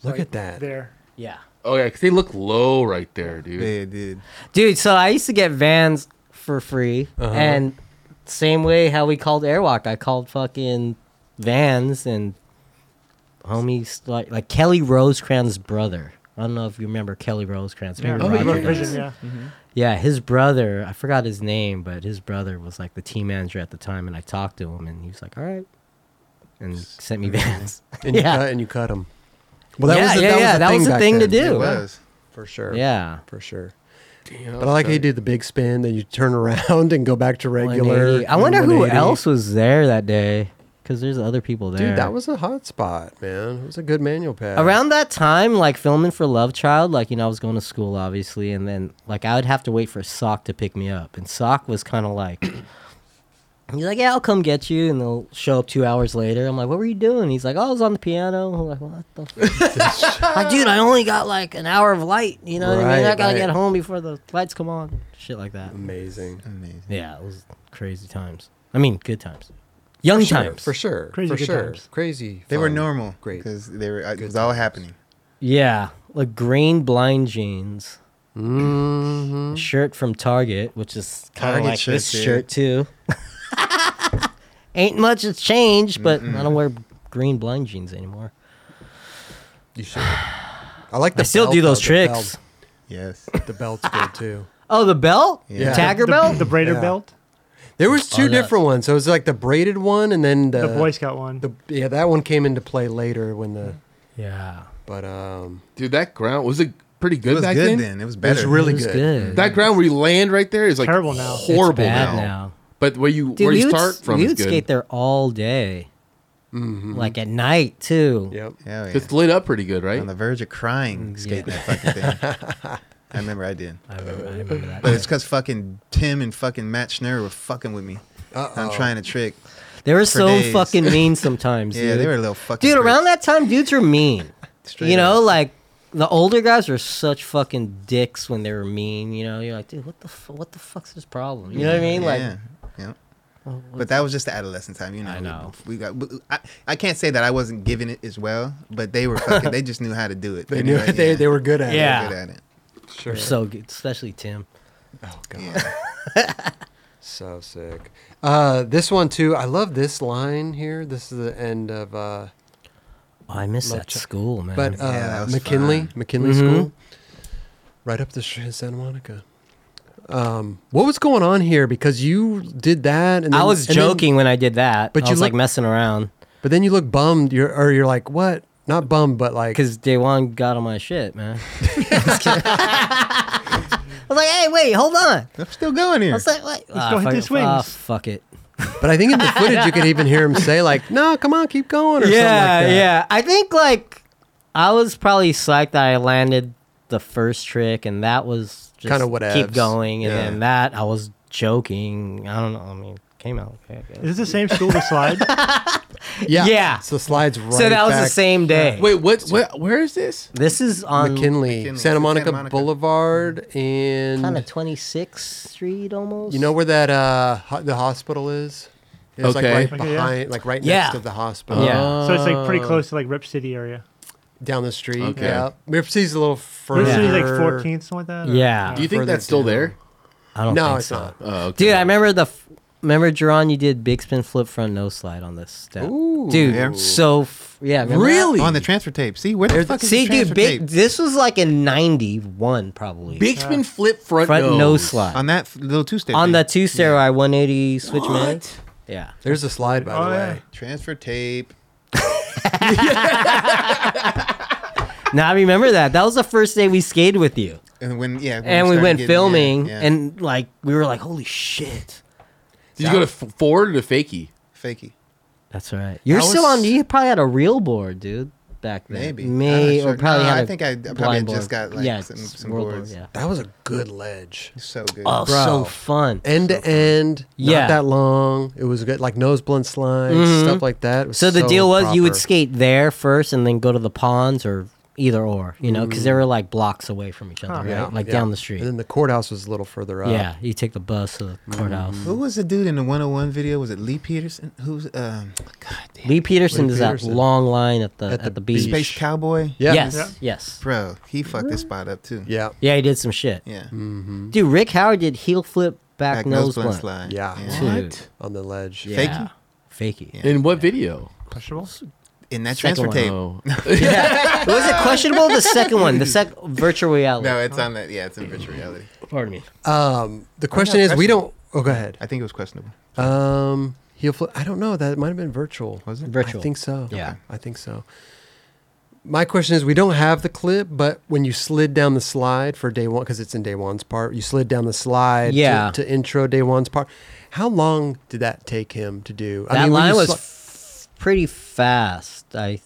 A: Look
E: Like,
A: at that.
E: There.
B: yeah.
C: Oh yeah, because they look low right there, dude.
D: Yeah, it did.
B: Dude, so I used to get Vans for free,
A: Uh-huh.
B: and same way how we called Airwalk, I called fucking Vans and homies like like Kelly Rosecrans' brother. I don't know if you remember Kelly Rosecrans.
E: Yeah,
B: Maybe
A: Oh,
E: right.
B: Roger
A: yeah.
B: does.
E: Vision, yeah.
B: Yeah, his brother, I forgot his name, but his brother was like the team manager at the time, and I talked to him, and he was like, "All right," and sent me Vans.
A: And you
B: Yeah.
A: cut and you cut them. Well, that
B: Yeah,
A: was the,
B: yeah,
A: that
B: yeah,
A: was the
B: that
A: thing,
B: was the
A: back
B: thing to
A: then.
B: do.
D: It
B: Yeah.
D: was.
A: for sure.
B: yeah,
A: for sure.
C: Damn,
A: But I like how you
C: sorry.
A: did the big spin, then you turn around and go back to regular.
B: 180. I wonder who
A: 180.
B: else was there that day, because there's other people there.
A: Dude, that was a hot spot, man. It was a good manual pad.
B: around that time like filming for love child like you know i was going to school obviously and then like i would have to wait for sock to pick me up and sock was kind of like he's like yeah i'll come get you and they'll show up two hours later i'm like what were you doing he's like oh i was on the piano i'm like what the fuck?" like dude i only got like an hour of light you know what i
A: Right,
B: mean i gotta
A: right.
B: get home before the lights come on shit like that
A: amazing.
D: Amazing.
B: yeah it was crazy times i mean good times young
A: Sure,
B: times
A: for sure,
E: Crazy
A: for
E: good
A: sure,
E: times.
A: crazy.
D: They were
A: fun.
D: normal.
A: Great.
D: Because they were, uh, it was all happening.
B: yeah like green blind jeans
A: Mhm.
B: Mm-hmm. shirt from Target, which is kind of
D: Target
B: like
D: shirt,
B: this
D: dude.
B: shirt too. Ain't much has changed, but I don't wear green blind jeans anymore.
A: You should. I like the.
B: I still
A: belt,
B: do those
A: though, the
B: tricks.
D: Yes.
A: belt- The, belt's good too.
B: Oh, the belt,
D: Yeah.
B: the tagger
E: the,
B: belt.
E: The braider
A: Yeah.
E: belt.
A: There was two
B: Oh, yeah.
A: different ones. So it was like the braided one, and then the,
E: The Boy Scout one.
A: Uh, the- yeah, that one came into play later when the.
B: yeah,
A: But um,
C: dude. That ground was it pretty
D: It
C: good
D: was
C: back
D: good
C: then?
D: then. It was
A: it
D: better.
A: was really
B: it was
A: good.
B: good.
C: That ground where you land right there is like
E: Terrible now. It's
C: horrible
B: it's bad
C: now.
B: now.
C: But where you
B: Dude,
C: where
B: we
C: you
B: would,
C: start
B: s-
C: from
B: we
C: is
B: would
C: good.
B: skate there all day, like at night too.
A: Yep.
D: Hell yeah.
C: It's lit up pretty good, right?
D: On the verge of crying, skating that fucking thing. I remember I did.
B: I remember, I remember that.
D: But it's because fucking Tim and fucking Matt Schnurr were fucking with me. I'm trying to trick.
B: they were
D: for
B: so
D: days.
B: fucking mean sometimes.
D: Yeah,
B: dude.
D: they were a little fucking.
B: dude around
D: pricks.
B: that time dudes were mean
D: Straight
B: you know
D: up.
B: like the older guys were such fucking dicks when they were mean you know you're like dude what the fu- what the fuck's this problem you know what i mean like oh,
D: yeah. yeah. But that was just the adolescent time, you know.
B: I
D: we-
B: know.
D: We got. but I, I can't say that I wasn't giving it as well, but they were fucking. they just knew how to do it.
A: They knew
D: knew-
A: it. They,
D: yeah,
A: they were good at
B: Yeah.
A: it.
D: good at it.
A: Sure.
B: they're so good especially tim
A: oh god.
D: Yeah.
A: So sick. Uh, this one too. I love this line here. This is the end of. Uh,
B: Oh, i miss
A: Love
B: that
A: Ch-
B: school man
A: but uh,
D: that was
A: McKinley,
D: fun.
A: McKinley School, right up the sh- Santa Monica. Um, what was going on here? Because you did that, and
B: i
A: then-
B: was
A: and then-
B: joking when i did that
A: But
B: but
A: you
B: you was like
A: look-
B: messing around
A: but then you look bummed. You're or you're like, what? Not bummed, but like,
B: because Daywan got on my shit man Just kidding. i was like hey wait hold on
D: I'm still going
B: i
D: here.
B: was like wait
E: go hit
B: fuck,
E: these swings.
B: ah, fuck it
A: But I think in the footage you can even hear him say like, no, come on, keep going, or something
B: yeah,
A: like that.
B: yeah. I think like I was probably psyched that I landed the first trick, and that was just
A: Kinda whatevs.
B: keep going, and
A: Yeah.
B: then that I was joking. I don't know. I mean, it came out okay. I guess.
E: Is this the same school with slide?
A: yeah,
B: Yeah.
A: So slides right.
B: so that was the
A: back.
B: same day.
C: Wait, what, what? Where is this?
B: This is on
A: McKinley,
D: McKinley,
A: Santa,
D: Santa
A: Monica
D: Monica.
A: Boulevard, and
B: kind of 26th Street almost.
A: You know where that uh ho- the hospital is? It's like
C: Okay.
A: right
E: Okay, yeah.
A: behind, like right
B: Yeah.
A: next to the hospital. Uh,
B: Yeah.
E: so it's like pretty close to like Rip City area.
A: down the street.
C: Okay.
A: Yeah, Myrtle City's a little further.
E: This city's like 14th, something like that. or-
B: Yeah.
C: Do you think
A: Further
C: that's still
A: down.
C: there?
B: I don't
A: No,
B: think
A: it's
B: so.
A: not.
C: Oh, okay.
B: Dude, I remember the. F- remember, Jerron, you did big spin flip front nose slide on this step.
A: Ooh.
B: dude,
D: Yeah.
B: so. F- yeah. remember that?
A: Really?
D: on the transfer tape. See where the fuck is
B: See,
D: the transfer
B: dude, big,
D: tape?
B: this was like in 91, probably.
C: Big spin flip front,
B: front
C: nose.
B: nose, slide.
D: on that f- little two step
B: on the two steroid 180 switch
C: What?
B: man. Yeah.
A: There's a slide, by
E: Oh,
A: the way.
E: yeah.
D: transfer tape.
B: Now I remember that. That was the first day we skated with you.
D: And when yeah, when
B: and we
D: started
B: went
D: getting- yeah,
B: filming
D: yeah.
B: and like we were like, holy shit.
C: Did you go to f- forward or to fakie?
D: fakie.
B: That's right. You're
A: I
B: still
A: was-
B: on you probably had a real board, dude, back then.
D: Maybe. I'm
B: May
D: not sure.
B: or probably
D: No,
B: had
D: I
B: a
D: think I- I probably
B: blind
D: had just
B: board.
D: got, like,
B: yeah,
D: some-
B: it's
D: some
B: world
D: boards.
B: board, yeah.
A: That was a good ledge.
D: So good.
B: Oh,
A: Bro.
B: so fun.
A: End to end,
B: Yeah. Mm-hmm.
A: not that long. It was good, like nose blunt slides, stuff like that. It was
B: So the deal was you would
A: proper.
B: skate there first and then go to the ponds or either or, you know,
D: Mm.
B: because they were like blocks away from each other, right? like
A: yeah.
B: down the street.
A: And then the courthouse was a little further up.
B: yeah, you take the bus to
A: Mm-hmm.
B: the courthouse.
D: Who was the dude in the 101 video? Was it Lee Peterson? Who's um God damn
B: Lee Peterson
A: Lee
B: is that
A: Peterson.
B: long line at the at,
A: At
B: the,
A: the
B: beach.
A: beach.
D: Space Cowboy?
A: Yeah.
B: Yes,
E: Yeah.
B: yes.
D: Bro, he fucked this spot up too.
A: Yeah.
B: Yeah, he did some shit.
D: Yeah.
B: Dude, Rick Howard did heel flip back,
D: Back
B: nose, blunt.
D: slide.
A: Yeah.
B: Dude.
A: On the ledge.
B: Yeah.
D: Fakie?
B: Fakey.
D: Yeah.
C: In what video?
E: Questionable.
D: In that
B: Second
D: transfer
B: one.
D: tape.
C: Oh.
B: Yeah. Was it questionable? The second one, the sec virtual reality.
D: No, it's on that. Yeah, it's in virtual reality.
B: Pardon me.
A: Um, the question is, we don't. Oh, go ahead.
D: I think it was questionable.
A: Um, heel flip. I don't know. That might have been virtual.
D: Was it?
B: Virtual.
A: I think so.
B: Yeah.
A: I think so. My question is, we don't have the clip, but when you slid down the slide for day one, because it's in day one's part, you slid down the slide to-
B: Yeah.
A: to, intro day one's part. How long did that take him to do?
B: That
A: when
B: line
A: you
B: was
A: sli-
B: f- pretty fast. I th-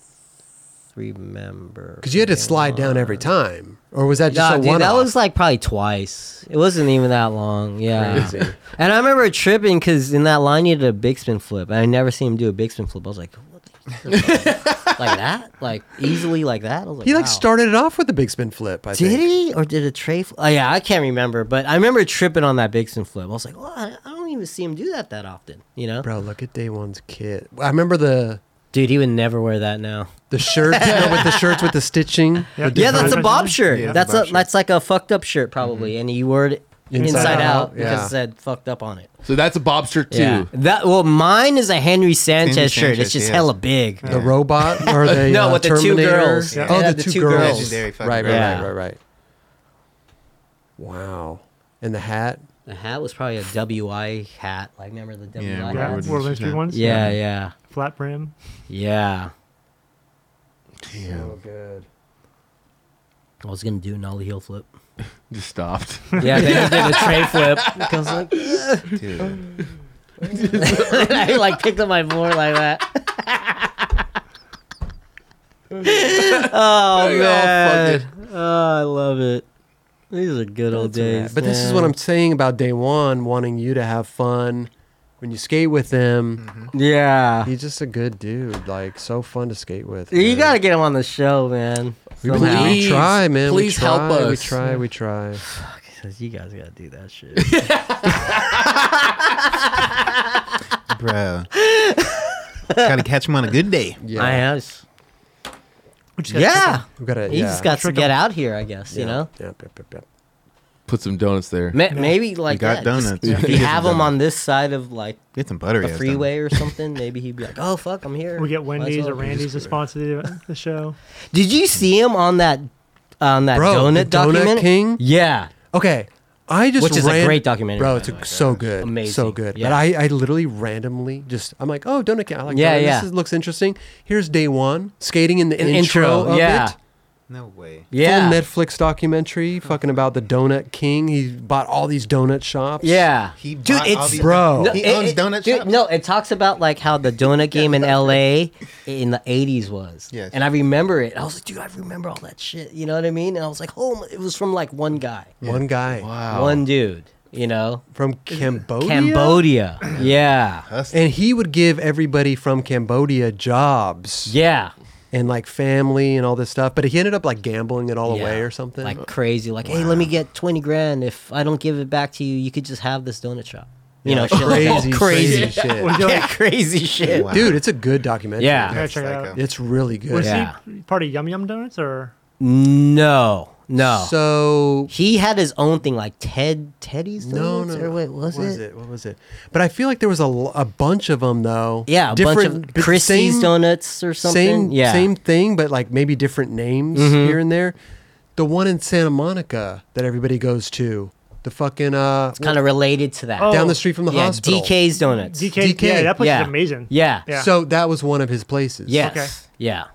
B: remember.
A: Because you had to slide down every time, or was that just
B: Nah,
A: a
B: dude,
A: one?
B: that was like probably twice. It wasn't even that long. Yeah.
A: Crazy.
B: And I remember tripping because in that line you did a big spin flip. I never seen him do a big spin flip. I was like, what the fuck? like that? Like easily like that? I was like,
A: he like
B: wow.
A: started it off with a big spin flip. I
B: Did
A: think.
B: he or did a tray? Fl- oh yeah, I can't remember, but I remember tripping on that big spin flip. I was like, well, I I don't even see him do that that often. You know,
A: Bro, look at day one's kit. I remember the
B: dude, he would never wear that now.
A: the shirts you know, with the shirts with the stitching.
E: Yeah.
A: The
B: Yeah, that's a
E: Different-
B: bob shirt.
D: Yeah,
B: that's
D: that's a
B: a,
D: bob shirt.
B: that's like a fucked up shirt probably, and you wore it inside, out,
A: out,
B: because
A: yeah.
B: it said fucked up on it.
C: So that's a bobster too.
B: Yeah. That well, mine is a Henry Sanchez, shirt.
D: Henry
B: It's
D: Sanchez,
B: just
D: yeah.
B: hella big.
A: the robot or the
B: No,
A: uh,
B: with the two
A: Terminator?
B: girls.
A: Oh,
B: Yeah,
A: the, two, girls.
D: Legendary
A: Right,
D: fucking
A: right,
B: girls. Yeah.
A: right, right, right. Wow, and the hat.
B: The hat was probably a WI hat. Like remember the WI
D: Yeah,
E: Yeah,
B: hats?
D: Gordon's,
E: World History
D: yeah.
E: ones.
B: Yeah, yeah,
E: Flat brim.
B: yeah.
A: So good.
B: I was gonna do an ollie heel flip.
C: Just stopped.
B: Yeah, then he did a tray flip. I was like,
D: Dude.
B: I like picked up my board like that. oh man, oh, I love it. These are good old days.
A: But this is what I'm saying about day one, wanting you to have fun when you skate with him.
B: Mm-hmm. Yeah,
A: He's just a good dude. Like so fun to skate with.
B: you
A: man.
B: gotta get him on the show, man.
A: We,
B: Somehow.
A: we try, man. We
C: please help
A: try, We
C: us.
A: try. We try.
B: 'Cause you guys gotta do that shit.
D: Bro. Gotta catch him on a good day.
A: Yeah.
B: I am.
E: Which is-
B: Yeah,
A: We gotta.
B: he
A: yeah.
B: just got to
E: Trick
B: get
E: 'em.
B: out here, I guess. You
A: Yeah.
B: know.
A: Yep, yep, yep, yep.
C: Put some donuts there.
B: Ma- Maybe like that.
D: got
B: just-
D: donuts.
B: If
D: He
B: you
D: gets
B: have
D: a
B: him
D: donut.
B: on this side of like
D: Get some buttery.
B: the
D: ass
B: freeway or something, maybe he'd be like, "Oh fuck, I'm here."
E: We get
B: Might as
E: Wendy's or
B: well."
E: Randy's to sponsor the, the show.
B: Did you see him on that on that
A: Bro,
B: donut
A: the Donut
B: document?
A: King?
B: Yeah,
A: Okay. I just
B: Which is a
A: ran-
B: great documentary,
A: bro.
B: by
A: It's
B: the
A: a-
B: way.
A: so good,
B: Amazing.
A: so good. But
B: Yeah.
A: I, I literally randomly just, I'm like, oh, donut King. I like,
B: Yeah,
A: yeah,
B: yeah.
A: This is, looks interesting. Here's day one, skating in the
B: An
A: intro,
B: intro,
A: of
B: yeah.
A: it.
D: Down. No way.
B: yeah,
A: Full Netflix documentary, fucking about the Donut King. He bought all these donut shops.
B: yeah.
D: He
B: Dude,
D: bought all
B: it's
D: these-
A: bro.
D: He owns donut
B: dude,
D: shops?
B: No, it talks about like how the donut game in L.A. in the '80s was.
D: Yes.
B: and I remember it. I was like, dude, I remember all that shit. You know what I mean? And I was like, oh, my- it was from like one guy,
A: One guy
C: Wow.
B: one dude. You know,
A: from Cambodia.
B: Cambodia. yeah,
D: Hustle.
A: And he would give everybody from Cambodia jobs
B: yeah.
A: and like family and all this stuff. But he ended up like gambling it all
B: Yeah.
A: away or something.
B: Like crazy. Like, hey, let me get 20 grand. If I don't give it back to you, you could just have this donut shop. You know,
A: like
B: shit
A: crazy,
B: like that. crazy,
A: crazy shit.
E: Was
B: yeah,
E: Joey,
B: crazy shit.
D: Wow.
A: Dude, it's a good documentary.
B: Yeah.
E: Gotta check it
D: Psycho.
E: out.
A: It's really good.
E: was
B: Yeah.
E: he part of Yum Yum Donuts or?
B: No, no.
A: So
B: he had his own thing, like Ted Teddy's.
A: no,
B: Donuts,
A: no,
B: or what was,
A: what
B: it?
A: was it? What was it? But I feel like there was a, l- a bunch of them though.
B: Yeah, a bunch of
A: but
B: Christie's
A: same-
B: donuts or something.
A: Same,
B: yeah, Mm-hmm.
A: same thing, but like maybe different names here and there. The one in Santa Monica that everybody goes to, the fucking uh,
B: kind of related to that.
E: Oh,
A: down the street from the
B: yeah,
A: hospital.
B: DK's donuts.
E: DK,
A: DK.
E: Yeah, that place
B: Yeah.
E: is amazing.
B: Yeah.
E: Yeah.
A: So that was one of his places.
B: Yes.
E: Okay.
B: Yeah.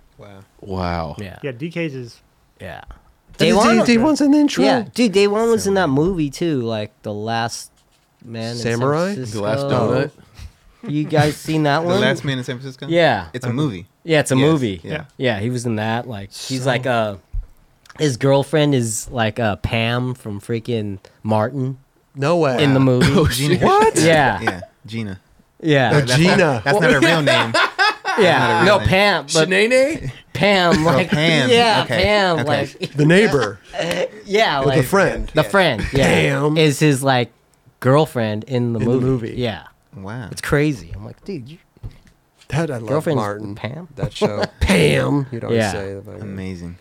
C: Wow.
B: Yeah.
E: Yeah, DK's is.
B: Yeah.
A: Day,
B: Day one.
A: day one's an intro.
B: Yeah, dude. Day one was in that movie too, like the last man. in San
A: Samurai?
B: Francisco.
C: The last donut.
B: You guys seen that
D: The
B: one?
D: Last Man in San Francisco.
B: Yeah.
D: it's a movie.
B: Yeah, it's a
D: Yes,
B: movie.
D: yeah.
B: Yeah, he was in that. Like he's like uh his girlfriend is like uh Pam from freaking Martin
A: No way.
B: in the movie.
C: Oh,
D: Gina.
A: What?
B: Yeah.
D: Yeah, Gina.
B: yeah.
A: That's- Gina.
D: That's not her real name.
B: yeah.
D: a real
B: No,
D: name.
B: Pam, but
C: Shanae?
B: Pam like
D: Pam,
B: Yeah,
D: okay,
B: Pam
D: okay.
B: like
A: The neighbor,
B: yeah, like
A: the friend.
B: The friend, yeah.
A: Pam.
B: Is his like girlfriend in the
A: In the
B: movie.
A: movie.
B: Yeah.
D: Wow.
B: It's crazy. I'm like, dude, you
A: That I love
B: Girlfriend's
A: Martin.
B: Pam?
A: That show. Pam. You'd always
B: Yeah.
A: say. About it.
D: Amazing.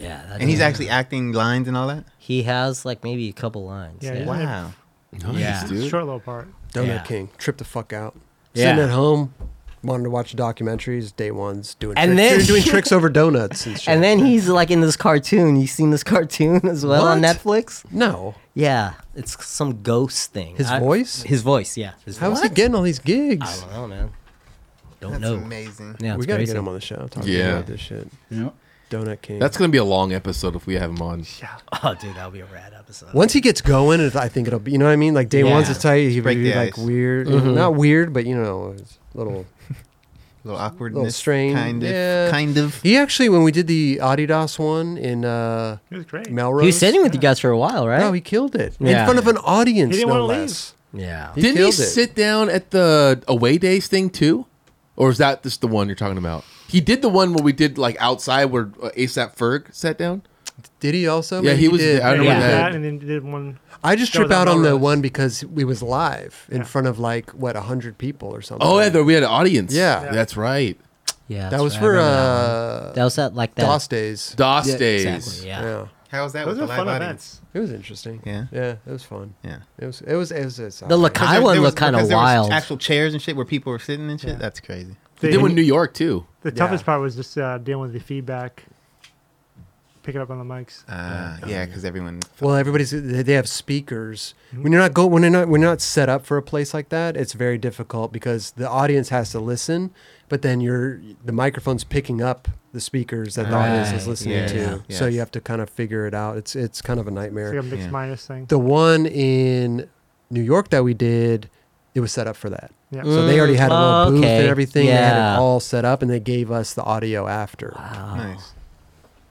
B: yeah. that
D: And he's
B: is-
D: actually acting lines and all that.
B: he has like maybe a couple lines.
E: Yeah,
B: Yeah.
E: he's-
D: Wow.
C: Nice,
B: Yeah.
C: dude.
E: Short little part.
A: Donut
B: Yeah.
A: King. Trip the fuck out.
B: Yeah.
A: Sitting at home, wanted to watch documentaries. Day ones doing
B: And
A: tricks,
B: then-
A: doing, doing tricks over donuts and shit.
B: And then he's like in this cartoon. You seen this cartoon as well on
A: What?
B: Netflix?
A: no,
B: Yeah, it's some ghost thing.
A: His
B: I-
A: voice?
B: His voice, yeah. His
A: how is
B: voice.
A: he getting all these
B: I
A: gigs?
B: don't know, man. Don't
D: That's
B: know.
D: amazing.
B: Yeah,
A: we
B: it's
A: gotta
B: crazy.
A: get him on the show. Talking
C: Yeah.
A: about this shit.
F: Yeah.
A: Donut King.
C: That's gonna be a long episode if we have him on.
B: Oh, dude, that'll be a rad episode.
A: once he gets going, it- I think it'll be. You know what I mean? Like day
B: Yeah. Mm-hmm.
A: one's, it's tight. He'd
D: Break
A: be
D: the
A: like
D: ice.
A: weird, not weird, but you know, it's a little.
D: A little awkwardness.
A: strain,
D: Kind of.
A: yeah.
D: Kind of.
A: He actually, when we did the Adidas one in uh,
E: It was great.
A: Melrose,
B: He was sitting with you guys for a while, right?
A: No, he killed it in
B: Yeah.
A: front of an audience.
E: He didn't
A: no
E: wanna leave.
A: less.
B: yeah.
A: He
C: Didn't he
A: killed it.
C: sit down at the away days thing too, or is that just the one you're talking about? He did the one where we did like outside where uh, ASAP Ferg sat down.
A: Did he also?
C: Yeah,
A: Maybe
C: he was-
A: did.
C: I
E: I
C: don't
E: don't
B: know
E: yeah.
B: that-
E: that, and then did one.
A: I just
E: That
A: trip
E: was on
A: out on the
E: Melrose.
A: one because we was live in
E: Yeah.
A: front of like what hundred people or something.
C: Oh yeah, there we had an audience.
A: Yeah. Yeah.
C: that's right.
B: Yeah.
A: that
B: that's
A: was
B: right, I
A: for
B: remember that one.
A: uh,
B: That was at like that.
A: DOS days.
C: DOS
A: Yeah,
C: days.
B: Exactly,
A: Yeah.
B: yeah.
D: How was that with
E: Those
D: the
E: are
D: live
E: fun
D: audience?
E: events.
A: it was interesting.
D: Yeah.
A: yeah, it was fun.
D: Yeah.
A: It was. It was. It was. It's
B: The
A: alright.
B: Lakai
D: There-
B: one
D: there was-
B: looked kind of
D: because there was
B: wild.
D: Actual chairs and shit where people were sitting and shit. That's crazy.
C: They
E: The,
C: did one in New York too.
E: the toughest part was just uh, dealing with the feedback, picking up on the mics.
D: Uh, yeah, because everyone.
A: Well, everybody's they they have speakers. When you're not go when you're not when you're not set up for a place like that, it's very difficult because the audience has to listen, but then you're the microphone's picking up the speakers that the audience is
B: Right.
A: listening
D: Yeah,
A: to.
D: yeah.
A: So
D: Yes.
A: you have to kind of figure it out. It's it's kind of a
E: It's
A: nightmare.
E: like a mixed
D: Yeah.
E: minus thing.
A: the one in New York that we did, it was set up for that.
E: yeah.
A: So they already had a little
B: Mm,
A: booth and
B: okay.
A: everything. They had
B: Yeah.
A: it all set up, and they gave us the audio after.
B: Oh.
D: Nice.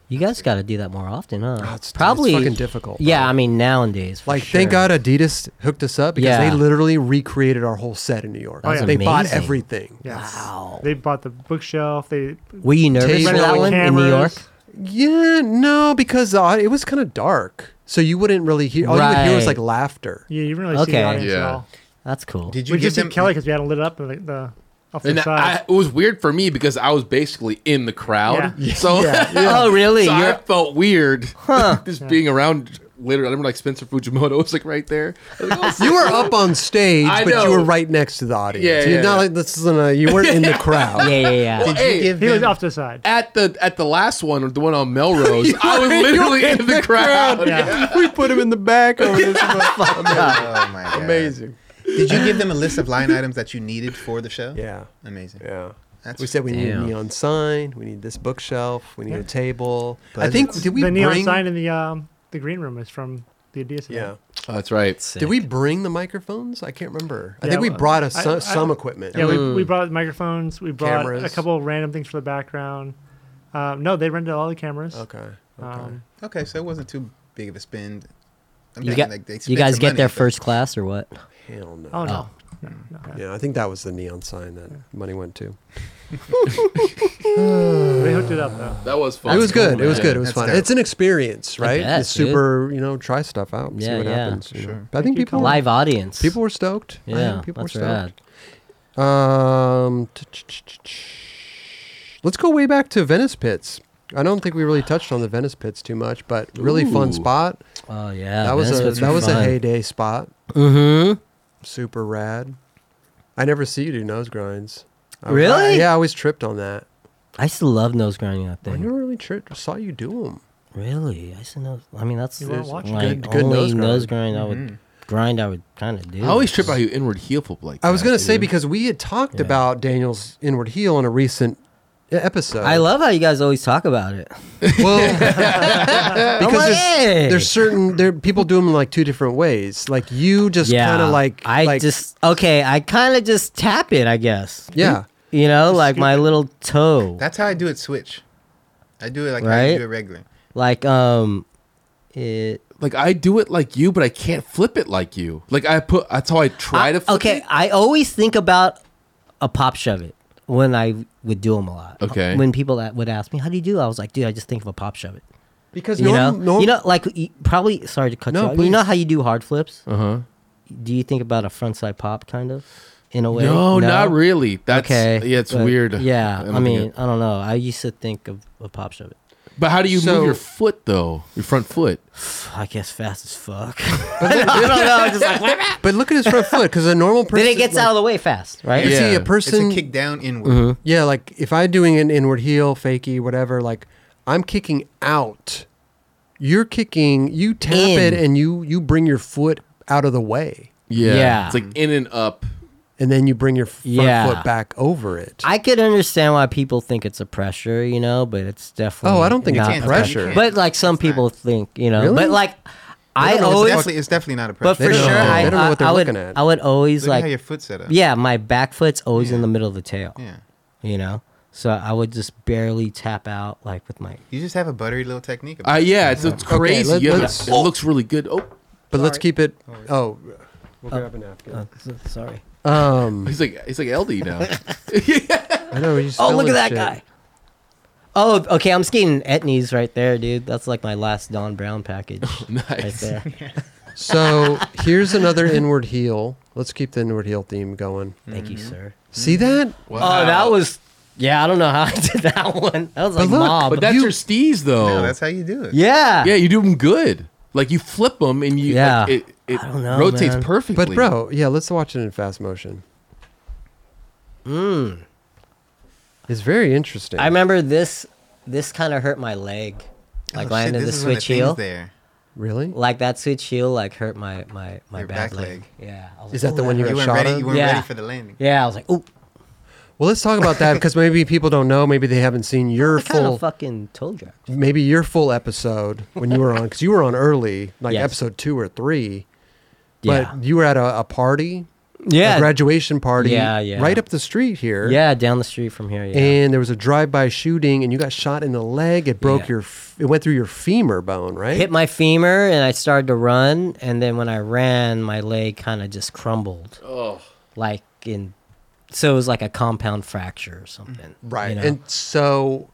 B: You guys got to do that more often, huh?
A: Ah, it's- it's
B: Probably
A: fucking difficult,
B: Yeah,
A: bro.
B: I mean nowadays. for
A: Like, thank
B: sure.
A: God Adidas hooked us up because
B: Yeah.
A: they literally recreated our whole set in New York.
E: That's
A: They bought
B: amazing.
A: everything.
E: Yeah.
B: Wow.
E: They bought the bookshelf. They
B: Were you nervous for
A: Table
B: that one in New York?
A: Yeah, no, because the, au- it was kind of dark. So you wouldn't really hear, all you would hear was like
B: Right.
A: laughter.
E: Yeah, you didn't really see
B: Okay.
E: the audience at
C: Yeah.
E: all.
B: That's cool.
D: Did you
E: We
D: give
E: just
D: them
E: see Kelly because we had it lit up and like the off the
C: And I,
E: side.
C: it was weird for me because I was basically in the crowd, so
B: Oh, really?
C: So I
B: You're-
C: felt weird just being around. Literally, I remember like Spencer Fujimoto was like right there. I was like, oh,
A: You were up on stage,
C: I
A: but you
C: know.
A: were right next to the audience.
C: Yeah,
A: You're
C: yeah,
A: not
C: yeah.
A: like this isn't a, you weren't in the crowd.
B: yeah, yeah, yeah.
C: Well,
D: Did you
C: oh, hey,
D: give
E: he was
D: them?
E: off to the side.
C: at the at the last one, the one on Melrose, I was literally in the crowd.
E: Yeah.
A: we put him in the back over this.
D: oh my god!
A: Amazing.
D: Did you give them a list of line items that you needed for the show?
A: Yeah.
D: Amazing.
A: Yeah.
D: That's
A: we said we need a
B: Damn.
A: neon sign. We need this bookshelf. We need a table. I
D: Budgets.
A: think did we
E: the neon
A: bring?
E: sign in the um, the green room is from the Adidas.
A: yeah.
E: event.
C: Oh, that's right.
A: Did we bring the microphones? I can't remember. I
E: Yeah,
A: think we
E: well,
A: brought us some,
E: I- I-
A: some equipment.
E: yeah. We, we brought microphones. We brought a
A: Cameras.
E: couple of random things for the background. Um, no, they rented all the cameras.
A: Okay. okay.
E: Um,
D: Okay, so it wasn't too big of a spend. I'm
B: You,
D: thinking,
B: got,
D: like, they
B: you
D: spent
B: guys
D: some
B: get
D: money,
B: there
D: but-
B: first class or what?
A: Hell no.
E: oh no, No,
A: Yeah, I think that was the neon sign that money went to.
E: They hooked it up though.
C: That was fun.
A: it was good. It was good. It was
D: That's
A: fun.
D: dope.
A: It's an experience, right?
B: bet,
A: It's super, you know, try stuff out, and see
B: Yeah,
A: what
B: yeah.
A: happens. you know.
D: Sure.
A: But I think
E: Keep
A: people
B: Live audience.
A: people were stoked. I think
B: yeah,
A: people
B: that's
A: were
B: rad.
A: stoked. Um, t- t- t- t- t- let's go way back to Venice Pits. I don't think we really touched on the Venice Pits too much, but really fun
C: Ooh.
A: spot.
B: Oh yeah,
A: that was a
B: Venice
A: that was a
B: fun.
A: heyday spot.
B: Mm-hmm.
A: Super rad. I never see you do nose grinds. I-
B: Really?
A: yeah, I always tripped on that.
B: I still love nose grinding that
A: I
B: thing.
A: never really tri- saw you do them.
B: Really, I still know. I mean, that's
E: You weren't watching.
B: like
A: Good- good
B: only
A: nose Mm-hmm.
B: nose
A: grind.
B: grind. I would grind. I would kind of do.
C: I always trip
B: is-
C: out you inward heel flip like.
A: I was
C: that,
A: gonna say
C: dude.
A: because we had talked
B: Yeah.
A: about Daniel's inward heel on a recent e, episode.
B: I love how you guys always talk about it.
A: well,
B: I'm
A: because
B: like,
A: there's,
B: hey!
A: there's certain there people do them in like two different ways. Like you just kind of like
B: I
A: like,
B: just okay. I kind of just tap it, I guess.
A: yeah.
B: You know, like my little toe.
D: That's how I do it. Switch. I do it like how
B: Right?
D: you do it regular.
B: like um, it.
C: like I do it like you, but I can't flip it like you. Like I put that's how I try
B: I-
C: to. Flip
B: Uh, okay,
C: it.
B: I always think about a pop shove it when I would do them a lot.
C: Okay.
B: When people that would ask me, "How do you do?" I was like, "Dude, I just think of a pop shove it."
A: Because
B: You know, you know, like you- probably. Sorry to cut
A: No,
B: you. off. You know
A: please.
B: how you do hard flips?
C: Uh huh.
B: Do you think about a front side pop, kind of, in a way?
C: No, not really. That's
B: Okay.
C: Yeah, it's
B: but
C: weird.
B: Yeah,
C: don't
B: I
C: think
B: mean,
C: it-
B: I don't know. I used to think of a pop shove it.
C: but how do you
A: So-
C: move your foot though? Your front foot.
B: I guess fast as fuck. I don't know. I'm just like,
A: but look at his front foot because a normal person
B: then it gets
A: like,
B: out of the way fast, right?
A: You
C: Yeah.
A: see a
C: It's a
D: It's a
A: person,
D: kick down inward.
B: Mm-hmm.
A: yeah, like if I'm doing an inward heel, fakie, whatever, like I'm kicking out. You're kicking. You tap
B: In.
A: it and you you bring your foot out of the way,
C: Yeah.
B: Yeah.
C: It's like in and up.
A: and then you bring your front
B: Yeah.
A: foot back over it.
B: I could understand why people think it's a pressure, you know, but it's definitely.
A: Oh, I don't think it's
B: not
A: a
D: can't-
A: pressure.
D: you can't.
B: But like some people think, you know,
A: Really?
B: but like I
A: don't know.
D: It's
B: always,
D: definitely, it's definitely not a
B: but
D: pressure.
B: for
A: They don't
B: sure,
A: know.
B: I,
A: They don't know
B: I-
A: what they're
B: I would,
A: looking at.
B: I would always
D: Look at
B: like,
D: how your foot's set up.
B: yeah, my back foot's always in the middle of the tail,
D: Yeah.
B: you know, so I would just barely tap out like with my.
D: You just have a buttery little technique.
C: Uh,
D: it.
C: yeah, it's, it's crazy.
A: let-
C: yeah, but
A: let's-
C: it looks really good. Oh,
A: But let's
B: Sorry.
A: keep it. Oh, we'll grab a
B: Oh,
A: napkin.
B: so- sorry.
A: Um,
C: he's like he's like LD now.
A: I know. He's
B: Oh, look
A: spilling
B: at that
A: shit.
B: guy. Oh, okay. I'm skating Etnies right there, dude. That's like my last Don Brown package right
C: nice.
B: there.
A: So here's another inward heel. Let's keep the inward heel theme going.
B: Thank
A: Mm-hmm.
B: you, sir.
A: See that?
C: Wow.
B: Oh, that was. Yeah, I don't know how I did that one. That was
A: But
B: like
A: look,
B: mob.
C: But that's
A: You-
C: your steez though.
D: No, that's how you do it.
B: yeah.
C: yeah, you do them good. Like you flip them and you
B: Yeah.
C: like, it it
B: don't know,
C: rotates
B: man.
C: perfectly.
A: But bro, yeah, let's watch it in fast motion.
B: Mm.
A: It's very interesting.
B: I remember this. This kind of hurt my leg,
D: Oh,
B: like
D: shit,
B: landing the
D: this is when
B: switch
D: thing's
B: heel.
D: There.
A: really?
B: Like that switch heel, like hurt my my my
D: Your
B: back,
D: back
B: leg.
D: leg.
B: Yeah. I was
A: Is
B: like,
A: that the
B: "Ooh,
A: one you
D: You
A: got
D: weren't
A: shot
D: ready.
A: at?
D: You weren't
B: Yeah.
D: ready for the landing.
B: Yeah, I was like, ooh,
A: Well, let's talk about that because maybe people don't know. Maybe they haven't seen your
B: I kind
A: full.
B: of fucking toe jacked.
A: maybe your full episode when you were on because you were on early, like
B: Yes.
A: episode two or three.
B: Yeah.
A: But you were at a, a party, a
B: Yeah.
A: graduation party,
B: Yeah, yeah.
A: right up the street here.
B: Yeah, down the street from here. Yeah.
A: and there was a drive-by shooting and you got shot in the leg it broke
B: Yeah.
A: your f- it went through your femur bone right
B: hit my femur and I started to run and then when I ran my leg kind of just crumbled.
C: Oh.
B: Like in so it was like a compound fracture or something.
A: Mm, right
B: you know?
A: and so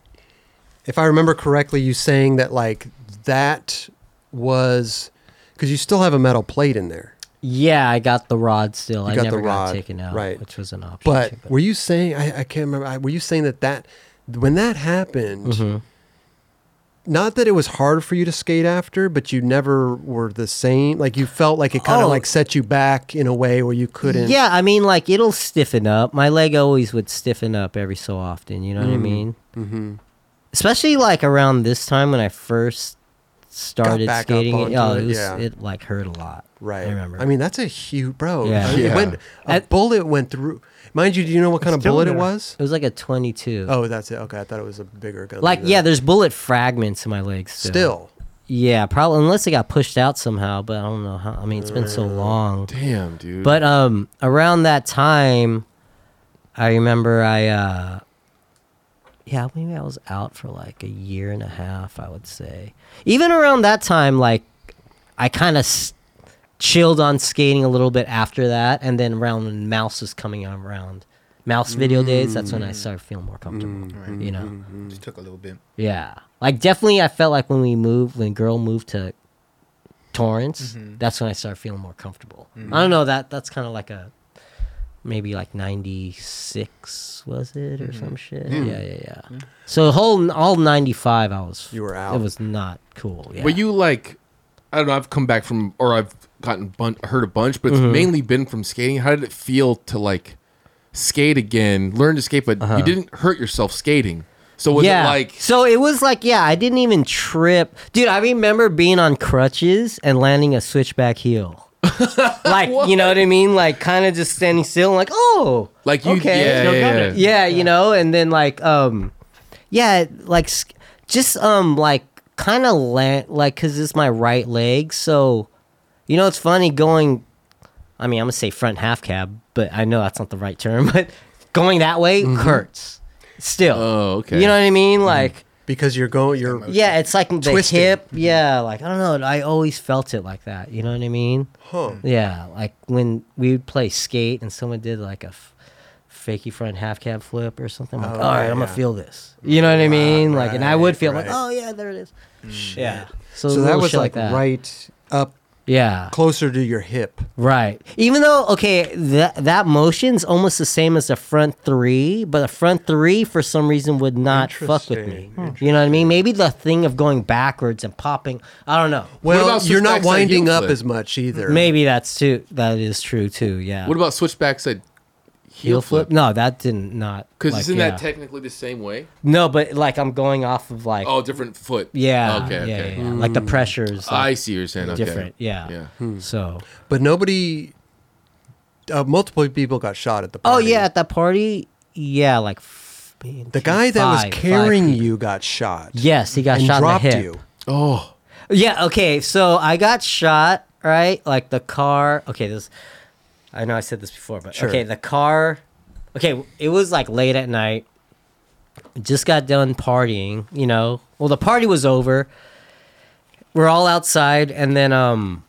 A: if i remember correctly you saying that like that was because you still have a metal plate in there
B: yeah, I got the rod still. I
A: got the
B: never got
A: rod,
B: taken out,
A: right.
B: which was an option.
A: but
B: too,
A: were you saying i, I can't remember I, were you saying that that when that happened
B: Mm-hmm.
A: not that it was hard for you to skate after but you never were the same like you felt like it kind of
B: Oh.
A: like set you back in a way where you couldn't
B: Yeah, I mean like it'll stiffen up. My leg always would stiffen up every so often, you know
A: Mm-hmm.
B: what I mean? Mhm. Especially like around this time when I first started
A: back up
B: skating
A: onto
B: it, oh,
A: it,
B: it, was,
A: yeah.
B: it like hurt a lot.
A: Right.
B: I remember.
A: I mean, that's a huge bro.
B: Yeah.
A: It
C: Yeah.
A: went- a
B: At-
A: bullet went through. Mind you, do you know what kind of
E: still
A: bullet it
E: there.
A: was?
B: it was like a 22.
A: Oh, that's it. Okay, I thought it was a bigger gun.
B: Like
A: than
B: yeah,
A: that.
B: there's bullet fragments in my legs still.
A: still.
B: Yeah, probably unless it got pushed out somehow, but I don't know how. I mean, it's been so long.
C: Damn, dude.
B: But um around that time I remember I uh yeah, maybe I was out for like a year and a half, I would say. Even around that time like I kind of s- chilled on skating a little bit after that, and then around when Mouse was coming on around Mouse video days, that's when I started feeling more comfortable. You know,
D: Just took a little bit.
B: yeah, like definitely, I felt like when we moved, when girl moved to Torrance,
C: Mm-hmm.
B: that's when I started feeling more comfortable. I don't know that that's kind of like a maybe like 96 was it
C: Mm-hmm.
B: or some shit yeah yeah yeah so the whole all 95 i was
A: You were
B: it
A: out.
B: was not cool yeah
C: Were you like, I don't know, I've come back from, or I've gotten bun- hurt a bunch, but it's
B: Mm-hmm.
C: mainly been from skating. How did it feel to like skate again, learn to skate, but you didn't hurt yourself skating? So was
B: Uh-huh. yeah.
C: it like,
B: so it was like yeah i didn't even trip dude i remember being on crutches and landing a switchback heel like you know what i mean like kind of just standing still like oh
C: like you,
B: okay
C: yeah,
E: No
C: yeah,
E: comment.
C: yeah.
B: yeah, you know, and then like um yeah, like s- just um like kind of la- like cuz it's my right leg, so you know it's funny going I mean, I'm going to say front half cab, but I know that's not the right term, but going that way hurts still.
C: Mm-hmm. Oh, okay.
B: You know what I mean? Like
A: because you're going. You're
B: yeah, it's like the
A: Twisted.
B: hip. Yeah, like I don't know. I always felt it like that. You know what I mean?
A: Huh.
B: Yeah, like when we would play skate and someone did like a f- fakey front half cab flip or something. I'm like,
A: Oh,
B: all right,
A: yeah,
B: I'm
A: yeah.
B: gonna feel this. You know what I mean? Like, and I would
A: right,
B: feel like,
A: right. Mm.
B: oh yeah, there it is. Yeah. So,
A: So that
B: little
A: was
B: shit
A: like,
B: that.
A: right up
B: Yeah.
A: closer to your hip.
B: Right. Even though okay, that that motion's almost the same as the front three, but the front three for some reason would not fuck with me. Hmm.
A: Interesting.
B: You know what I mean? Maybe the thing of going backwards and popping. I don't know.
A: Well,
C: about
A: you're not
C: switchbacks, like
A: winding
C: heel
A: up
C: flip?
A: as much either.
B: Maybe that's too. That is true too. Yeah.
C: What about switchback side heel
B: heel
C: flip?
B: flip? No, that didn't not.
C: Because
B: like,
C: isn't
B: yeah.
C: that technically the same way?
B: no, but like I'm going off of like.
C: Oh, different foot.
B: Yeah.
C: Okay.
B: yeah,
C: okay.
B: yeah, yeah. Like the pressures.
C: I
B: Like,
C: see what you're saying. Okay.
B: different. Yeah.
C: Yeah.
A: Hmm.
B: So.
A: But nobody. Uh, multiple people got shot at the
B: Oh
A: party.
B: yeah, at that party. Yeah, like. f-
A: The guy that
B: five-
A: was
B: five
A: carrying
B: people.
A: you got shot.
B: Yes, he got
A: and
B: shot
A: dropped
B: in the hip.
A: you.
C: Oh,
B: Yeah, okay. So I got shot, right? Like the car. Okay, this I know I said this before, but
A: Sure.
B: okay, the car. Okay, it was like late at night. Just got done partying, you know. Well, the party was over. We're all outside and then um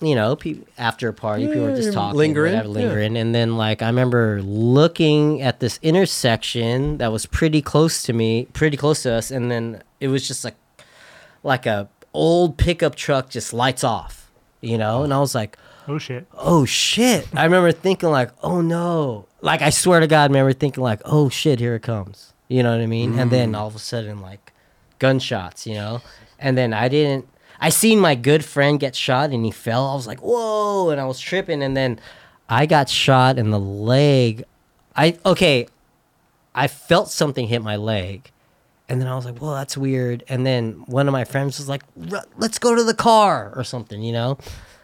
B: you know, pe- after a party, people were
A: Yeah,
B: just talking,
A: lingering,
B: whatever,
A: yeah.
B: lingering, and then like I remember looking at this intersection that was pretty close to me, pretty close to us, and then it was just like like a old pickup truck just lights off, you know? And I was like,
E: Oh shit.
B: oh shit. I remember thinking like, oh no. Like I swear to God, I remember thinking like, oh shit, here it comes. You know what I mean? And then all of a sudden like gunshots, you know? And then I didn't I seen my good friend get shot and he fell. I was like, whoa, and I was tripping and then I got shot in the leg. I okay, I felt something hit my leg. And then I was like, well, that's weird. And then one of my friends was like, "Ru- let's go to the car or something, you know?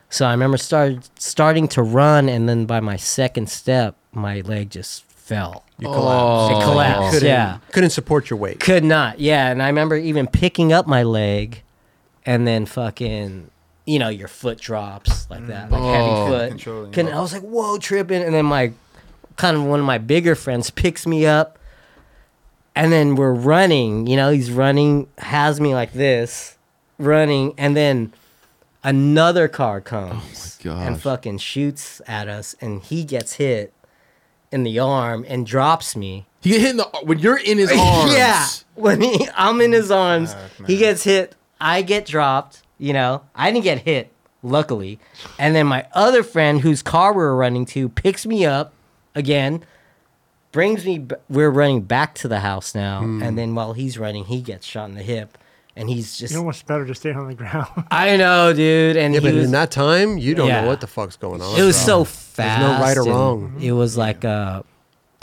B: So I remember started starting to run. And then by my second step, my leg just fell.
A: You
C: Oh.
A: collapsed.
B: It collapsed,
A: Couldn't,
B: yeah.
A: Couldn't support your weight.
B: Could not. Yeah. And I remember even picking up my leg and then fucking, you know, your foot drops like that, like
C: Oh.
B: heavy foot.
D: Control, yeah.
B: Couldn't- I was like, whoa, tripping. And then my kind of one of my bigger friends picks me up. And then we're running, you know, he's running, has me like this, running. And then another car comes and
C: Oh gosh.
B: fucking shoots at us. And he gets hit in the arm and drops me.
C: he get hit in the when you're in his arms.
B: Yeah, when he, I'm in his arms,
D: Fuck,
B: he
D: man.
B: gets hit. I get dropped. You know, I didn't get hit, luckily. And then my other friend, whose car we were running to, picks me up again, brings me. b- We're running back to the house now,
A: Hmm.
B: and then while he's running, he gets shot in the hip, and he's just.
E: You know what's better to stay on the ground.
B: I know, dude, and
A: Yeah,
B: he
A: but
B: was,
A: in that time, you don't
B: Yeah.
A: know what the fuck's going on.
B: it was
A: bro.
B: so fast.
A: no right or
B: and
A: wrong.
B: It was like uh,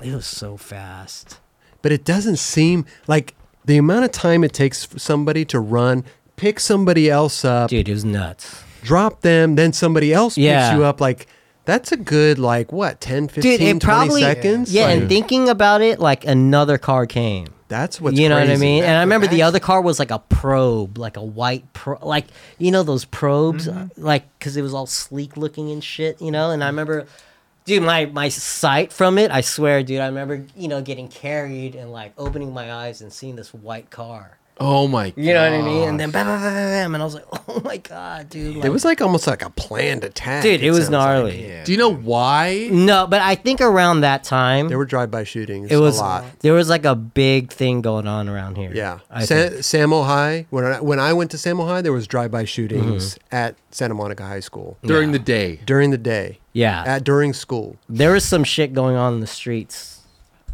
B: it was so fast.
A: But it doesn't seem like the amount of time it takes for somebody to run, pick somebody else up,
B: Dude, it was nuts.
A: drop them, then somebody else
B: Yeah.
A: picks you up. Like, that's a good, like, what, 10, 15,
B: dude, it
A: 20
B: probably
A: seconds?
B: yeah.
A: Like,
B: And thinking about it, like another car came.
A: that's what's
B: you know what I
A: crazy.
B: mean? And I remember the
A: That's-
B: other car was like a probe, like a white pro, like you know those probes,
A: Mm-hmm.
B: like because it was all sleek looking and shit, you know. And I remember, dude, my my sight from it, I swear, dude, I remember you know getting carried and like opening my eyes and seeing this white car.
C: Oh my!
B: You know what I
C: God.
B: mean? And then bam, bam, bam, bam, and I was like, oh my god, dude.
A: It
B: like-
A: was like almost like a planned attack.
B: dude, it was
A: sounds like.
B: gnarly.
C: Do you know why?
B: No, but I think around that time
A: There were drive-by shootings.
B: it was
A: a lot.
B: there was like a big thing going on around here.
A: Yeah,
B: I
A: Sa-
B: think.
A: Samo High. When I, when I went to Samo High, there was drive-by shootings
B: Mm-hmm.
A: at Santa Monica High School
C: During the day.
A: during the day.
B: Yeah.
A: at during school.
B: there was some shit going on in the streets.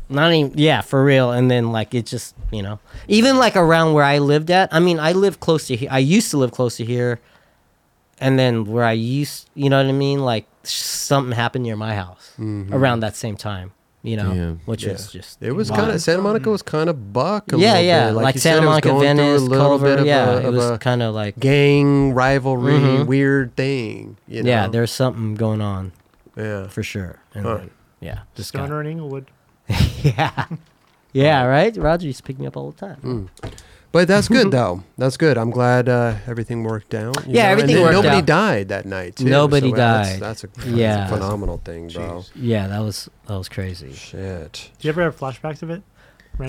B: Not even yeah, for real. And then like it just you know even like around where I lived at. I mean, I live close to here. I used to live close to here, and then where I used, you know what I mean? Like something happened near my house around that same time. You know,
C: Yeah.
B: which
A: Mm-hmm. Yeah.
B: is just
A: It was
B: wild.
A: kind of Santa Monica was kind of buck. A
B: yeah
A: little
B: yeah
A: bit.
B: like,
A: you
B: Santa
A: said, it was
B: Monica,
A: going through
B: Venice,
A: a little bit
B: Culver.
A: of
B: Yeah,
A: a,
B: it
A: of
B: was
A: a
B: kind of like
A: gang rivalry,
B: Mhm.
A: weird thing. You know?
B: yeah, there's something going on
A: yeah.
B: for sure. And
A: Huh.
B: then, yeah, just got
E: Stoner and Inglewood.
B: yeah, yeah, right. Roger used to pick me up all the time.
A: But that's good though. That's good. I'm glad uh, everything worked out. you
B: Yeah,
A: know? And
B: everything
A: then
B: worked
A: Nobody
B: out.
A: died that night. Too,
B: Nobody
A: so that's-
B: died.
A: That's, a, that's
B: Yeah.
A: a phenomenal thing, bro.
B: Yeah, that was that was crazy.
A: Shit.
E: Do you ever have flashbacks of it?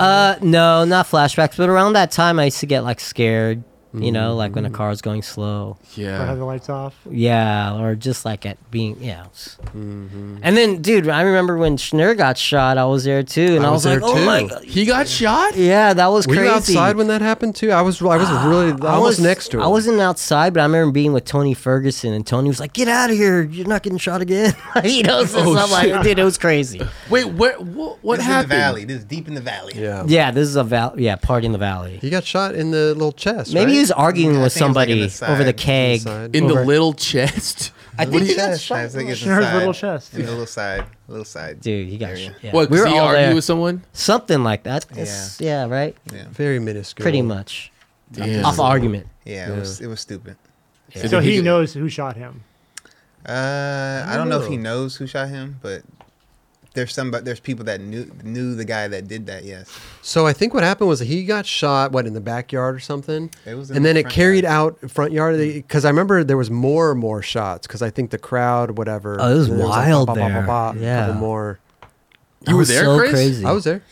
B: Uh, no, not flashbacks, but around that time, I used to get like scared. You know, like when a car's going slow.
E: Or have
C: Yeah.
E: the lights off?
B: Yeah, or just like at being yeah. it's- And then, dude, I remember when Schnurr got shot. I was there too, and
A: I
B: I
A: was
B: was,
A: there
B: like, oh my
A: too.
B: god.
C: He got shot.
B: Yeah, that was
A: Were
B: crazy. Ah,
A: you outside when that happened too? I was. I was really. I, was, next to him.
B: I wasn't outside, but I remember being with Tony Ferguson, and Tony was like, "Get out of here! You're not getting shot again." you know, so
C: Oh,
B: I'm like, dude, it was crazy.
C: Wait, what? What, what
D: This is in
C: happened?
D: the valley. This is deep in the valley.
A: Yeah.
B: Yeah, this is a val- yeah party in the valley.
A: He got shot in the little chest.
B: Maybe
A: right?
B: he was arguing
D: Yeah, I
B: with
D: think it was, like, in
B: somebody
D: the
B: over the
D: side,
B: keg.
A: Inside.
C: In the
B: Over-
C: little chest.
B: I
D: What
B: think
D: do
B: he
D: you
B: got
D: chest?
B: shot.
D: I think it's
E: Schnurr's
D: inside.
E: little chest.
D: In the little side. Little side.
B: Dude, he got
D: area.
B: shot. Yeah.
C: What?
B: we were
C: he
B: all
C: argued
B: there.
C: with someone.
B: Something like that. It's- yeah. right.
D: Yeah.
A: Very minuscule.
B: Pretty much.
C: Damn.
B: Off argument.
D: Yeah, It, was, it was stupid.
C: And
E: So
C: then
E: he
C: got-
E: knows who shot him.
D: Uh, I don't know if he
A: Ooh.
D: knows who shot him, but there's some, but there's people that knew knew the guy that did that. Yes,
A: So I think what happened was he got shot. What in the backyard or something?
D: It was in
A: and
D: the
A: then it
D: front
A: carried
D: yard. Mm-hmm.
A: out front yard because I remember there was more and more shots because I think the crowd whatever.
B: Oh, it was
A: and there like,
B: wild
A: bah, bah, bah,
B: there.
A: bah, bah,
B: Yeah.
A: couple more.
B: That
C: were
B: was
C: there,
B: so
C: Chris?
B: crazy.
A: I was there.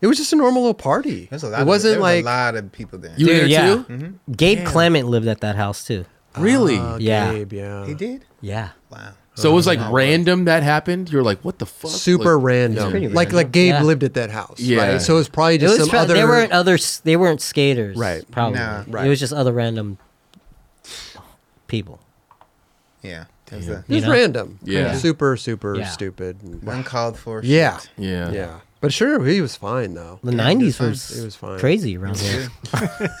A: It was just a normal little party.
D: there's a lot.
A: it
D: of,
A: wasn't
D: there
A: like
D: was a lot of people there.
C: You were there
B: Dude, yeah.
C: too.
D: Mm-hmm.
B: Gabe Clement lived at that house too.
C: Really?
A: Oh,
B: Yeah.
A: Gabe, yeah.
D: he did.
B: Yeah.
D: Wow.
C: so it was like random that happened. You're like, what the fuck?
A: Super
C: Like,
A: random.
B: pretty
A: Like
B: random.
A: like Gabe
B: Yeah.
A: lived at that house.
C: Yeah.
A: Right? So it was probably
B: It
A: just
B: was
A: some
B: pro-
A: other.
B: they uh, weren't other s- they weren't skaters.
A: Right.
B: Probably.
D: Nah.
A: Right.
B: It was just other random people.
D: Yeah. It was a
A: It was
B: you know?
A: random.
C: Yeah.
A: Super super
B: Yeah.
A: stupid. and-
D: uncalled for.
A: Yeah.
D: shit.
C: Yeah.
A: Yeah. But sure, he was fine though.
B: The nineties
D: it was
B: was,
A: It was fine.
B: crazy around here.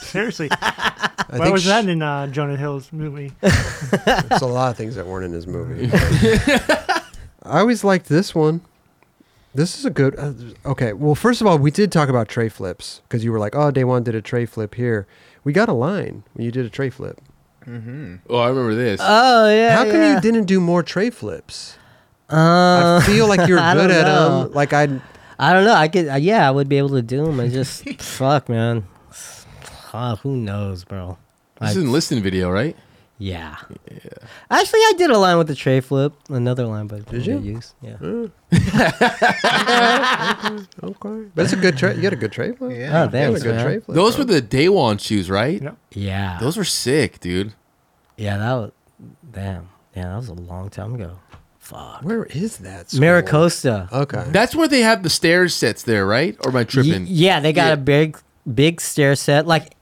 E: Seriously.
A: I
E: Why was
A: sh-
E: that in uh, Jonah Hill's movie?
A: There's a lot of things that weren't in his movie. I always liked this one. This is a good. Uh, okay, well, first of all, we did talk about tray flips because you were like, "Oh, day one did a tray flip here." We got a line when you did a tray flip.
C: Oh, I remember this.
B: Oh yeah.
A: How come
B: yeah.
A: you didn't do more tray flips?
B: Uh,
A: I feel like you're
B: I
A: good
B: don't
A: at
B: know.
A: them. Like I,
B: I don't know. I could, uh, yeah, I would be able to do them. I just, fuck, man. Ah, who knows, bro?
C: this
B: I-
C: is in listen video, right?
B: yeah. Actually, I did a line with the tray flip. Another line, but did
A: you?
B: Use. Yeah. Oh,
A: okay, but it's a good tray. You got a good tray flip.
D: Yeah.
B: Oh,
A: You got
B: thanks,
A: a good
B: man.
A: tray flip.
C: Those
A: bro.
C: were the Daywan shoes, right?
E: No.
B: Yeah.
C: Those were sick, dude.
B: yeah. That was. Damn. Yeah, that was a long time ago. Fuck.
A: Where is that? school?
B: Maricosta.
A: Okay.
C: That's where they have the stairs sets there, right? Or am I
B: Y-
C: tripping?
B: yeah, they got
C: Yeah.
B: a big, big stair set. Like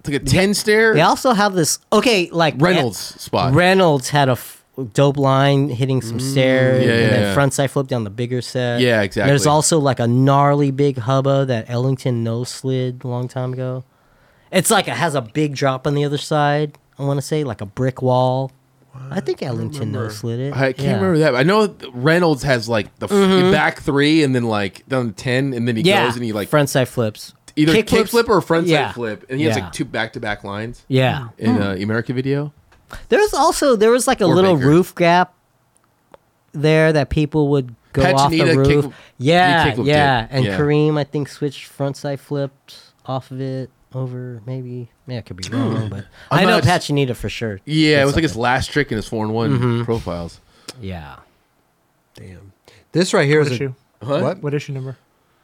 C: It's like a ten stair.
B: they also have this. Okay, like
C: Reynolds spot.
B: Reynolds had a f- dope line hitting some stairs,
C: Mm, yeah,
B: and then
C: yeah.
B: front side flip down the bigger set.
C: Yeah, exactly.
B: There's also like a gnarly big hubba that Ellington no slid a long time ago. It's like it has a big drop on the other side. I want to say like a brick wall. I think Ellington no slid it.
C: I can't
B: Yeah. Mm-hmm.
C: remember that. but I know Reynolds has like the f- back three, and then like down ten, and then he
B: Yeah,
C: goes and he like
B: front side flips.
C: either kick,
B: Kick flips-
C: flip or front side
B: yeah.
C: flip, and he has
B: Yeah.
C: like two back to back lines
B: Yeah, Hmm.
C: in uh, America video.
B: there's also there was like a
C: Or
B: little
C: Baker.
B: roof gap there that people would go off the
C: Pachinita
B: roof.
C: kick- he
B: yeah,
C: kickflipped
B: yeah.
C: it.
B: And
C: Yeah.
B: Kareem, I think, switched frontside flipped off of it over maybe. Yeah, I could be wrong, but i
C: Hmm. I'm
B: know
C: not-
B: Pachinita for sure.
C: Yeah, it
B: That's
C: was like
B: like Mm-hmm.
C: his last trick in his four and one profiles.
B: Yeah.
A: Damn. This right here is
E: What issue?
A: a what?
E: What issue number?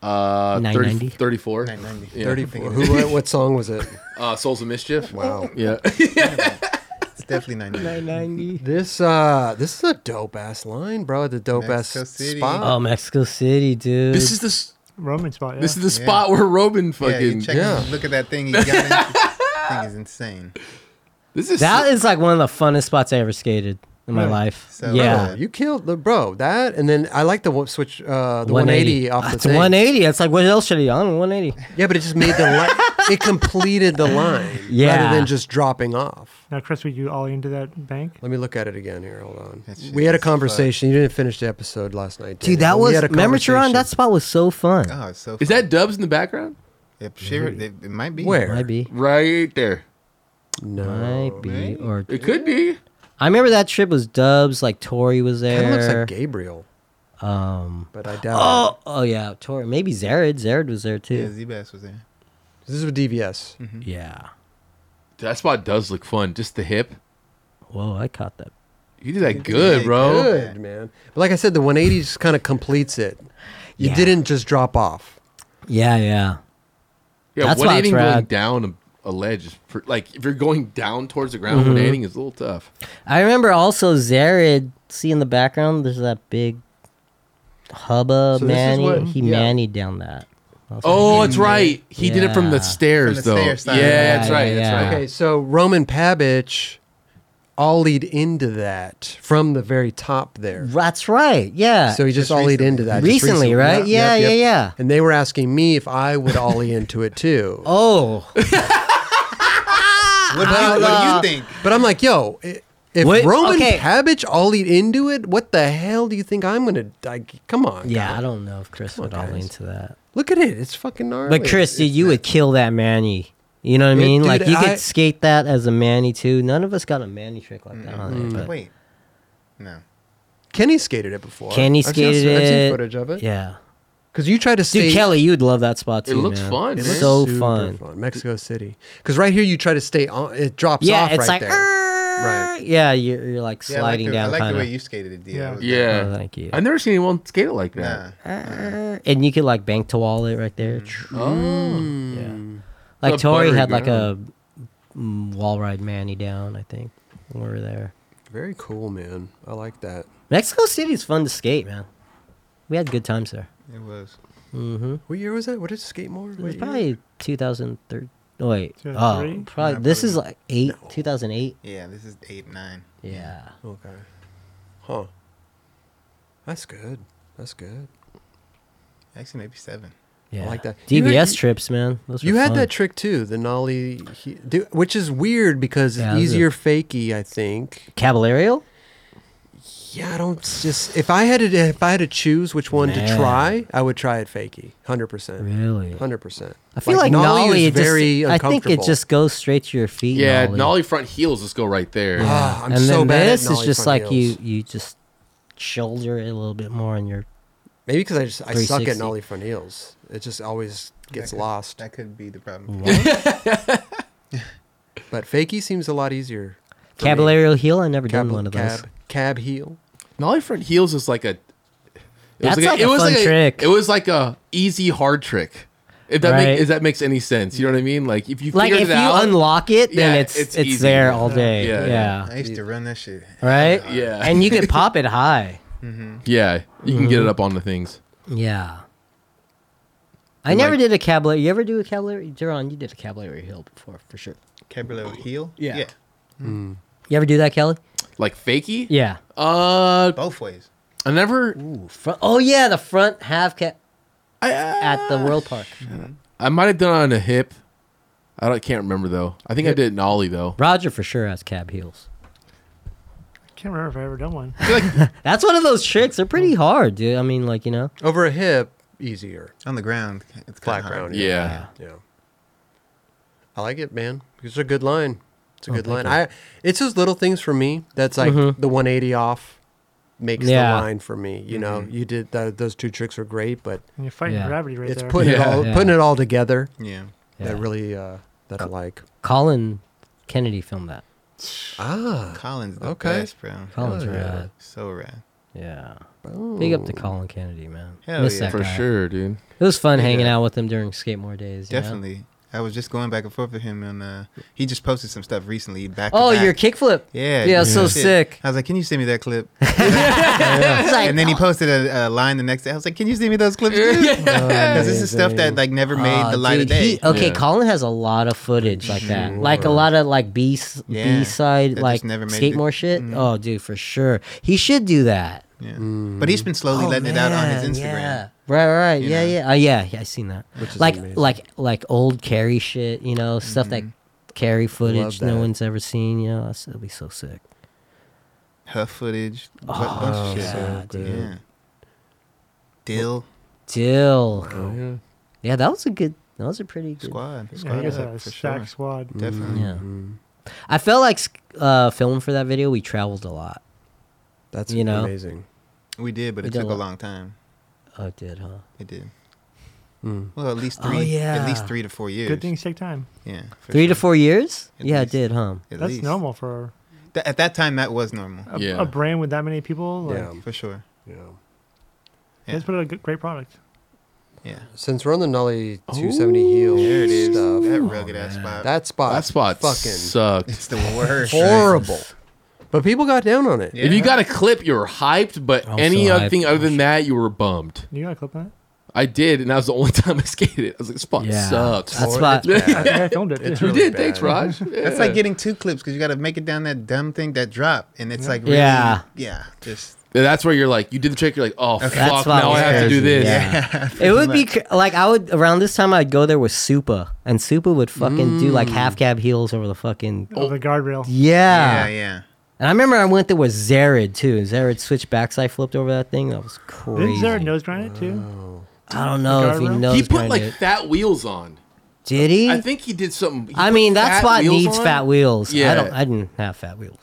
C: Uh, 30,
B: 990?
C: 34.
D: 990.
C: Yeah.
A: 34. Who, what, what song was it?
C: Uh, Souls of Mischief.
A: Wow.
C: Yeah.
D: It's definitely 990.
A: This uh this is a dope ass line, bro. The dope
D: Mexico
A: ass
D: City.
B: Oh,
A: spot.
B: Mexico City, dude.
C: this is the s-
E: Roman spot. Yeah.
C: this is the spot where Robin
D: Yeah, you
C: fucking.
D: check
A: yeah.
D: Look at that thing he got. in. That thing is insane.
C: this is
B: that is like one of the funnest spots I ever skated in my
E: Really?
B: life.
D: So-
A: Bro,
B: yeah.
A: you killed the bro that, and then I like the one- switch uh the 180, off the
B: That's
A: thing.
B: 180. It's like, what else should I on? 180.
A: Yeah, but it just made the line. it completed the line
B: Yeah.
A: rather than just dropping off.
E: now, Chris, were you all into that bank?
A: Let me look at it again here. Hold on.
D: That shit
A: We had a
D: is fucked.
A: conversation. You didn't finish the episode last night, did
B: Dude,
A: you?
B: that
A: But we
B: was.
A: had a
B: Remember, Chiron?
A: conversation.
B: That
A: Uh,
B: spot was so fun.
D: Oh, it's so.
C: is
D: fun.
C: that Dubs in the background?
D: It, sure, it, it might be.
A: where?
B: Might be.
C: Right there.
A: No,
B: Might be. Or
C: It could be.
B: I remember that trip was Dubs. Like Tori was
A: kind of looks
B: there.
A: like Gabriel,
B: um.
A: but I doubt.
B: Oh, oh yeah, Tori. Maybe Zared. Zared was there
D: Yeah,
B: too.
D: Z-Bass was there.
A: it. This is with DVS.
C: mm-hmm.
B: Yeah.
C: That spot does look fun. Just the hip.
B: Whoa, I caught that.
C: You did that
D: did
C: good,
D: that
C: bro.
A: Oh, Good man. But like I said, the 180 just kind of completes it. You
B: Yeah.
A: didn't just drop off.
B: Yeah, yeah.
C: Yeah,
B: That's why it's
C: 180 going
B: rad.
C: down a, a ledge is pr- like if you're going down towards the ground,
B: Mm-hmm.
C: 180 is a little tough.
B: I remember also Zared. See in the background, there's that big hubba
C: So this is
B: Manny.
C: what-
B: he
C: yeah.
B: mannied down that. I was
C: Oh,
B: like,
C: that's right. He did it from
B: Yeah.
C: the stairs,
D: From the
C: though.
D: stair side.
C: yeah,
D: Yeah,
C: that's right.
B: yeah,
C: That's right.
A: Okay, so Roman Pabich, all lead into that from the very top there.
B: that's right. Yeah.
A: So
B: So
A: he just,
D: Just
A: ollied
D: recently.
A: into that just
B: Recently, right? Yeah, yeah, yeah.
A: And they were asking me if I would ollie into it too.
B: oh, Ah,
D: What do, you,
A: ah.
D: what do you think?
A: But I'm like, yo, i- if
B: Wait,
A: Roman
B: okay.
A: Pabich ollied into it, what the hell do you think I'm gonna? Like, come on,
B: yeah.
A: guy.
B: I don't know if Chris
A: Come on,
B: would all
A: guys.
B: into that.
A: Look at it, it's fucking gnarly.
B: But Chris, dude, you would kill that Manny. You know what I
A: It-
B: mean?
A: dude,
B: like you
A: I-
B: could skate that as a Manny too. None of us got a Manny trick like that on there. But
D: Wait. No.
A: Kenny skated it before.
B: Kenny
A: I've seen-
B: skated
A: I've seen
B: it.
A: footage of it.
B: Yeah.
A: Because you try to
B: Dude,
A: stay.
B: Kelly, you'd love that spot too.
C: It looks
B: man.
C: fun,
A: It
C: man.
A: looks
B: so
A: super
B: fun.
A: Mexico City. Because right here, you try to stay on. It drops
B: Yeah,
A: off
B: it's
A: right
B: like
A: there.
B: right. Yeah, you're, you're like
D: Yeah,
B: sliding
D: I like the,
B: down.
D: I like
B: kinda.
D: the way you skated it, D.
E: Yeah.
D: That was-
C: Yeah.
B: Oh, thank you.
C: I've never seen anyone skate it like
D: Nah.
C: that.
B: Err, and you could like bank to wall it right there.
C: Oh.
B: Yeah. Like
C: It's a
B: Tori
C: buttery
B: had like a mm, wall ride Manny down. I think when we were there.
A: Very cool, man. I like that.
B: Mexico City's fun to skate, man. We had good times there.
D: It was.
A: What year was that? What is Skatemore?
B: It was
A: What year?
B: probably 2003. Oh, wait. Oh,
E: 2003?
B: probably.
D: Nah,
B: This
D: probably
B: is like 8, 2008.
D: Yeah, this is 8, 9.
B: Yeah.
A: Okay. Huh. That's good. That's good.
D: Actually, maybe 7.
B: Yeah.
A: like that. You
B: DBS
A: had-
B: trips, man. Those were
A: You had
B: fun.
A: that trick too, the nollie, he- do- which is weird because
B: Yeah,
A: it's
B: it was a-
A: easier fakey, I think.
B: Caballerial?
A: Yeah, I don't just if I had to if I had to choose which one to
B: Man.
A: try, I would try it fakey, hundred percent,
B: Really?
A: hundred percent.
B: I feel like,
A: is
B: Nolly, it just,
A: very
B: I think it
A: uncomfortable.
B: just goes straight to your feet.
C: Yeah,
B: Nolly.
C: nollie. front heels just go right there.
A: Ah, I'm
B: and
A: so
B: then
A: bad at
B: this
A: nollie
B: is just
A: front
B: like
A: heels.
B: you you just shoulder it a little bit more and you're
A: Maybe because I just I suck at
B: 360.
A: nollie front heels. It just always gets
D: could-
A: lost.
D: That could be the problem.
A: But fakey seems a lot easier. for me.
B: Caballerial heel. I never
A: Cab,
B: done one of those.
A: cab, cab heel.
C: Nollie front heels is like a. It
B: That's like a fun trick.
C: it was like a easy hard trick. If that
B: Right.
C: make, if that makes any sense, you know what I mean. Like if you
B: Like
C: figured
B: if
C: it
B: you
C: out,
B: unlock it, then
C: Yeah,
B: it's
C: it's
B: it's,
C: easy.
B: there all day.
C: Yeah.
B: Yeah.
D: I used to run that shit.
B: Right?
C: Yeah.
B: And you could pop it high.
C: yeah, you can
B: Mm-hmm.
C: get it up on the things.
B: Yeah. I
C: And,
B: never
C: like-
B: did a caballero. You ever do a caballero? Duran, you did a caballero heel before, for sure.
D: Cabrillo heel?
B: Yeah.
D: Yeah.
B: You ever do that, Kelly?
C: Like fakey.
B: Yeah.
C: Uh,
D: Both ways.
C: I never.
B: Ooh, front. Oh yeah, the front half cap
C: I, ah.
B: at the World Park.
C: I might have done it on a hip. I don't, can't remember though. I think I did an ollie though.
B: Roger for sure has cab heels.
E: I can't remember if I ever done one.
B: That's one of those tricks. They're pretty hard, dude. I mean, like you know.
A: Over a hip, easier.
D: On the ground. It's
A: Flat
D: kind
A: ground.
D: of
C: Yeah.
A: Yeah. I like it, man. It's a good line. It's a good
B: thank
A: line. I it's those little things for me that's like the 180 off makes
B: Mm-hmm. Yeah. Mm-hmm.
A: the line for me. You know, you did that, those two tricks are great, but
E: And you're fighting
B: Yeah.
E: gravity right
A: it's
E: there.
A: putting it
C: Yeah.
A: all
B: Yeah.
A: putting it all together
D: Yeah.
A: that
B: Yeah.
A: really uh that I like.
B: Colin Kennedy filmed that.
A: Ah.
D: Collins the
A: Okay.
D: best, bro.
C: Oh,
B: Colin's
A: yeah.
B: rad.
D: So rad.
B: Yeah. Big up to Colin Kennedy, man.
D: Hell
B: Miss
D: yeah.
B: that
C: for
B: guy.
C: sure, dude.
B: It was fun hanging
D: Yeah.
B: out with him during skateboard days. you know?
D: Definitely. I was just going back and forth with him, and uh, he just posted some stuff recently. Back. to
B: Oh,
D: back.
B: your kickflip.
D: Yeah.
B: Yeah,
D: dude,
B: so
D: shit.
B: sick.
D: I was like, can you send me that clip?
B: It's like,
D: and then he posted a, a line the next day. I was like, can you send me those clips? Because this is stuff that like never made
B: Oh, "Aw,
D: the light of
B: dude,
D: day.
B: he- okay,
C: Yeah.
B: Colin has a lot of footage like that, like a lot of like B
D: Yeah,
B: B side
D: that
B: like
D: just never made it. Mm-hmm.
B: skateboard shit. Oh, dude, for sure, he should do that.
D: yeah.
A: Mm-hmm.
D: But he's been slowly
B: Oh,
D: letting it out on his
B: man,
D: Instagram.
B: Yeah. Right, right,
D: You
B: yeah,
D: know?
B: yeah, uh, yeah, yeah. I seen that.
A: Which is
B: like,
A: amazing.
B: like, like old Carrie shit. You know, stuff
D: Mm-hmm.
B: that Carrie footage no
A: that.
B: one's ever seen. You know, that's- that'd be so sick.
D: Her footage. Oh,
B: Oh,
D: bunch of shit.
B: yeah,
A: dude.
D: Yeah. Dill
B: Dill.
C: Yeah.
B: Yeah, that was a good. That was a pretty good.
D: squad.
E: Yeah,
D: Squad
E: he has
D: up
E: a
D: for
E: stack
D: sure.
E: squad.
D: Definitely.
B: Yeah.
A: Mm-hmm.
B: I felt like uh, filming for that video. We traveled a lot.
A: That's
B: You know.
A: amazing.
D: We did, but
B: Mm-hmm. We
D: it
B: did
D: took
B: a
D: a
B: lot.
D: long time.
B: Oh, it did, huh?
D: It did.
A: Mm.
D: Well, at least
B: Oh,
D: three.
B: yeah.
D: At least three to four years.
E: Good things take time.
D: Yeah. for
B: Three to
D: sure.
B: four years?
D: At
B: yeah,
D: least.
B: it did, huh?
D: At
E: That's
D: least.
E: normal for
D: Th- at that time, that was normal.
E: a,
C: Yeah.
E: a brand with that many people. Like,
C: Oh.
A: Yeah.
D: For sure.
A: Yeah.
D: Yeah.
E: It's been a good, great product.
D: Yeah.
A: Since we're on the Nully 270 heel
D: There it is.
A: stuff,
D: That rugged ass spot.
A: that spot,
C: That spot
A: fucking
C: sucked.
D: it's the worst.
A: horrible. But people got down on it.
D: Yeah.
C: If you got a clip, you were hyped, but
B: I'm
C: any
B: so
C: other
B: hyped.
C: thing other than that, you were bummed.
E: You got a clip on it?
C: I did, and that was the only time I skated. I was like, this spot
B: Yeah.
C: sucks.
B: That's
A: Or
B: why-
A: it's bad.
E: I think I filmed it.
A: It's
E: too.
C: you
A: really
C: did,
A: bad.
C: thanks, Raj.
D: That's like getting two clips because you got to make it down that dumb thing that drop, and it's like really,
B: Yeah.
D: yeah, just
C: That's where you're like, you did the trick, you're like, oh, fuck,
B: That's why
C: now I
B: was
C: have to
B: crazy,
C: do this.
B: Yeah. it would be cr- like I would around this time I'd go there with Supa and Supa would fucking do like
C: Mm.
B: half cab heels over the fucking
E: Oh, the guardrail.
B: yeah.
D: yeah, yeah.
B: And I remember I went there with Zared too. Zared switched backside flipped over that thing. That was
E: Did
B: crazy.
E: Zara nose grind it too?
B: I don't know if he
E: guardrail?
B: knows.
C: He put like
B: it.
C: fat wheels on.
B: Did he?
C: I
B: I,
C: think he did something. he put
B: mean, that
C: fat
B: spot
C: wheels
B: needs
C: on.
B: fat wheels. Yeah. I
C: Yeah.
B: don't. I didn't have fat wheels.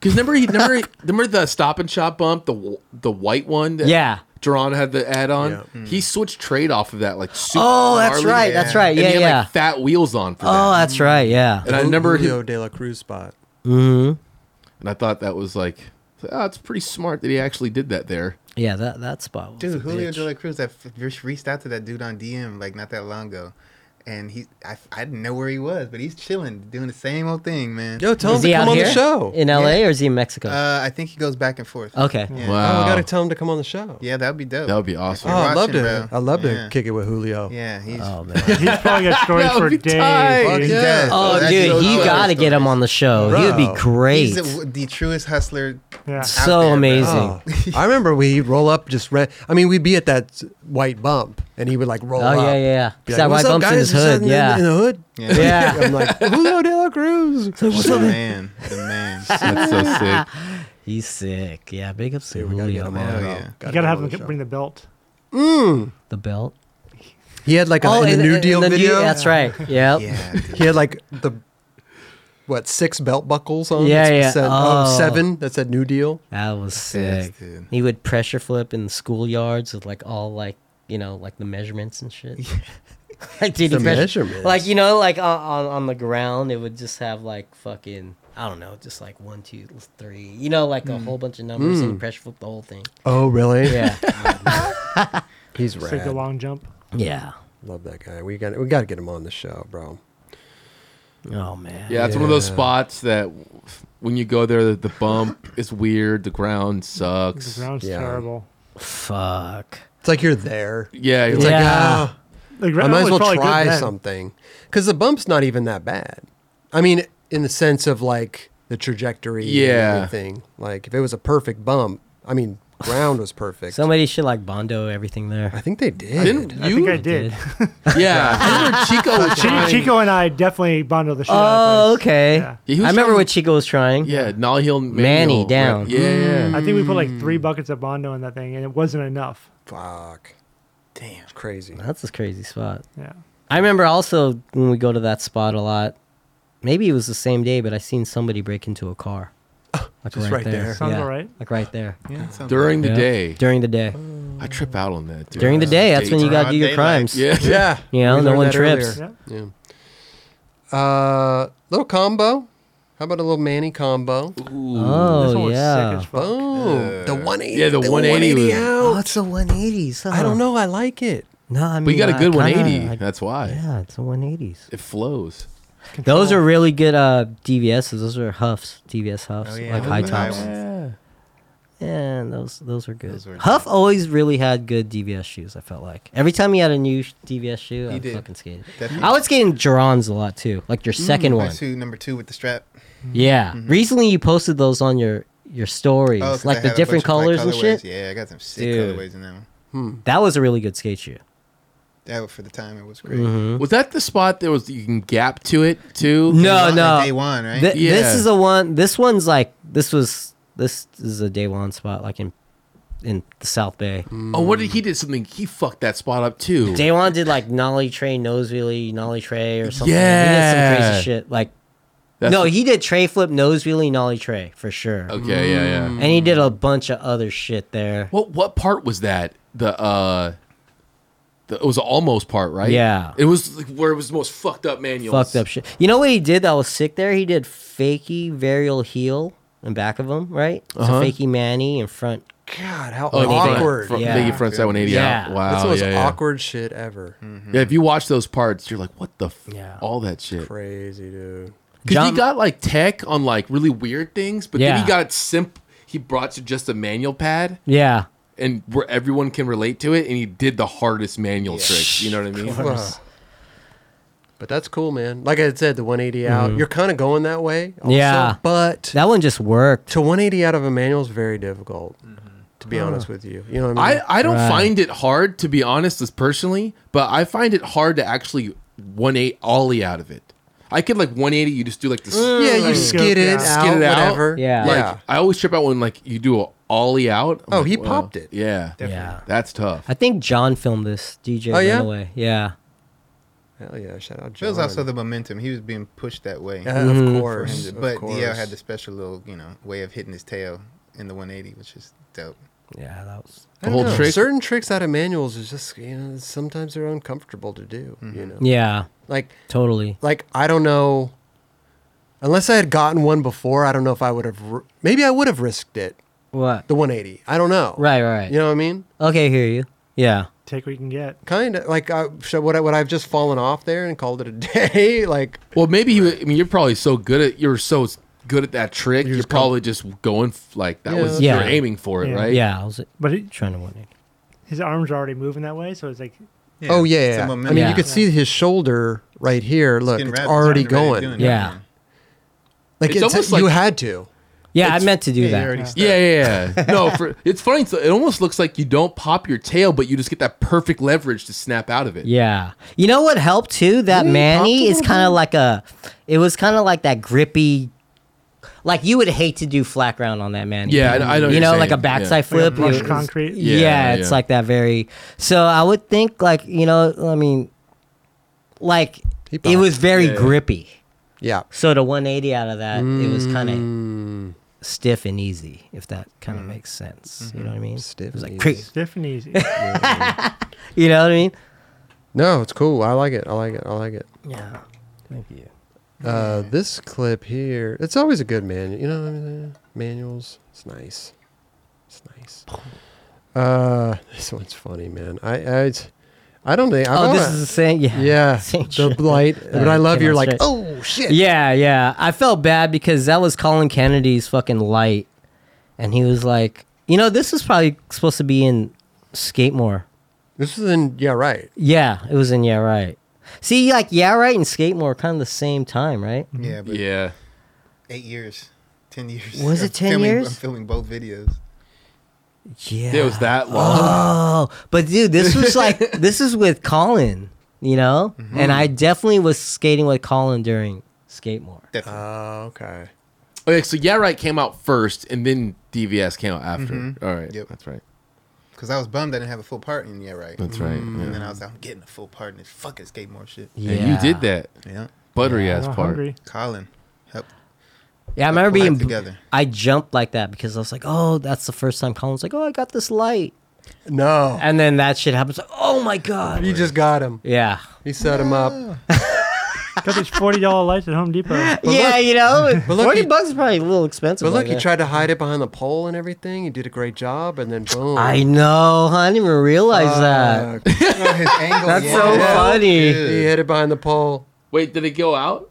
C: Because remember, he, remember, remember the Stop and Shop bump, the w- the white one. That
B: Yeah. Mm.
C: Duran had the add on.
A: Yeah.
C: He switched trade off of that, like super.
B: Oh, that's
C: gnarly-
B: right. That's right.
C: And
B: Yeah,
C: he had,
B: yeah.
C: Like, fat wheels on for
B: oh,
C: that.
B: that's right. Yeah.
C: And I remember,
A: Julio
C: him,
A: De La Cruz spot.
C: and I thought that was like, oh, it's pretty smart that he actually did that there.
B: Yeah. That that spot. Was a
D: Dude, Julio
B: bitch.
D: De La Cruz, I f- just reached out to that dude on DM like not that long ago, and he, I, I didn't know where he was, but he's chilling, doing the same old thing, man.
A: Yo, tell
B: Is
A: him
B: he
A: to come
B: out
A: on the
B: here?
A: show.
B: in L.A. or is he in Mexico?
D: Uh, I think he goes back and forth.
B: okay.
D: Yeah.
A: Oh,
C: Wow,
A: we gotta tell him to come on the show.
D: Yeah, that would be dope.
C: that would be awesome.
A: Oh, I'd love
D: Watching,
A: to.
D: bro.
A: I'd love
D: Yeah.
A: to kick it with Julio.
D: yeah, he's.
B: Oh man.
E: He's probably got stories
C: That would
E: for
C: be
E: days.
C: tight.
A: Fuck
E: dude.
A: yeah.
B: Oh,
D: that's
B: dude,
D: so
B: you
D: dope.
B: gotta get him on the show. He would
A: Bro.
B: be great.
D: He's the, the truest hustler.
E: Yeah.
B: So
D: there, bro.
B: amazing.
A: Oh, I remember we roll up just ran. I mean, we'd be at that s- white bump, and he would like roll
B: Oh
A: up.
B: yeah, yeah, yeah.
A: Be
B: that
A: "What's
B: white
A: up,
B: bumps in
A: guys?
B: his
A: What's up
B: hood.
A: in the-
B: Yeah.
A: in the hood.
D: Yeah,
B: Yeah.
A: I'm like Julio De La Cruz.
D: the man, the man.
C: That's so sick.
B: He's sick. Yeah, big ups to
A: Dude, we gotta get
B: Julio,
A: him
B: man. Oh,
A: on.
D: Hell
A: bro.
D: yeah. You
E: You gotta
A: get
E: have
A: him on
E: him
A: the show.
E: bring the belt.
B: The belt.
A: He had like a, in the
B: and-
A: New
B: and-
A: Deal
B: and Oh, the new-
A: video.
B: that's right. Yep.
D: Yeah,
A: He had like the what six belt buckles on?
B: Yeah,
A: that
B: yeah.
A: Said,
B: Oh.
A: oh, seven. That said New Deal.
B: That was
D: Yes,
B: sick.
D: dude.
B: He would pressure flip in the schoolyards with like all like you know like the measurements and shit. like dude, he
A: The
B: pressure-
A: measurements.
B: Like you know like on, on on the ground, it would just have like fucking I don't know, just like one, two, three. You know, like a whole bunch of numbers, and he pressure flip the whole thing.
A: Oh, really?
B: Yeah,
A: He's
E: It's like
A: rad.
E: the long jump.
B: yeah.
A: Love that guy. We got we got to get him on the show, bro.
B: Oh man.
C: Yeah, it's one of those
A: Yeah.
C: spots that when you go there, the bump is weird. The ground sucks.
E: The ground's
A: Yeah.
E: terrible.
B: Fuck.
A: It's like you're there.
C: Yeah, you're
A: It's
C: like,
A: like
B: Yeah.
A: ah,
E: The
A: I
E: ground
A: might as
E: was
A: well
E: probably good
A: try
E: then.
A: something because the bump's not even that bad. I mean, in the sense of like the trajectory,
C: Yeah.
A: and everything. Like if it was a perfect bump, I mean, ground was perfect.
B: Somebody should like bondo everything
A: I
B: there.
A: think they did.
C: didn't
E: I
C: you?
E: think I did.
C: Yeah, I remember Chico was
E: Chi-
C: trying-
E: Chico and I definitely bonded the shit out
B: Oh,
E: of this.
B: okay.
E: Yeah.
C: Yeah, he was
B: I remember
C: trying-
B: what Chico was trying.
C: Yeah, Nolly Hill
B: Manny
C: Manuel,
B: down.
C: right? Yeah, yeah.
E: I think we put like three buckets of Bondo in that thing, and it wasn't enough.
A: Fuck. Damn. It's crazy.
B: That's a crazy spot.
E: Yeah.
B: I remember also when we go to that spot a lot. Maybe it was the same day, but I seen somebody break into a car. Like
A: Just right there.
E: Sounds
B: yeah.
E: alright.
B: Like right there.
D: yeah, sounds
C: During the
B: Yeah.
C: day,
B: During the day.
C: I trip out on that. Dude.
B: During the day, that's when you
D: Daytime.
B: gotta do your
D: Daylight.
B: crimes.
C: Yeah,
A: Yeah.
B: You know,
A: We
B: no
A: learned
B: one
A: that
B: trips.
E: Yeah.
A: earlier. Yeah. Uh, little combo. How about a little Manny combo?
E: This one
B: Oh
E: was sick
B: yeah.
E: as fuck.
A: Oh, the 180.
C: yeah, the 180 was-
B: Oh,
A: out.
B: it's a 180s. Huh?
A: I don't know. I like it.
B: No, I mean,
C: But you got a
B: I
C: good
B: kinda-
C: 180.
B: I-
C: That's why
B: yeah, it's a 180s.
C: it flows.
B: Those are really good uh, DVSs. Those are Huffs, DVS Huffs,
D: Oh, yeah.
B: like
D: Those
B: high
D: are the high
B: tops.
D: ones.
C: Yeah.
B: Yeah, those those are good.
D: Those were
B: Huff always really had good DVS shoes. I felt like every time he had a new sh- DVS shoe,
D: He
B: I
D: did.
B: fucking skated.
D: Definitely. Mm,
B: I would skate in Jerons a lot too, like your second
D: I
B: one.
D: see number two with the strap.
B: Yeah, recently you posted those on your your stories,
D: Oh, 'cause I
B: like the
D: had a
B: different
D: bunch of, like,
B: colors and
D: colorways.
B: shit.
D: Yeah, I got some sick
B: Dude.
D: colorways in that one.
B: That was a really good skate shoe.
D: That was- for the time it was great.
A: Mm-hmm. Hmm?
C: Was that the spot that was you can gap to it too?
B: No,
D: Day one-
B: no,
D: day one, right?
B: Th- This
C: Yeah.
B: is a one. This one's like this was this is a day one spot, like in in the South Bay.
C: Oh, what did he did something? He fucked that spot up too.
B: Day one did like Nolly Tray nose wheelie, Nolly Tray or something. he did some
C: Yeah.
B: crazy shit. Like
C: That's-
B: no, he did tray flip, nose wheelie, Nolly Tray for sure.
C: Okay, yeah,
A: Hmm.
C: yeah.
B: And he did a bunch of other shit there.
C: What what part was that? The uh, the, it was the almost part, right?
B: Yeah.
C: It was like where it was the most fucked up manual.
B: Fucked up shit. You know what he did that was sick there? He did fakey varial heel in back of him, right?
C: Uh-huh.
B: So fakey Manny in front.
A: God, how
C: Oh,
A: awkward.
C: awkward. Front,
B: Yeah.
C: yeah. front side 180 out.
B: Yeah.
C: Wow.
A: That's the most
C: Oh, yeah, yeah.
A: awkward shit ever.
C: Yeah, if you watch those parts, you're like, what the? F-?
B: Yeah.
C: All that shit.
A: Crazy dude.
C: Because
B: John-
C: he got like tech on like really weird things, but then
B: Yeah.
C: he got simp. He brought to just a manual pad
B: Yeah.
C: and where everyone can relate to it, and he did the hardest manual tricks. You know what I mean?
A: Wow. But that's cool, man. Like I said, the 180 out. You're kind of going that way. Also,
B: Yeah.
A: But
B: That one just worked.
A: to 180 out of a manual is very difficult. To be honest with you, you know what I mean.
C: I, I don't
B: Right.
C: find it hard to be honest, as personally, but I find it hard to actually one eight ollie out of it. I could like one eighty. You just do like this.
A: yeah, you
E: Mm.
A: skid it,
E: Skid
A: out,
C: it out.
A: whatever.
B: Yeah.
C: Like I always trip out when like you do a ollie out. I'm
A: Oh,
C: like,
A: he
C: well,
A: popped it.
C: Yeah,
B: Yeah.
C: that's tough.
B: I think John filmed this DJ
A: Oh, yeah?
B: Runaway. Yeah.
A: Hell yeah! Shout out.
D: It
A: John.
D: was also the momentum. He was being pushed that way.
A: Yeah,
B: Mhm.
A: of
D: for him
A: course.
D: to-
A: of
D: but DL
A: course.
D: had the special little, you know, way of hitting his tail in the 180, which is dope.
B: Yeah, that was.
A: I don't
C: whole
A: know.
C: trick-
A: Certain tricks out of manuals is just you know sometimes they're uncomfortable to do. You know,
B: Yeah,
A: like
B: totally.
A: like I don't know. Unless I had gotten one before, I don't know if I would have. r maybe I would have risked it.
B: What?
A: The 180. I don't know.
B: Right, right, right.
A: You know what I mean?
B: Okay, hear you. Yeah.
E: Take what you can get.
A: Kind of like I, so would I would I have just fallen off there and called it a day? like
C: Well, maybe he. I mean, you're probably so good at you're so good at that trick. You're,
A: just
C: probably just going f- like that
A: Yeah.
C: was
B: Yeah.
C: you're aiming for it,
E: Yeah.
C: right?
B: Yeah, I was
E: But he,
B: trying to win it.
E: his arms are already moving that way, so it's like
A: oh yeah,
D: It's a
A: yeah. I
D: momentum.
A: mean
B: Yeah.
A: you could see his shoulder right here. Look,
D: Getting
A: it's
D: wrapped,
A: already
D: it's already
A: going.
D: doing
B: Yeah.
D: it.
A: Like
C: It's
A: it's,
C: almost
A: you
C: like-
A: had to.
B: Yeah,
C: It's-
B: I meant to do
D: Yeah, you
B: that.
D: already started.
C: Yeah, yeah, yeah. no, for, it's funny. It's, it almost looks like you don't pop your tail, but you just get that perfect leverage to snap out of it.
B: Yeah. You know what helped too? That
C: Mm-hmm.
A: Mm,
B: Manny
A: talk a
B: is
A: little
B: kind of like a. It was kind of like that grippy. Like you would hate to do flat ground on that Manny.
C: Yeah, I know- I know what
B: You
C: you're
B: know,
C: saying.
B: like a
C: Yeah.
B: backside
E: Like a
B: flip.
E: brushed
B: it was-
E: concrete?
B: Yeah,
C: Yeah,
B: it's
C: yeah.
B: like that very. So I would think like you know I mean, like
A: He
B: it was
A: popped.
B: very
C: Yeah, yeah.
B: grippy.
A: Yeah.
B: So the 180 out of that, it was kind of
C: Mm.
B: stiff and easy, if that kind of makes sense. You
C: Mm-hmm.
B: know what I mean?
A: Mm. Stiff
B: It was like,
A: and easy.
B: "Creak,"
E: stiff and easy.
B: you know what I mean?
A: No, it's cool. I like it. I like it. I like it.
B: Yeah. Thank you.
A: Uh, this clip here, it's always a good manual. You know, what I mean? manuals. It's nice. It's nice. Uh, this one's funny, man. I I, I don't think. I
B: oh,
A: wanna-
B: this is the same. Yeah.
A: yeah.
B: Same
A: The
B: shit.
A: blight, but I love
B: came
A: you're
B: out
A: like
B: straight.
A: oh shit.
B: Yeah, yeah. I felt bad because that was Colin Kennedy's fucking light. And he was like, you know, this was probably supposed to be in Skatemore.
A: This is in yeah right.
B: Yeah, it was in Yeah Right. See, like Yeah Right and Skatemore are kind of the same time, right?
D: Yeah. Yeah, but
C: Yeah.
D: eight years, 10 years.
B: Was it 10
D: I'm filming-
B: years?
D: I'm filming both videos.
B: Yeah.
C: It was that long.
B: Oh, but dude, this was like this is with Colin, you know, and I definitely was skating with Colin during Skatemore.
A: Oh
D: Definitely.
A: okay.
C: Okay, so Yeah Right came out first, and then DVS came out after. All right.
D: Yep.
C: That's right.
D: Because I was bummed I didn't have a full part in Yeah Right.
C: That's right.
D: And Mm, then
C: Yeah.
D: I was like, I'm getting a full part in this fucking skateboard shit.
B: Yeah,
C: And you did that
D: Yeah.
C: buttery
E: I'm
C: ass part.
E: hungry.
D: Colin helped.
B: Yeah, I remember
D: pull that
B: being
D: together.
B: I jumped like that because I was like, oh, that's the first time Colin's like, oh, I got this light,
A: No,
B: and then that shit happens. Like, oh my god.
A: you just got him.
B: Yeah.
A: You set him up.
E: Got these forty dollar lights at Home Depot.
B: yeah,
A: look-
B: you know,
A: but look,
B: forty
A: he-
B: bucks is probably a little expensive.
A: But look,
B: like
A: he
B: that.
A: tried to hide it behind the pole and everything. He did a great job, and then boom.
B: I know, uh, huh? I didn't even realize that.
A: Fuck.
D: Oh, his angle.
B: That's
D: yeah.
B: so
A: Yeah.
B: funny.
A: He hit it behind the pole.
C: Wait, did it go out?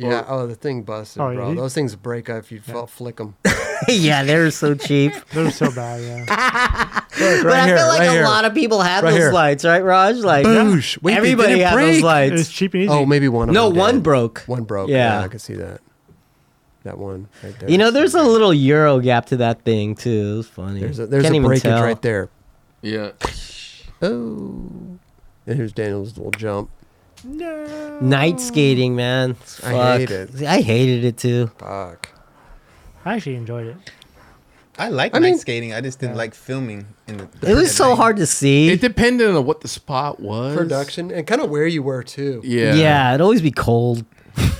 A: Yeah. Oh, the thing busted,
E: Oh,
A: bro.
E: yeah.
A: Those things break up if you felt flick them.
B: yeah, they were so cheap.
E: They're so bad. Yeah.
B: but I feel like a lot of people had
A: Right
B: those
A: here.
B: lights, right, Raj? Like
A: Boosh. Wait, they
B: everybody
A: didn't
B: had those
A: break.
E: It was
B: lights.
E: cheap and easy.
A: Oh, maybe one. Of
B: No,
A: them
B: one
A: did.
B: broke.
A: One broke. Yeah.
B: Yeah.
A: I can see that. That one right there.
B: You know, there's a little Euro gap to that thing too. It was funny.
A: there's a, there's
B: Can't
A: a
B: even
A: breakage
B: tell.
A: right there.
C: Yeah.
A: Oh. And here's Daniel's little jump.
B: Night skating, man.
A: I
B: Fuck.
A: hate it.
B: I hated it too.
A: Fuck.
E: I actually enjoyed it.
D: I like
A: I
D: night
A: mean-
D: skating. I just didn't like filming. In the,
B: It was so hard to see.
C: It depended on what the spot was.
A: Production and kind of where you were too.
C: Yeah.
B: it'd always be cold.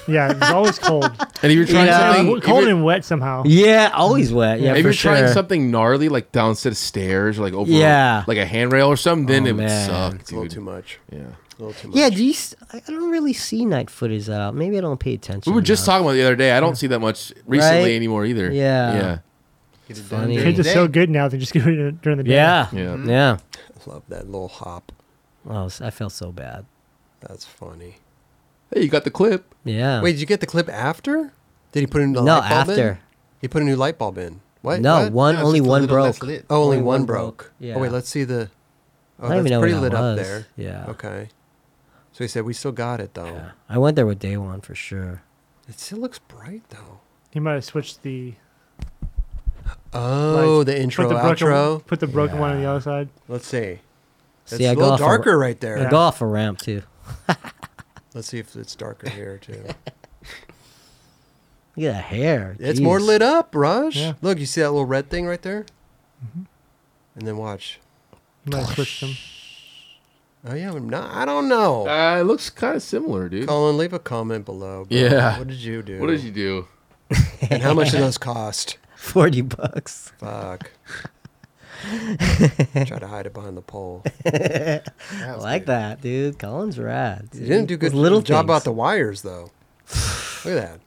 E: Yeah, it was always cold.
C: And if you're trying
B: know,
C: something
E: Yeah,
C: if
E: cold
C: you're-
E: and wet somehow.
B: Yeah, always wet. Yeah,
C: if
B: for
C: you're
B: sure.
C: trying something gnarly, like down a set of stairs or like over
B: Yeah.
C: like a handrail or something, then
B: Oh,
C: it would
B: man.
C: suck,
A: It's a little too
C: dude.
A: much.
C: Yeah.
A: A little too much.
B: yeah, do you? s- I I don't really see night footage that out. Maybe I don't pay attention.
C: We were just
B: enough.
C: talking about it the other day. I don't see that much recently
B: Right?
C: anymore either.
B: Yeah.
C: Yeah.
D: It's
B: funny.
E: Kids are so good now. They just do it during the day.
B: Yeah,
C: Yeah. Mhm.
B: yeah.
A: I love that little hop.
B: Oh, s- I felt so bad.
A: That's funny.
C: Hey, you got the clip.
B: Yeah.
A: Wait, did you get the clip after? Did he put a new
B: no,
A: light bulb in?
B: after.
A: He put a new light bulb in. What?
B: No,
A: What?
B: one
D: No, it's
B: only
D: just a
B: one
D: little less
B: broke.
D: lit.
A: Oh, only
B: Only
A: one
B: one
A: broke.
B: broke. Yeah.
A: Oh wait, let's see the. Oh,
B: I don't
A: that's
B: even know
A: pretty
B: what
A: lit
B: that
A: up
B: was.
A: there.
B: Yeah.
A: Okay. So he said we still got it though.
B: Yeah. I went there with day one for sure.
A: It still looks bright though.
E: He might have switched the
A: Oh,
E: Like,
A: the intro
E: put the broken,
A: outro.
E: Put the broken one on the
B: Yeah.
E: other side.
A: Let's see. It's
B: See,
A: a
B: I go
A: little
B: off a-
A: darker right there.
B: I go off a ramp too.
A: Let's see if it's darker here too.
B: Look at that hair.
A: it's more
B: Jeez.
A: lit up, Raj.
E: Yeah.
A: Look, you see that little red thing right there?
B: Mm-hmm.
A: And then watch.
E: He might have switched them.
A: Oh yeah, I'm not. I don't know.
C: Uh, it looks kind of similar, dude.
A: Colin, leave a comment below. bro.
C: Yeah.
A: What did you do?
C: What did you do?
A: And how much did those cost?
B: Forty bucks.
A: Fuck. Try to hide it behind the pole.
B: I like that, dude. Colin's rad.
A: You didn't do good
B: little
A: little job about the
B: things.
A: wires though. Look at that.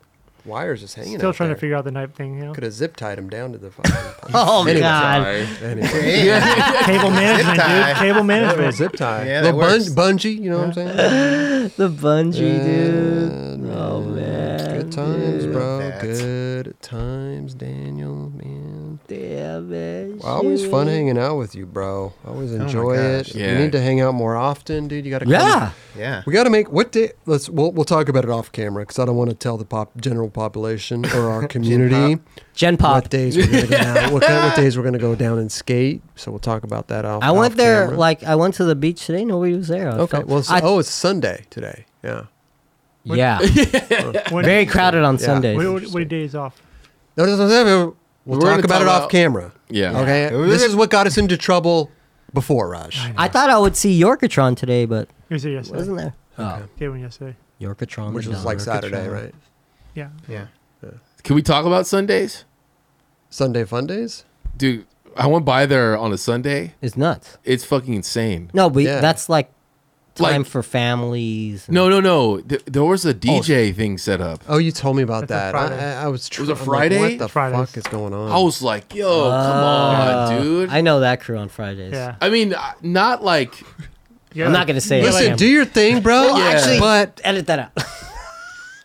A: Wires just hanging.
E: Still trying to figure out the night thing. You know,
A: Could have zip tied him down to the fucking pole.
B: Oh
A: Anyway,
B: god.
A: anyway.
D: Yeah.
E: cable management,
D: tie.
E: dude.
A: Yeah,
E: Cable
A: little
E: management.
A: zip tie.
D: Yeah, that
A: little bun-
D: works.
A: bungee. You know what I'm saying?
B: The bungee,
A: Uh,
B: dude. Oh man.
A: Good times, bro.
D: That's-
A: Good times, Daniel. Man.
B: Damn it.
A: Well, always
B: shoot.
A: fun hanging out with you, bro. Always enjoy it.
D: gosh.
C: Yeah.
A: We need to hang out more often, dude. You got to
B: Yeah.
D: yeah.
A: We got to make what day? Let's we'll, we'll talk about it off camera because I don't want to tell the pop general population or our community
B: Gen
A: what
B: Pop.
A: days we're gonna go down, what, kind- what days we're gonna go down and skate. So we'll talk about that off.
B: I went
A: off
B: there
A: camera.
B: like I went to the beach today. Nobody was there. I
A: okay.
B: felt-
A: Well, so,
B: I-
A: oh, it's Sunday today. Yeah.
B: yeah,
E: When-
B: very crowded on
A: Yeah.
B: Sundays.
E: What, what, what days off?
A: No, no, no, no, no. We'll
C: We're
A: talk
C: gonna
A: about
C: talk
A: it off
C: about-
A: camera.
C: Yeah.
A: Okay. This is what got us into trouble before, Raj.
B: I thought I would see Yorkatron today, but
E: It was there yesterday.
B: wasn't there. Oh,
E: Day one yesterday.
B: Yorkatron,
A: Which
B: the
A: was
B: dog.
A: like Saturday,
B: Yorkatron.
A: right?
E: Yeah.
D: Yeah.
C: Can we talk about Sundays?
A: Sunday fun days?
C: Dude, I went by there on a Sunday.
B: It's nuts.
C: It's fucking insane.
B: No, but
A: Yeah.
B: that's like
C: Like-
B: time for families. and-
C: No, no, no. Th- there was
B: Oh.
C: a DJ thing set up.
A: Oh, you told me about
E: That's a
A: that. I,
E: Friday.
A: I, I was. Tr-
C: It was a
A: I'm like,
C: Friday?
A: what the
E: Fridays.
A: fuck is going on?
C: I was like, yo, come on,
B: Uh,
C: dude.
B: I
C: I,
B: know that crew on Fridays.
E: Yeah.
C: mean, uh, not like
E: yeah.
B: I'm not gonna say it.
A: Listen, do your thing, bro.
B: Well, actually-
A: but
B: Edit that out.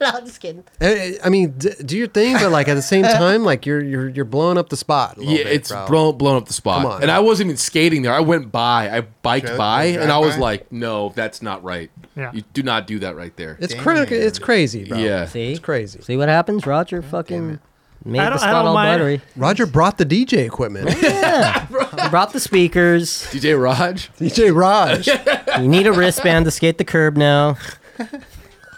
B: no, I'm just kidding.
A: Eh, I I mean, d- do your thing, but like at the same time, like you're you're you're blowing up the spot. A little
C: yeah,
A: bit,
C: it's
A: bro.
C: blown blown up the spot.
A: Come on.
C: And I wasn't even skating there. I went by. I biked
D: Drove-
C: by,
D: drive
C: and I was
D: by?
C: like, no, that's not right.
E: Yeah.
C: You do not do that right there.
A: It's
D: Damn.
A: crazy. It's crazy, bro.
C: yeah.
B: See,
A: it's crazy.
B: See what happens, Roger? Fucking made
E: I
B: the
E: don't- I
B: spot
E: don't
B: all
E: mind.
B: buttery.
A: Roger brought the DJ equipment.
B: Yeah, brought the speakers.
C: DJ Raj.
A: DJ Raj.
B: You need a wristband to skate the curb now.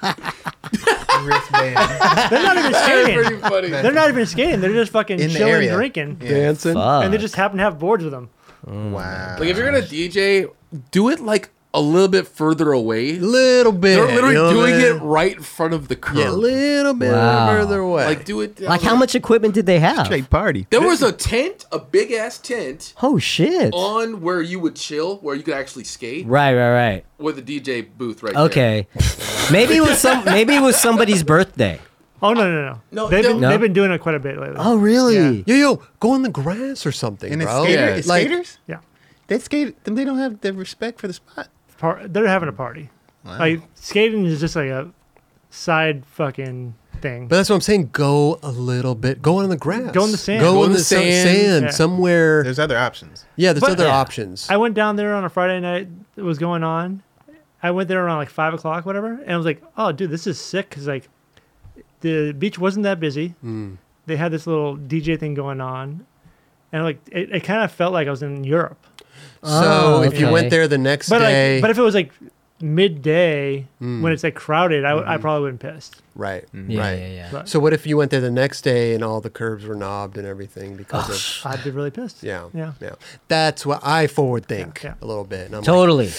D: Wristband
E: They're not even
C: Pretty
E: skating.
C: funny.
E: They're not even skating. They're just fucking
D: in the
E: chilling,
D: area.
E: drinking,
D: Yeah.
A: Dancing.
B: Fuck.
E: and they just happen to have boards with them.
D: Wow.
C: Like if you're gonna DJ, do it like a a little bit further away.
A: little bit.
C: They're
A: you
C: literally
A: know what
C: doing
A: I
C: it
A: mean?
C: right in front of the curb.
A: Yeah, a little bit
B: Wow.
A: further away.
C: like do it
B: Like, how much equipment did they have?
D: Straight party.
C: There was a tent, a big ass tent
B: Oh shit!
C: on where you would chill, where you could actually skate
B: Right, right, right.
C: with a DJ booth right there.
B: Okay, maybe it was some. Maybe it was somebody's birthday.
E: Oh no no no!
C: No,
E: they've been
B: no.
E: they've been doing it quite a bit lately.
B: Oh really?
A: yo, yo, go on the grass or something,
D: And it's
A: bro.
D: skater,
C: Yeah.
D: it's
A: Like-
D: skaters.
E: Yeah,
D: They skate. Then they don't have the respect for the spot.
E: Par- they're having a party. Like skating is just like a side fucking thing.
A: But that's what I'm saying. Go a little bit. Go on the grass.
E: Go in the sand.
A: Go,
C: Go
A: in
C: in
A: the,
C: the
A: so-
C: sand.
A: sand
E: Yeah.
A: somewhere.
D: There's other options.
A: yeah, there's
E: But-
A: other
E: Yeah.
A: options.
E: I went down there on a Friday night. It was going on. I went there around like five o'clock, whatever, and I was like, "Oh, dude, this is sick." Because like, the beach wasn't that busy.
A: Hmm.
E: They had this little DJ thing going on, and like, it, it kind of felt like I was in Europe.
A: so
B: Oh,
A: if you
B: okay.
A: went there the next
E: But
A: day,
E: like, but if it was like midday
A: Hmm.
E: when it's like crowded, I,
A: Mm-hmm.
E: I probably wouldn't pissed.
A: right,
B: Yeah,
A: right.
B: yeah, yeah.
E: But
A: So what if you went there the next day and all the curbs were knobbed and everything because of
E: I'd be really pissed.
A: yeah,
E: yeah.
A: yeah. That's what I forward think
E: Yeah,
A: a
E: yeah.
A: little bit. And I'm like,
B: Totally.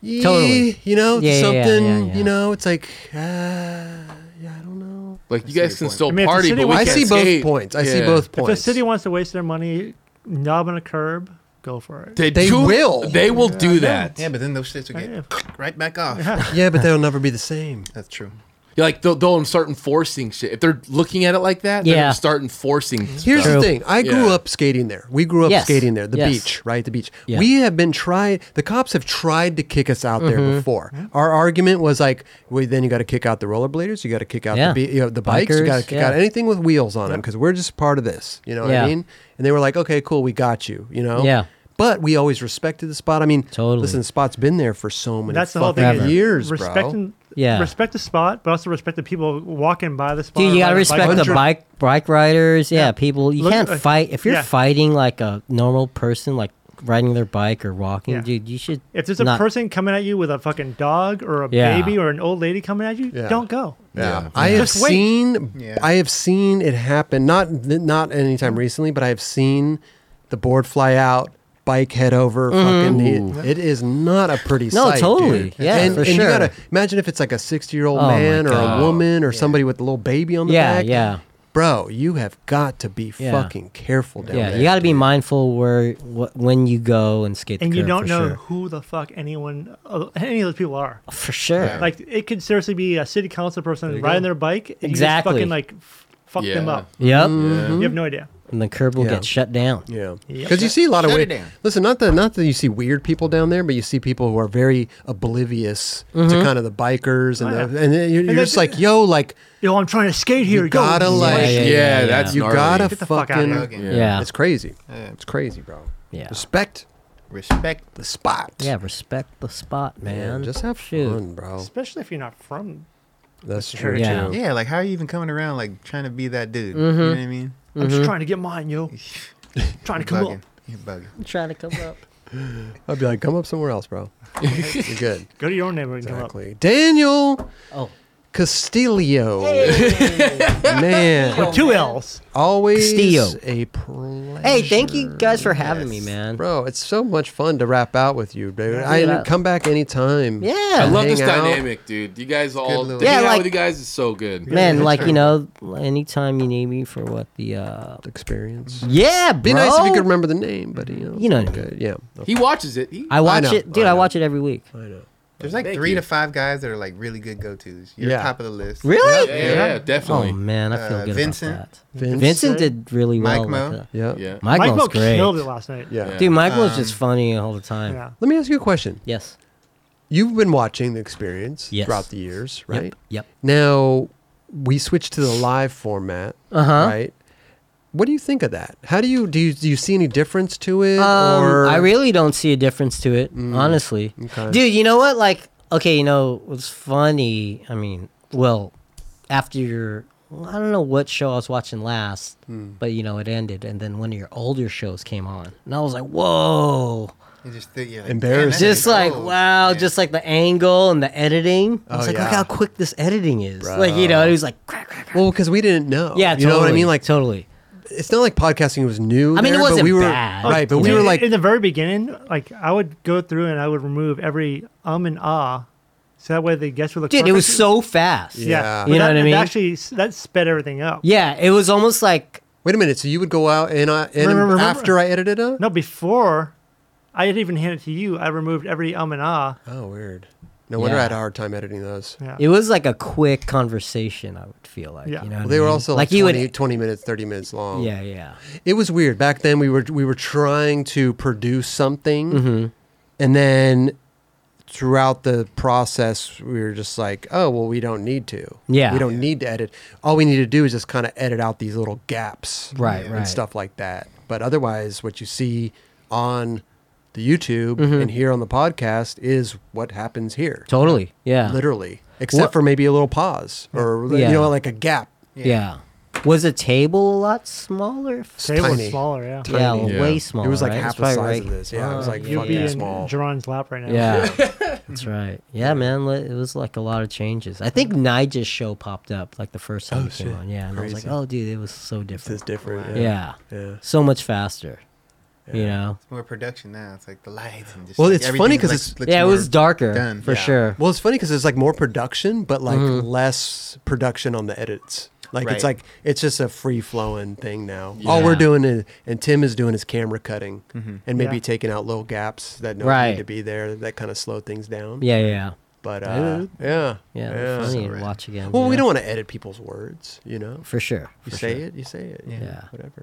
A: "Yee,"
B: totally.
A: You know,
B: Yeah, yeah, yeah,
A: something.
B: yeah, yeah.
A: You know, it's like, uh, yeah, I don't know.
C: Like you guys can still
E: I mean, if the
C: party,
E: city
C: but we
E: wants-
A: I
C: can't
A: see
C: skate.
A: both points. I see
C: Yeah.
A: both
E: If
A: points.
E: the city wants to waste their money knobbing a curb, go for it.
C: They,
A: They
C: do-
A: will.
C: They will do that.
D: Yeah, but then those
B: Oh,
D: shits will get right back off.
A: yeah, but they'll never be the same.
D: That's true.
C: You're like they'll, they'll start enforcing shit. If they're looking at it like that, they're
B: Yeah.
C: gonna start enforcing.
A: Here's
C: stuff.
A: the thing. I grew
C: Yeah.
A: up skating there. We grew up
B: Yes.
A: skating there. The
B: Yes.
A: beach, right? The beach.
B: Yeah.
A: We have been trying. The cops have tried to kick us out
E: Mm-hmm.
A: there before. Our argument was like, well, then you got to kick out the rollerbladers. You got to kick out
B: Yeah.
A: the be- you know, the bikes. You
B: Bikers,
A: got to kick
B: yeah.
A: out anything with wheels on them because we're just part of this. You know what I
B: Yeah.
A: mean? And they were like, okay, cool, we got you. You know?
B: Yeah.
A: But we always respected the spot. I mean,
B: Totally.
A: Listen, the spot's been there for so many
E: That's the whole
A: fucking
E: thing. is
A: years, bro.
E: respecting,
B: Yeah.
E: Respect the spot, but also respect the people walking by the spot.
B: Dude,
E: or
B: you gotta
E: riding
B: respect the
E: bikes.
B: bike bike riders. Yeah,
E: Yeah.
B: people. You
E: Look-
B: can't
E: uh,
B: fight if you're
E: yeah.
B: fighting like a normal person, like riding their bike or walking.
E: Yeah.
B: Dude, you should.
E: If there's a
B: not-
E: person coming at you with a fucking dog or a
B: Yeah.
E: baby or an old lady coming at you,
A: Yeah.
E: don't go.
A: Yeah.
C: Yeah.
A: I have
E: Just wait.
A: seen
D: Yeah.
A: I have seen it happen not not anytime recently, but I have seen the board fly out, bike head over, fucking it, it is not a pretty
B: Mm. No,
A: sight.
B: totally.
A: dude.
B: Yeah,
A: and,
B: for
A: and you
B: sure.
A: gotta imagine if it's like a 60-year-old
B: Oh my
A: man or a
B: God.
A: woman or somebody with a little baby on the
B: Yeah,
A: back.
B: yeah.
A: Bro, you have got to be
B: Yeah.
A: fucking careful down
B: Yeah,
A: there.
B: you got to be
A: dude.
B: mindful where wh- when you go and skate. the
E: And you
B: curb,
E: don't
B: for
E: know
B: sure.
E: who the fuck anyone, uh, any of those people are.
B: for sure.
D: Yeah.
E: Like it could seriously be a city council person riding their bike. And
B: Exactly.
E: You just fucking like f- fuck them
C: Yeah.
E: up.
B: Yep,
A: Mm-hmm.
E: You have no idea.
B: and the curb will
A: Yeah.
B: get shut down.
A: Yeah,
E: Yep.
A: because you see a lot of
D: Shut it
A: weird.
D: down.
A: Listen, not that not that you see weird people down there, but you see people who are very oblivious
B: Mm-hmm.
A: to kind of the bikers and
E: Oh, yeah.
A: the, and then you're, you're
E: that's-
A: just like, yo, like
E: Yo, I'm trying to skate here.
A: you gotta
E: yo.
A: like,
B: Yeah,
C: Yeah,
B: yeah, yeah,
C: that's
A: you
C: gnarly.
A: gotta
E: Get the fuck out of
A: fucking.
E: here.
D: Again.
C: Yeah.
B: Yeah,
A: It's crazy.
D: Yeah.
A: It's crazy, bro.
B: yeah,
A: Respect
D: Respect.
A: the spot.
B: yeah. Respect the spot, man.
A: just have
B: Shoot.
A: fun, bro.
E: Especially if you're not from.
A: That's
E: Yeah.
A: true.
B: Yeah.
C: Oh.
A: Too.
D: Yeah, like how are you even coming around like trying to be that dude?
B: Mm-hmm.
D: You know what I mean?
E: I'm
A: Mm-hmm.
E: just trying to get mine, yo. trying to
D: You're
E: come up.
D: bugging. You're bugging.
B: I'm trying to come up.
A: I'd be like, come up somewhere else, bro. You're good.
E: Go to your own neighborhood and come up.
A: Exactly. Daniel
B: Oh,
A: Castillo, man,
E: With two L's.
A: always
B: Castillo.
A: a pleasure.
B: hey, thank you guys for having me,
A: Yes.
B: man.
A: Bro, it's so much fun to wrap out with you, dude. I
B: Yeah.
A: come back anytime.
B: Yeah,
C: I love this
A: Hang out.
C: dynamic, dude. You guys all
D: Good
C: to
D: little-
C: be
B: Yeah,
C: out
B: like-
C: with you guys is so good.
B: man. Like you know, anytime you need me for what the uh,
A: Experience.
B: yeah, bro.
A: Be nice if you could remember the name, but you know.
B: You know what I
A: okay,
B: mean.
A: Yeah.
C: He watches it. He,
B: I watch
A: know,
B: it, dude.
A: I
B: I,
A: know.
B: watch it every week.
A: I know.
D: There's like
C: Thank
D: three
C: you.
D: to five guys that are like really good go tos. You're
A: Yeah.
D: top of the list.
B: Really?
C: yeah, yeah, definitely.
B: Oh man, I feel
D: Uh,
B: good
D: Vincent.
B: about that.
A: Vince.
B: Vincent did really
D: Mike
B: well. with
D: Mo.
B: that.
A: Yeah.
C: yeah.
B: Mike,
E: Mike
B: Mo's
E: Mo
B: great.
E: killed it last night.
A: Yeah. um,
B: Dude, Mike Mo's just funny all the time.
E: Yeah.
A: Let me ask you a question.
B: Yes.
A: You've been watching the experience
B: Yes.
A: throughout the years,
B: Yep,
A: right?
B: Yep.
A: Now we switched to the live format,
B: Uh-huh.
A: right? What do you think of that? How do you do? You, do you see any difference to it?
B: Um,
A: or Mm,
B: I really don't see a difference to it, honestly.
A: okay.
B: Dude, you know what? Like, okay, you know what's funny? I mean, well, after your, well, I don't know what show I was watching last,
A: Hmm.
B: but you know it ended, and then one of your older shows came on, and I was like, whoa,
D: You just think you're like,
A: Embarrassing.
D: "Damn, that's
B: just like
D: cold."
B: wow,
D: Yeah.
B: just like the angle and the editing. I was
A: Oh,
B: like, look
A: yeah.
B: how quick this editing is. Like, you know, it was like, crack, crack, crack.
A: well because we didn't know.
B: yeah,
A: Oh, you know what I
B: totally,
A: mean. Like
B: totally.
A: it's not like podcasting was new.
B: I mean, it
A: there, but
B: wasn't
A: we were,
B: bad.
A: Right, but
B: You
A: we
B: know?
A: were like,
E: in the very beginning, like I would go through and I would remove every um and ah, so that way the guests would look.
B: Dude, it was
E: perfect.
B: so fast.
A: Yeah.
E: But
B: You know
E: that-
B: what I
E: it
B: mean?
E: Actually, that sped everything up.
B: Yeah, it was almost like
A: wait a minute. So you would go out and, uh, and
E: Remember, remember.
A: after I edited it?
E: No, before I didn't even hand it to you. I removed every um and ah.
A: Oh, weird. No wonder
B: Yeah.
A: I had a hard time editing those.
E: Yeah.
B: it was like a quick conversation. I would feel like.
E: Yeah.
B: You know
A: Well,
B: what
A: they
B: I
A: were
B: mean?
A: also like, 20,
B: you would.
A: 20 minutes, 30 minutes long.
B: Yeah, yeah.
A: It was weird. Back then we were we were trying to produce something
B: Mm-hmm.
A: and then throughout the process we were just like, oh well we don't need to.
B: Yeah.
A: We don't need to edit. All we need to do is just kind of edit out these little gaps.
B: Right,
A: and
B: right.
A: stuff like that. But otherwise what you see on the YouTube
B: Mm-hmm.
A: and here on the podcast is what happens here.
B: Totally. Yeah.
A: Literally. Except for maybe a little pause or
B: Yeah.
A: you know, like a gap.
B: Yeah. Was the table a lot smaller?
E: Table
A: tiny.
E: was smaller. Yeah.
A: Tiny.
B: Yeah,
C: Yeah.
B: way
C: It
B: smaller.
A: It was like
B: right?
A: half the
B: That's
A: size
B: probably
A: of
B: right.
A: this. Yeah, it was
B: Oh,
A: like
E: You'd be
A: fucking
E: in
A: small.
E: Jerron's lap right now.
B: Yeah, that's right. Yeah, man, li- it was like a lot of changes. I think Nigel's show popped up like the first time it came on. Yeah, and I was
A: Oh, Crazy.
B: like, oh, dude, it was so
A: This is
B: different.
A: different.
B: Yeah.
A: Yeah.
B: so much faster. You know,
D: More production now. It's like the lights and just.
A: Well,
D: like,
A: it's funny
D: everything
A: 'cause
D: looks-
A: it's-
D: looks
B: yeah, it
D: more-
B: was darker
D: done.
B: for
D: Yeah.
B: sure.
A: Well, it's funny because it's like more production, but like
B: Mm-hmm.
A: less production on the edits. Like it's
D: Right.
A: like it's just a free flowing thing now. All we're doing is, and Tim is doing is camera cutting
B: Mm-hmm.
A: and maybe
E: Yeah.
A: taking out little gaps that don't
B: Right.
A: need to be there that kind of slow things down.
B: Yeah, yeah, yeah.
A: But uh, yeah,
B: yeah, they're Funny to
D: Right.
B: watch again.
A: Well,
B: you
A: we
B: know?
A: don't want to edit people's words, you know.
B: for sure.
A: You
B: for
A: say
B: sure.
A: it, you say it.
B: Yeah.
A: whatever.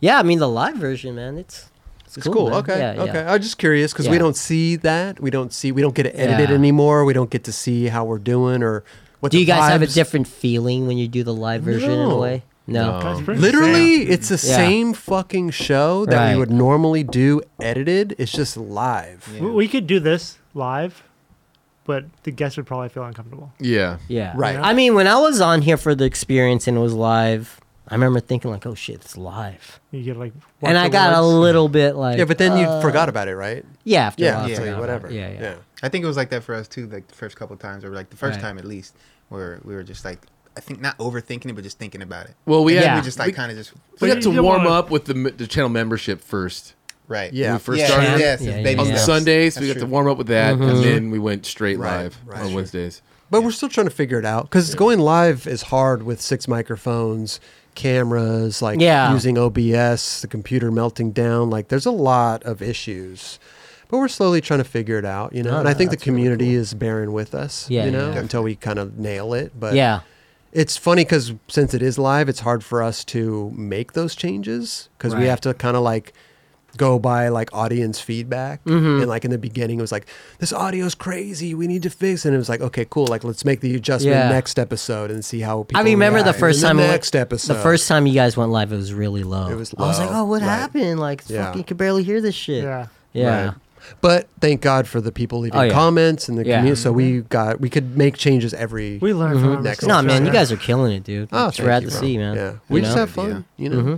B: Yeah, I mean the live version, man. It's it's,
A: It's cool.
B: man.
A: Okay.
B: Yeah,
A: okay.
B: yeah.
A: I'm just curious because
B: Yeah.
A: we don't see that. We don't see. We don't get it edited
B: Yeah.
A: anymore. We don't get to see how we're doing or what.
B: Do
A: the
B: you guys have a
A: vibes-
B: different feeling when you do the live version in a
A: No.
B: way? No.
C: No.
E: That's
C: Um,
E: pretty insane.
A: Literally, it's the
B: Yeah.
A: same fucking show that
B: Right.
A: we would normally do edited. It's just live.
D: Yeah.
E: We- we could do this live, but the guests would probably feel uncomfortable.
C: Yeah.
B: Yeah.
A: Right.
B: I mean, when I was on here for the experience and it was live, I remember thinking like, "Oh shit, it's live."
E: You get like.
B: and I got a
E: words.
B: little bit like
A: Yeah, but then
B: uh,
A: you forgot about it, right?
B: yeah after a
A: Yeah,
B: while,
A: yeah,
B: I
D: so
B: forgot
A: whatever.
B: about it. Yeah, yeah,
D: I think it was like that for us too. Like the first couple of times, or like the first
B: Right.
D: time at least, where we were just like, I think not overthinking it, but just thinking about it.
C: Well, we had
D: And then
B: Yeah.
D: we just like kind of just
C: we
E: But
C: had
E: you
C: to
E: don't
C: warm
E: wanna-
C: up with the, m- the channel membership first.
D: right.
A: Yeah.
C: When we first
D: yeah,
C: started
D: Yes,
B: Yeah,
D: it's
B: yeah,
D: baby
B: yeah.
C: on
D: steps.
C: Sundays, we
D: That's
C: got to
D: true.
C: warm up with that,
B: Mhm.
C: and then we went straight
A: Right,
C: live
A: right.
C: on Wednesdays.
A: But we're still trying to figure it out because going live is hard with six microphones, cameras, like
B: Yeah.
A: using OBS, the computer melting down. Like there's a lot of issues, but we're slowly trying to figure it out, you know.
B: No,
A: and I
B: no,
A: think the
B: Ah, that's really
A: community is bearing with us,
B: Yeah,
A: you
B: yeah,
A: know,
B: yeah.
A: until we kind of nail it. But
B: yeah.
A: it's funny because since it is live, it's hard for us to make those changes because
B: Right.
A: we have to kind of like go by like audience feedback.
B: Mm-hmm.
A: And like in the beginning, it was like, this audio's crazy. We need to fix. And it was like, okay, cool. Like, let's make the adjustment
B: Yeah.
A: next episode and see how people.
B: I remember the
A: react. And
B: first
A: then
B: time
A: the
B: we-
A: next episode.
B: The first time you guys went live, it was really low.
A: It was
B: I was like,
A: low,
B: "Oh, what
A: right.
B: happened? Like,
A: Yeah.
B: fucking could barely hear this shit."
E: Yeah.
B: yeah.
A: Right. But thank God for the people leaving
B: Oh, yeah.
A: comments and the
B: Yeah. Mm-hmm.
A: community. So we got we could make changes every.
E: We learned from our
A: Next.
E: mistakes.
B: No,
A: Cool.
B: man, you
E: Yeah.
B: guys are killing it, dude.
A: oh,
B: it's
A: thank
B: rad
A: you,
B: to
A: bro.
B: see, man.
A: Yeah,
B: You
A: we just
B: know?
A: have fun, you know.
B: yeah. Mm-hmm.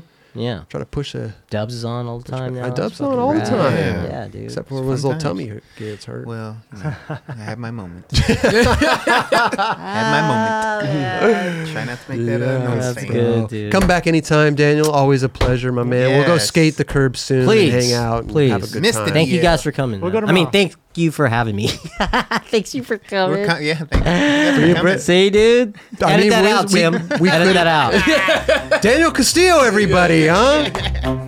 A: Try to push a
B: Dubs is on all the time now.
A: I dubs
B: It's
A: on
B: fucking
A: all the
B: rad.
A: time.
B: Yeah,
C: Yeah.
B: dude.
A: except for when his little
D: Sometimes.
A: tummy hurt- gets hurt.
D: Well, you know, I have my moment. I have
B: Oh,
D: my moment. Try not to make that a noise
B: that's
D: thing.
B: good. dude.
A: Oh, Come back anytime, Daniel. Always a pleasure, my man. We'll go
D: Yes.
A: skate the curb soon.
B: Please.
A: and hang out. and
B: Please.
A: have a good
D: Missed it.
A: time.
B: Thank you
D: Yeah.
B: guys for coming.
E: We'll
B: though.
E: go
B: I mean,
E: tomorrow.
B: thank you for having me. Thanks you for coming.
D: We're co- yeah, thank you. Yeah, for coming.
B: See, dude.
A: I
B: Edit
A: mean,
B: that
A: we-
B: out,
A: we-
B: Tim.
A: we
B: Edit
A: could've-
B: that out.
A: Daniel Castillo, everybody, huh?